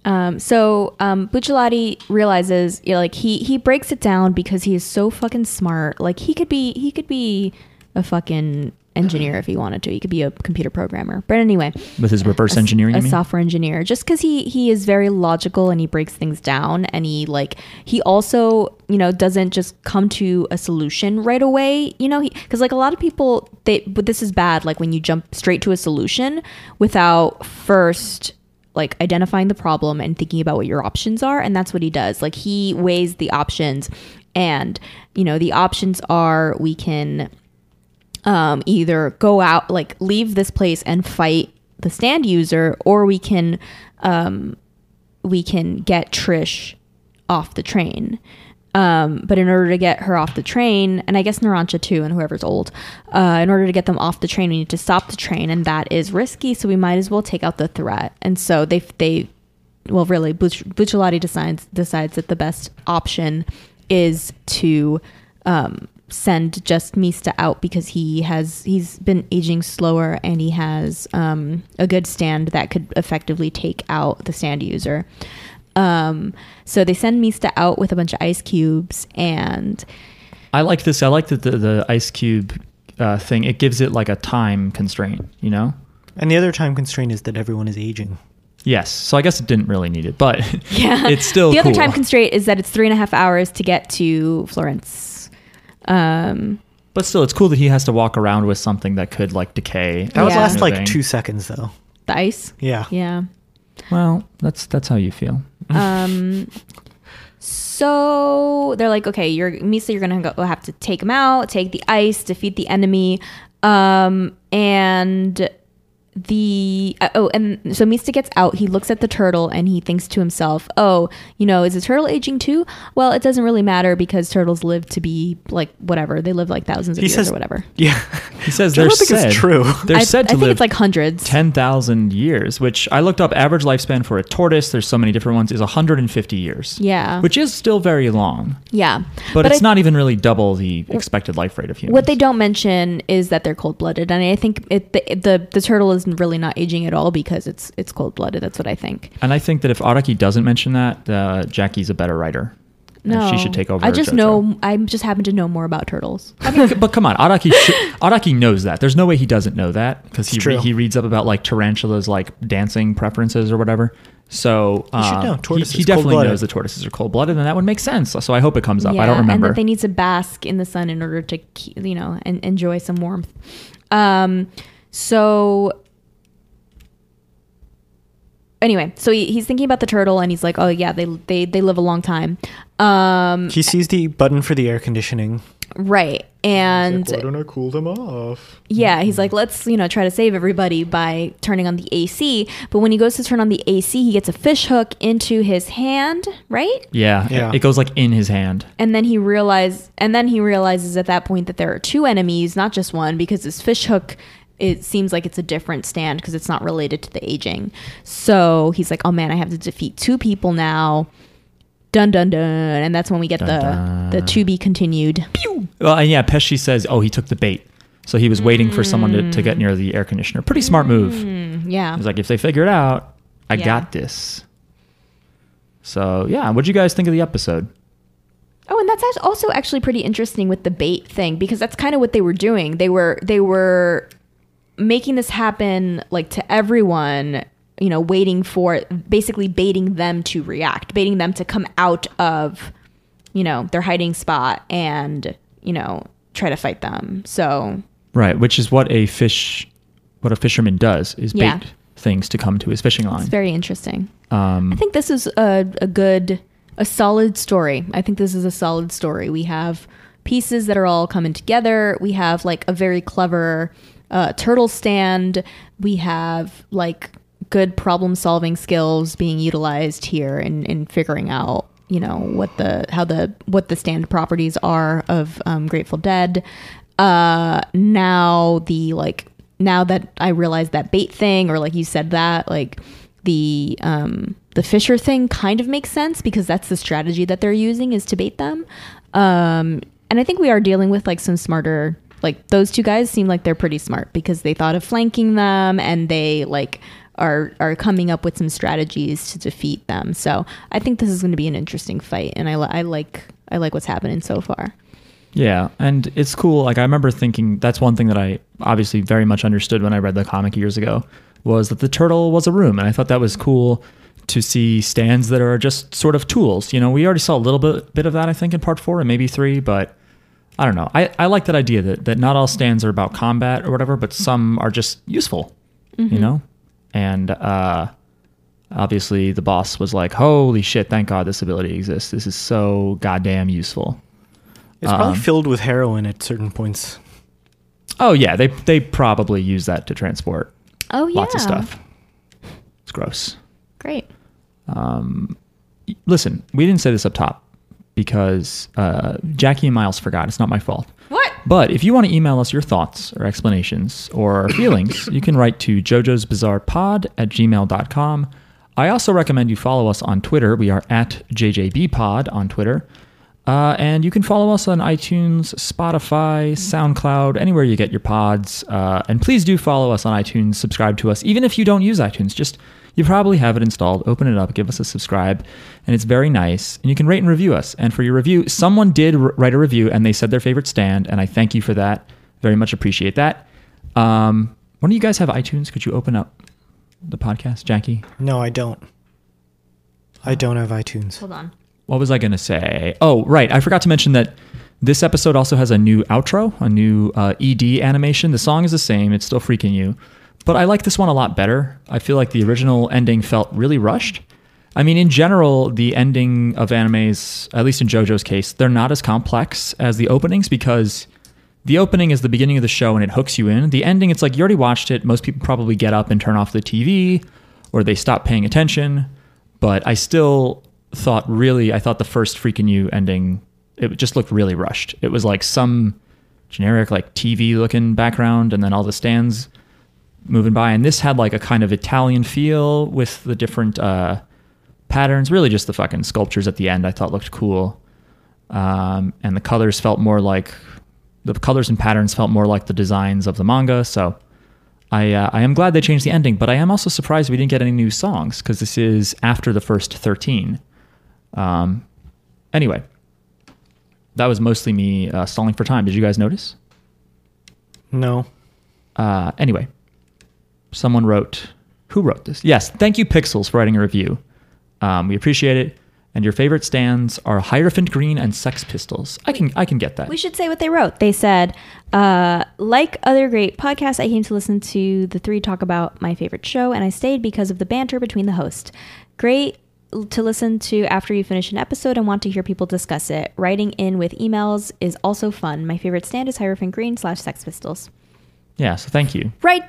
Speaker 4: Um, so um, Bucciolati realizes, you know, like he he breaks it down because he is so fucking smart. Like he could be he could be a fucking engineer if he wanted to. He could be a computer programmer. But anyway,
Speaker 2: With his reverse
Speaker 4: a s-
Speaker 2: engineering,
Speaker 4: a
Speaker 2: you mean?
Speaker 4: software engineer just because he he is very logical and he breaks things down and he like he also you know doesn't just come to a solution right away you know because like a lot of people they but this is bad like when you jump straight to a solution without first like identifying the problem and thinking about what your options are and that's what he does like he weighs the options and you know the options are we can um, either go out, like leave this place and fight the stand user, or we can, um, we can get Trish off the train. Um, but in order to get her off the train, and I guess Narancha too, and whoever's old, uh, in order to get them off the train, we need to stop the train, and that is risky. So we might as well take out the threat. And so they they well, really, Buc- Bucciolati decides decides that the best option is to um, send just Mista out because he has he's been aging slower and he has um, a good stand that could effectively take out the stand user. Um, so they send Mista out with a bunch of ice cubes and
Speaker 2: I like this. I like that the, the ice cube uh, thing. It gives it like a time constraint, you know?
Speaker 3: And the other time constraint is that everyone is aging.
Speaker 2: Yes. So I guess it didn't really need it, but
Speaker 4: Yeah.
Speaker 2: it's still
Speaker 4: the other
Speaker 2: Oh, cool.
Speaker 4: time constraint is that it's three and a half hours to get to Florence. Um,
Speaker 2: But still, it's cool that he has to walk around with something that could like decay.
Speaker 3: That would
Speaker 4: Yeah.
Speaker 3: last like
Speaker 2: Moving.
Speaker 3: two seconds though.
Speaker 4: the ice.
Speaker 3: Yeah.
Speaker 4: Yeah.
Speaker 2: Well, that's that's how you feel.
Speaker 4: Um, so they're like, okay, you're Misa, you're gonna go, have to take him out, take the ice, defeat the enemy, um, and the uh, oh, and so Misa gets out. He looks at the turtle and he thinks to himself, oh, you know, is the turtle aging too? Well, it doesn't really matter because turtles live to be like whatever they live like thousands of
Speaker 3: He
Speaker 4: years
Speaker 3: says-
Speaker 4: or whatever.
Speaker 3: Yeah.
Speaker 2: He says
Speaker 3: I
Speaker 2: they're
Speaker 3: don't think
Speaker 2: said
Speaker 3: it's true.
Speaker 2: they're
Speaker 4: I,
Speaker 2: said to
Speaker 4: I think
Speaker 2: live
Speaker 4: it's like hundreds.
Speaker 2: ten thousand years, which I looked up. Average lifespan for a tortoise. There's so many different ones. Is 150 years.
Speaker 4: Yeah.
Speaker 2: Which is still very long,
Speaker 4: yeah,
Speaker 2: but, it's
Speaker 4: I-
Speaker 2: not even really double the expected life rate of humans.
Speaker 4: What they don't mention is that they're cold blooded, and I think it, the, the the turtle is really not aging at all because it's it's cold blooded. That's what I think.
Speaker 2: and I think that if Araki doesn't mention that, uh, Jackie's a better writer. And
Speaker 4: No,
Speaker 2: she should take over.
Speaker 4: I just
Speaker 2: JoJo.
Speaker 4: know. I just happen to know more about turtles.
Speaker 2: I mean, but come on, Araki should, Araki knows that. There's no way he doesn't know that because he
Speaker 3: It's
Speaker 2: re-
Speaker 3: true.
Speaker 2: he reads up about like tarantulas like dancing preferences or whatever. So
Speaker 3: He should
Speaker 2: uh,
Speaker 3: know.
Speaker 2: he-
Speaker 3: Tortoises,
Speaker 2: he, definitely
Speaker 3: cold-blooded.
Speaker 2: knows the tortoises are cold blooded, and that would make sense. So I hope it comes up. I
Speaker 4: Yeah,
Speaker 2: don't remember.
Speaker 4: And that they need to bask in the sun in order to ke- you know and enjoy some warmth. Um, so anyway, so he, he's thinking about the turtle, and he's like, oh yeah, they they they live a long time. Um,
Speaker 3: He sees the button for the air conditioning.
Speaker 4: right, and
Speaker 3: don't I cool them off?
Speaker 4: Yeah,
Speaker 2: Mm-hmm.
Speaker 4: he's like, let's, you know, try to save everybody by turning on the AC. But when he goes to turn on the AC, he gets a fish hook into his hand, right?
Speaker 2: yeah, it-
Speaker 3: Yeah.
Speaker 2: It, goes like in his hand.
Speaker 4: And then he realizes and then he realizes at that point that there are two enemies, not just one, because this fish hook it seems like it's a different stand because it's not related to the aging. So he's like, Oh man, I have to defeat two people now. Dun dun dun and that's when we get the
Speaker 2: Dun,
Speaker 4: the
Speaker 2: dun.
Speaker 4: to be continued.
Speaker 2: Well, and yeah, Pesci says, "Oh, he took the bait." So he was waiting for someone to, to get near the air conditioner. Pretty smart move.
Speaker 4: Yeah.
Speaker 2: He's like, "If they figure it out, I
Speaker 4: Mm. Yeah.
Speaker 2: got this." So yeah, what'd you guys think of the episode?
Speaker 4: Oh, and that's act- also actually pretty interesting with the bait thing because that's kind of what they were doing. They were they were making this happen like to everyone, you know, waiting for basically baiting them to react, baiting them to come out of, you know, their hiding spot and, you know, try to fight them. So,
Speaker 2: Right, which is what a fish, what a fisherman does is bait
Speaker 4: Yeah.
Speaker 2: things to come to his fishing line.
Speaker 4: it's very interesting. I
Speaker 2: um,
Speaker 4: think this is a, a good, a solid story. I think this is a solid story. We have pieces that are all coming together. We have like a very clever uh, turtle stand. We have like good problem solving skills being utilized here in, in figuring out you know what the how the what the stand properties are of um, Grateful Dead. Uh, now the like now that I realized that bait thing or like you said that like the um the fisher thing kind of makes sense because that's the strategy that they're using is to bait them um and i think we are dealing with like some smarter like those two guys seem like they're pretty smart because they thought of flanking them and they like are are coming up with some strategies to defeat them so i think this is going to be an interesting fight and i, li- I like i like what's happening so far
Speaker 2: yeah, and it's cool. Like I remember thinking that's one thing that I obviously very much understood when I read the comic years ago was that the turtle was a room, and I thought that was cool to see stands that are just sort of tools. You know, we already saw a little bit bit of that I think in part four and maybe three, but I don't know. I, I like that idea that that not all stands are about combat or whatever, but some are just useful. You know, and uh, obviously the boss was like, "Holy shit! Thank God this ability exists. This is so goddamn useful."
Speaker 3: It's probably
Speaker 2: Um,
Speaker 3: filled with heroin at certain points.
Speaker 2: Oh yeah, they they probably use that to transport
Speaker 4: oh yeah
Speaker 2: lots of stuff. It's gross.
Speaker 4: great
Speaker 2: Listen, we didn't say this up top because uh, Jackie and Miles forgot. It's not my fault.
Speaker 4: what
Speaker 2: But if you want to email us your thoughts or explanations or feelings, you can write to Jojo's Bizarre Pod at gmail.com. I also recommend you follow us on Twitter. We are at JJBpod on Twitter. Uh, and you can follow us on iTunes, Spotify, SoundCloud, anywhere you get your pods. Uh, and please do follow us on iTunes, subscribe to us, even if you don't use iTunes. Just you probably have it installed. Open it up, give us a subscribe, and it's very nice. And you can rate and review us. And for your review, someone did r- write a review and they said their favorite stand, and I thank you for that. Very much appreciate that. Um, one of you guys have iTunes? Could you open up the podcast, Jackie?
Speaker 3: No, I don't. I don't have iTunes.
Speaker 4: Hold on.
Speaker 2: What was I going to say? Oh, right. I forgot to mention that this episode also has a new outro, a new uh, ED animation. The song is the same, it's still freaking you. But I like this one a lot better. I feel like the original ending felt really rushed. I mean, in general, the ending of animes, at least in JoJo's case, they're not as complex as the openings because the opening is the beginning of the show and it hooks you in. The ending, it's like you already watched it. Most people probably get up and turn off the TV or they stop paying attention. But I still thought really, I thought the first Freakin' You ending, it just looked really rushed. It was like some generic, like TV looking background and then all the stands moving by. And this had like a kind of Italian feel with the different uh, patterns, really just the fucking sculptures at the end I thought looked cool. Um, and the colors felt more like the colors and patterns felt more like the designs of the manga. So I, uh, I am glad they changed the ending, but I am also surprised we didn't get any new songs because this is after the first 13. Um, anyway, that was mostly me uh, stalling for time. Did you guys notice?
Speaker 3: No.
Speaker 2: Uh, anyway, someone wrote, who wrote this? Yes, thank you, Pixels, for writing a review. Um, we appreciate it. And your favorite stands are Hierophant Green and Sex Pistols. I can I can get that.
Speaker 4: We should say what they wrote. They said, uh, like other great podcasts, I came to listen to the three talk about my favorite show, and I stayed because of the banter between the hosts. Great l- to listen to after you finish an episode and want to hear people discuss it. Writing in with emails is also fun. My favorite stand is Hierophant Green slash Sex Pistols.
Speaker 2: yeah, so thank you.
Speaker 4: Write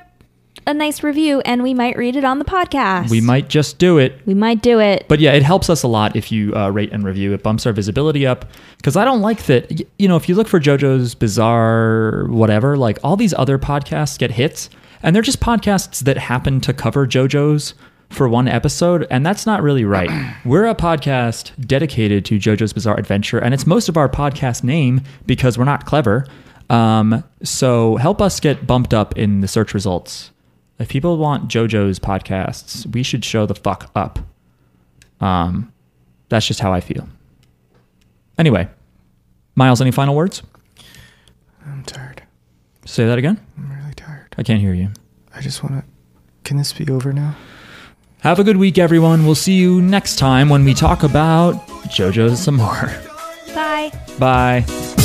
Speaker 4: a nice review, and we might read it on the podcast.
Speaker 2: We might just do it.
Speaker 4: We might do it.
Speaker 2: But yeah, it helps us a lot if you uh, rate and review. It bumps our visibility up because I don't like that. y- You know, if you look for JoJo's Bizarre, whatever, like all these other podcasts get hits, and they're just podcasts that happen to cover JoJo's for one episode, and that's not really right. We're a podcast dedicated to JoJo's Bizarre Adventure, and it's most of our podcast name because we're not clever. Um, so help us get bumped up in the search results. If people want JoJo's podcasts, we should show the fuck up. Um, that's just how I feel. Anyway, Miles, any final words?
Speaker 5: I'm tired.
Speaker 2: Say that again.
Speaker 5: I'm really tired.
Speaker 2: I can't hear you.
Speaker 5: I just want to. Can this be over now?
Speaker 2: Have a good week, everyone. We'll see you next time when we talk about JoJo's some more.
Speaker 4: Bye.
Speaker 2: Bye.